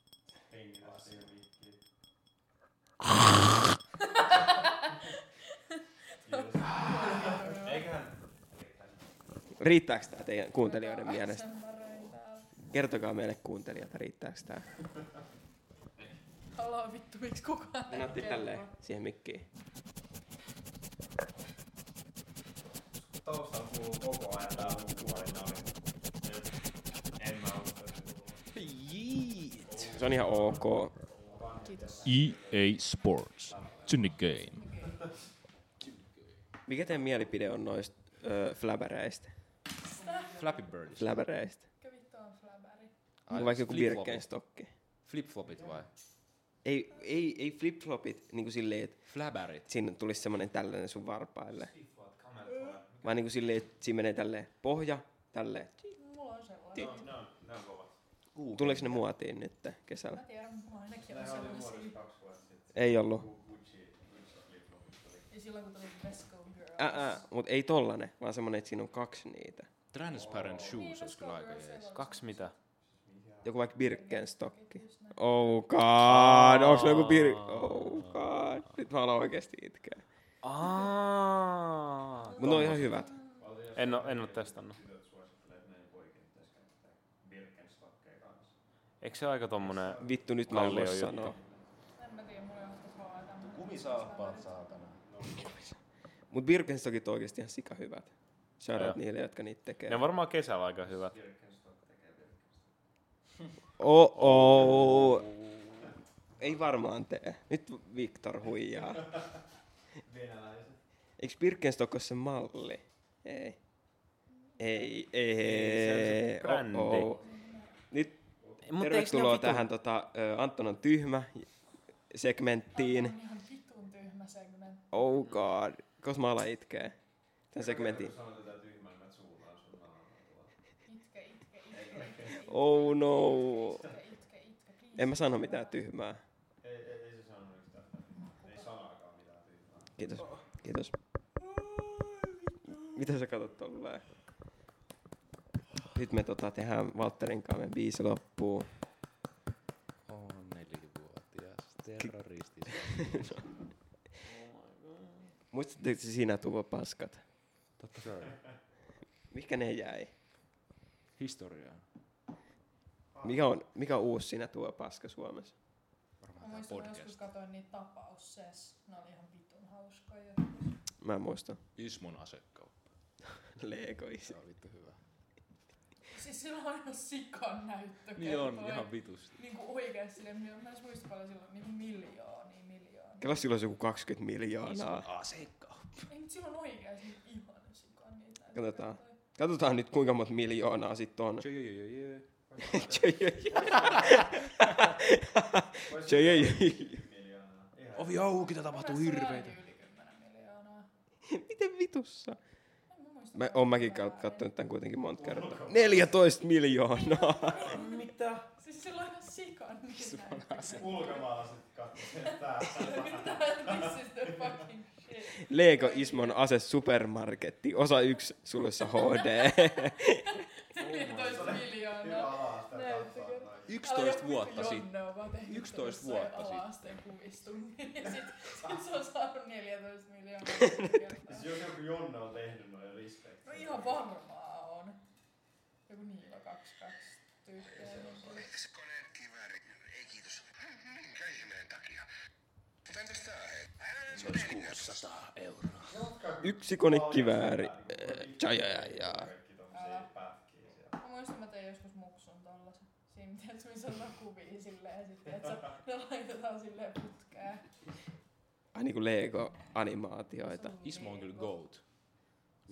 [SPEAKER 3] Riittääkö tämä teidän kuuntelijoiden
[SPEAKER 5] Jotain
[SPEAKER 3] mielestä?
[SPEAKER 5] sen paremmin täällä.
[SPEAKER 3] Kertokaa meille kuuntelijat, riittääkö tämä?
[SPEAKER 5] Haloo vittu, miksi kukaan
[SPEAKER 3] Mä otti
[SPEAKER 5] kerro?
[SPEAKER 3] tälleen siihen mikkiin. Taustan kuuluu koko ajan tää mun kuorina. En mä Se on ihan ok.
[SPEAKER 5] Kiitos.
[SPEAKER 1] EA Sports. Syndicate.
[SPEAKER 3] Mikä teidän mielipide on noista öö, fläbäreistä?
[SPEAKER 1] Flappy Birdis.
[SPEAKER 3] Fläbäreistä.
[SPEAKER 5] Mikä vittu on flabäri?
[SPEAKER 1] Ai,
[SPEAKER 3] Vaikka joku
[SPEAKER 1] flip-flopit.
[SPEAKER 3] Birkenstocki.
[SPEAKER 1] Flip-flopit vai?
[SPEAKER 3] Ei, ei, ei flip-flopit niin kuin silleen, että
[SPEAKER 1] Flabärit.
[SPEAKER 3] siinä tulisi semmoinen tällainen sun varpaille. Vaan niin kuin silleen, että siinä menee tälleen pohja, tälleen.
[SPEAKER 5] Mulla on sellainen.
[SPEAKER 3] Tuleeko ne muotiin nyt kesällä?
[SPEAKER 5] Mä tiedän, mutta mulla ainakin on sellaisia.
[SPEAKER 3] Ei ollut.
[SPEAKER 5] Ja silloin kun tuli Best Go Girls.
[SPEAKER 3] Ää, ää, mut ei tollanen, vaan semmonen, että siinä on kaksi niitä.
[SPEAKER 1] Transparent
[SPEAKER 5] Niin,
[SPEAKER 1] shoes
[SPEAKER 5] Best
[SPEAKER 1] olisi
[SPEAKER 5] Go
[SPEAKER 1] kyllä aika
[SPEAKER 5] Girls,
[SPEAKER 1] jees.
[SPEAKER 5] siellä on
[SPEAKER 2] Kaksi mitä?
[SPEAKER 3] Joku vaikka Birkenstocki.
[SPEAKER 5] just näin.
[SPEAKER 3] Oh god, onks ne joku bir... Oh god, nyt mä alan oikeesti itkeä.
[SPEAKER 2] Aa,
[SPEAKER 3] Mut ne on ihan hyvät.
[SPEAKER 2] en, oo, en oo testannut. Eikö se aika tommonen...
[SPEAKER 3] Vittu, nyt mä en voi
[SPEAKER 2] Kallio
[SPEAKER 3] sanoa.
[SPEAKER 5] En mä tiedä, mulla ei ole vaan tämmönen.
[SPEAKER 1] Kumisaappaat saatana.
[SPEAKER 3] Mut Birkenstockit on oikeesti ihan sika hyvät. Shout
[SPEAKER 2] Joo.
[SPEAKER 3] out niille, jotka niitä tekee.
[SPEAKER 2] Ne on varmaan kesällä aika hyvät.
[SPEAKER 3] Oh oh. Ei varmaan tee. Nyt Viktor huijaa. Eikö Birkenstock ole se malli? Ei. Ei, ei,
[SPEAKER 2] Ei, se on se
[SPEAKER 3] ei.
[SPEAKER 2] brändi.
[SPEAKER 3] Nyt
[SPEAKER 2] Mut
[SPEAKER 3] tervetuloa tähän tota, ö, Anton on tyhmä
[SPEAKER 5] Tää
[SPEAKER 3] segmenttiin.
[SPEAKER 5] on ihan vitun tyhmä segmentti.
[SPEAKER 3] Oh god. Kos mä alan itkeä? Tämän segmentin.
[SPEAKER 5] Itke, itke, itke, itke,
[SPEAKER 3] Oh no.
[SPEAKER 5] itke, itke, itke, please.
[SPEAKER 3] En mä sano mitään tyhmää. Kiitos. Kiitos. Mitä sä katsot tolleen? Nyt me tota, tehdään Valtterin kanssa meidän biisi loppuun.
[SPEAKER 1] On nelivuotias terroristi.
[SPEAKER 3] Muistatteko te sinä Tuvo paskat?
[SPEAKER 1] Totta kai.
[SPEAKER 3] Mikä ne jäi?
[SPEAKER 1] Historiaan.
[SPEAKER 3] Mikä on, mikä on uusi sinä Tuvo paska Suomessa?
[SPEAKER 5] Mä
[SPEAKER 1] Varmaan tämä
[SPEAKER 5] muistan, mä joskus
[SPEAKER 1] podcast.
[SPEAKER 5] katsoin niitä tapaussees. Ne oli ihan vitun hauskoja.
[SPEAKER 3] Mä en muista.
[SPEAKER 1] Ismon asekauppa.
[SPEAKER 3] Legoisi.
[SPEAKER 1] Se on vittu hyvä.
[SPEAKER 5] Siis sillä on ihan sikan näyttö.
[SPEAKER 1] Niin on,
[SPEAKER 5] kertoi.
[SPEAKER 1] ihan vitusti.
[SPEAKER 5] Niinku oikeesti silleen, mä en edes muista paljon silloin, niinku miljoonia, miljoonia.
[SPEAKER 3] Kela silloin joku 20 miljoonaa.
[SPEAKER 1] asekauppa.
[SPEAKER 5] Ei, mut silloin oikeesti niinku ihan sikan niitä näyttö.
[SPEAKER 3] Katsotaan. Katsotaan nyt kuinka monta miljoonaa sit on.
[SPEAKER 1] Joo, joo, joo, joo.
[SPEAKER 3] Se ei.
[SPEAKER 1] Ovi auki, tää tapahtuu
[SPEAKER 5] Mun mielestä
[SPEAKER 1] hirveitä.
[SPEAKER 5] se oli yli 10 miljoonaa.
[SPEAKER 3] Miten vitussa?
[SPEAKER 5] En mä muista.
[SPEAKER 3] Mä, on mäkin kat- kattonut tän kuitenkin monta kertaa. 14
[SPEAKER 1] Oh,
[SPEAKER 3] miljoonaa.
[SPEAKER 1] no.
[SPEAKER 5] Siis sillä on ihan sikan niitä näyttö.
[SPEAKER 4] Ulkomaalaiset katsoivat tää.
[SPEAKER 5] This is the fucking shit.
[SPEAKER 3] Lego Ismon ase supermarketti, osa 1 sulussa HD.
[SPEAKER 5] 14
[SPEAKER 4] Hyvä
[SPEAKER 5] miljoonaa.
[SPEAKER 4] ala sitä
[SPEAKER 5] Näyttikö?
[SPEAKER 4] katsoa noin.
[SPEAKER 1] 11 vuotta sitten.
[SPEAKER 5] sitten.
[SPEAKER 1] 11 vuotta sitten.
[SPEAKER 5] ala-asteen kuvistuminen ja sit, sit se on saanut 14 miljoonaa. kertaa.
[SPEAKER 4] Siis jos joku Jonna on tehnyt noin respect.
[SPEAKER 5] No ihan varmaa on. Joku Niilo 22 tyyppiä.
[SPEAKER 8] Miksi koneen kivääri? Ei kiitos. Minkä ihmeen takia? Mutta entäs tää hei? Se olisi kuussa.
[SPEAKER 3] Yksi konekivääri. Äh, tja, ja, ja, ja.
[SPEAKER 4] Kaikki tommosia pätkiä siellä.
[SPEAKER 5] Mä muistan, mä tein joskus muksun tollasen. Siinä tiedät, missä on kuvia silleen ja sitten, että ne laitetaan silleen putkeen.
[SPEAKER 3] Ai niinku Lego animaatioita.
[SPEAKER 1] Ismo on kyllä goat.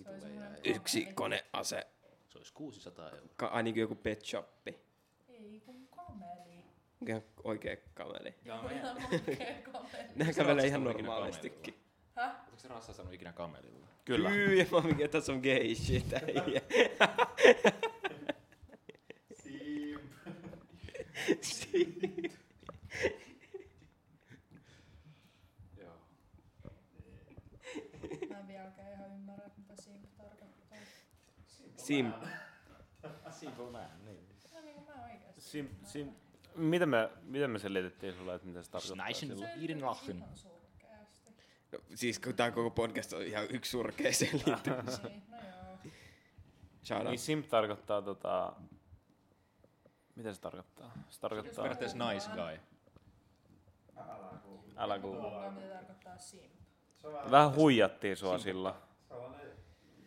[SPEAKER 5] Se oli semmonen-
[SPEAKER 3] Yksi konease.
[SPEAKER 1] Se olisi 600 euroa.
[SPEAKER 3] Ka- ai niinku joku pet shoppi.
[SPEAKER 5] Ei kun kameli.
[SPEAKER 3] Ihan oikea kameli.
[SPEAKER 5] Ihan makea kameli.
[SPEAKER 3] Nää kävelee ihan normaalistikin.
[SPEAKER 5] Häh?
[SPEAKER 1] Oletko se rassastanut ikinä kamelilla?
[SPEAKER 2] Kyllä.
[SPEAKER 3] Kyy, ja mä mikä tässä on gay shit. äijä.
[SPEAKER 4] Siim.
[SPEAKER 1] Joo.
[SPEAKER 5] Mä en vieläkään ihan ymmärrä, mitä siinä tarkoittaa.
[SPEAKER 3] Sim.
[SPEAKER 1] Simple man, niin.
[SPEAKER 5] No niin, mä oikeesti.
[SPEAKER 2] Sim, sim, mitä me, mitä me selitettiin sulle, että mitä se tarkoittaa?
[SPEAKER 1] Naisen
[SPEAKER 2] sillä?
[SPEAKER 1] iiden lachen.
[SPEAKER 5] Ihan surkeasti.
[SPEAKER 3] No, siis kun tää koko podcast on ihan yksi surkea selitys.
[SPEAKER 5] Niin, no joo.
[SPEAKER 3] Shout out.
[SPEAKER 2] Niin simp tarkoittaa tota... Mitä se tarkoittaa? Se tarkoittaa...
[SPEAKER 1] Periaatteessa nice guy.
[SPEAKER 2] Älä kuulu.
[SPEAKER 5] Kuulkaa, mitä tarkoittaa simp.
[SPEAKER 4] Se on vähän
[SPEAKER 2] Vähän huijattiin sua sillä.
[SPEAKER 4] sellainen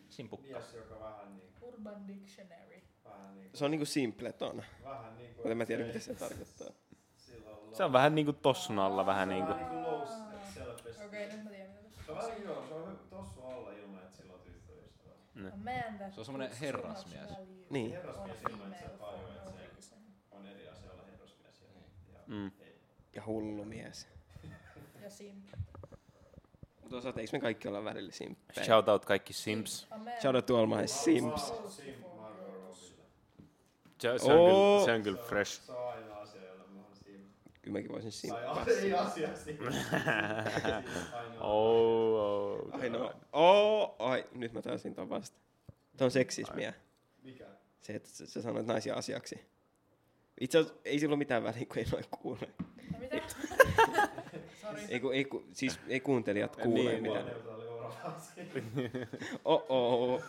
[SPEAKER 1] Simpukka.
[SPEAKER 4] mies, joka vähän niin,
[SPEAKER 5] Urban Dictionary.
[SPEAKER 4] vähän niin,
[SPEAKER 3] Se on niinku simpleton.
[SPEAKER 4] vähän niin
[SPEAKER 3] Mutta en
[SPEAKER 4] kuin,
[SPEAKER 3] mä tiedä mitä se tarkoittaa.
[SPEAKER 4] sillä on
[SPEAKER 2] Se on vähän niinku tossun alla vähän niinku.
[SPEAKER 4] vähän niin kuin low self-esteem.
[SPEAKER 5] Okei, nyt mä tiedän mitä tässä
[SPEAKER 4] Se on vähän joo, se on hy- tossu alla ilman, että sillä on tyttöystävä.
[SPEAKER 5] on. Man that
[SPEAKER 1] Se on semmonen
[SPEAKER 5] puts
[SPEAKER 1] herrasmies.
[SPEAKER 5] so much value
[SPEAKER 3] Niin.
[SPEAKER 5] on
[SPEAKER 4] Herrasmies ilman, että
[SPEAKER 5] female
[SPEAKER 4] se
[SPEAKER 5] for
[SPEAKER 4] tajuu,
[SPEAKER 5] no
[SPEAKER 4] että se
[SPEAKER 5] reason.
[SPEAKER 4] on eri asia olla herrasmies. Ja, ja
[SPEAKER 2] Mm.
[SPEAKER 3] Ja hullu mies.
[SPEAKER 5] Ja simp.
[SPEAKER 3] Mutta osaat, eikö me kaikki olla välillä simppejä?
[SPEAKER 2] Shout out kaikki Sims.
[SPEAKER 5] A man
[SPEAKER 3] Shout out to all my simps.
[SPEAKER 4] Sim Margot Robbie.
[SPEAKER 2] Se, se, on, kyllä,
[SPEAKER 3] Oo.
[SPEAKER 2] se on kyllä fresh.
[SPEAKER 4] Se on aina asia, jolla mä oon sim.
[SPEAKER 3] Kyllä mäkin voisin
[SPEAKER 4] Tai
[SPEAKER 3] simppaa.
[SPEAKER 4] a- eri asia sim.
[SPEAKER 2] Oh, oh.
[SPEAKER 3] Ainoa. no. Oo, ai, nyt mä taisin ton vasta. Tämä on seksismiä.
[SPEAKER 4] Mikä?
[SPEAKER 3] Se, että sä, sä sanoit naisia asiaksi. Itse asiassa ei sillä ole mitään väliä, kun ei noin kuule.
[SPEAKER 5] No mitä? Sori.
[SPEAKER 3] Ei, ku, ei, ku, siis ei kuuntelijat kuule
[SPEAKER 2] Niin,
[SPEAKER 3] mitään.
[SPEAKER 4] Neutraali vuorovaasi.
[SPEAKER 3] Oh, oh, oh.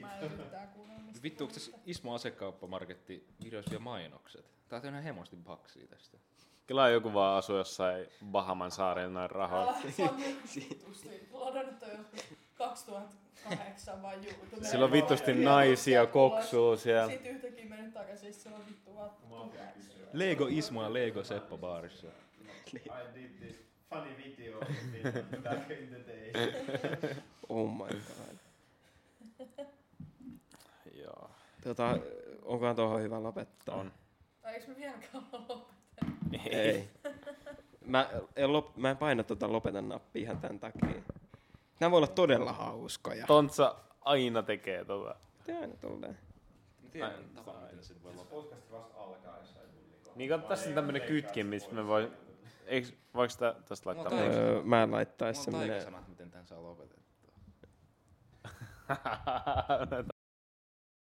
[SPEAKER 5] Mä en yhtään kuunnella mistä.
[SPEAKER 1] Vittu, onko tässä Ismo asekauppamarketti videossa vielä mainokset? Tää on ihan hemostin paksia tästä.
[SPEAKER 2] Kyllä joku vaan asuu jossain Bahaman saarella noin rahoilla.
[SPEAKER 5] Älä, se on niin vitusti. Ladannut toi joskus 2008 vaan YouTubeen.
[SPEAKER 2] Sillä on vittusti naisia koksuu siellä.
[SPEAKER 5] Sitten yhtäkkiä menin takaisin, sillä on vittu vattu.
[SPEAKER 1] Lego Ismo ja Lego Seppo baarissa.
[SPEAKER 4] I did this funny video of Finland back in the day.
[SPEAKER 3] oh my god.
[SPEAKER 2] Joo.
[SPEAKER 3] Tota, onkohan tuohon hyvä lopettaa?
[SPEAKER 2] On.
[SPEAKER 5] Tai eikö me vieläkään olla lopettu?
[SPEAKER 3] Ei. Mä en, lop, mä en paina tota lopeta nappia ihan tämän takia. Nämä voi olla todella hauskoja.
[SPEAKER 2] Tontsa aina tekee tota.
[SPEAKER 3] Tää aina tulee.
[SPEAKER 1] Mä tiedän tapaa, miten sen voi lopettaa.
[SPEAKER 4] Podcast vasta alkaa jossain tunnilla.
[SPEAKER 2] Niin kun tässä on tämmönen kytkin, mistä me voi... Eiks, voiko sitä tästä laittaa?
[SPEAKER 1] Mulla on
[SPEAKER 2] pois?
[SPEAKER 3] Öö, mä en
[SPEAKER 1] Mulla
[SPEAKER 3] laittaisi
[SPEAKER 1] on
[SPEAKER 3] semmonen...
[SPEAKER 1] taikasanat, miten tän saa lopetettua.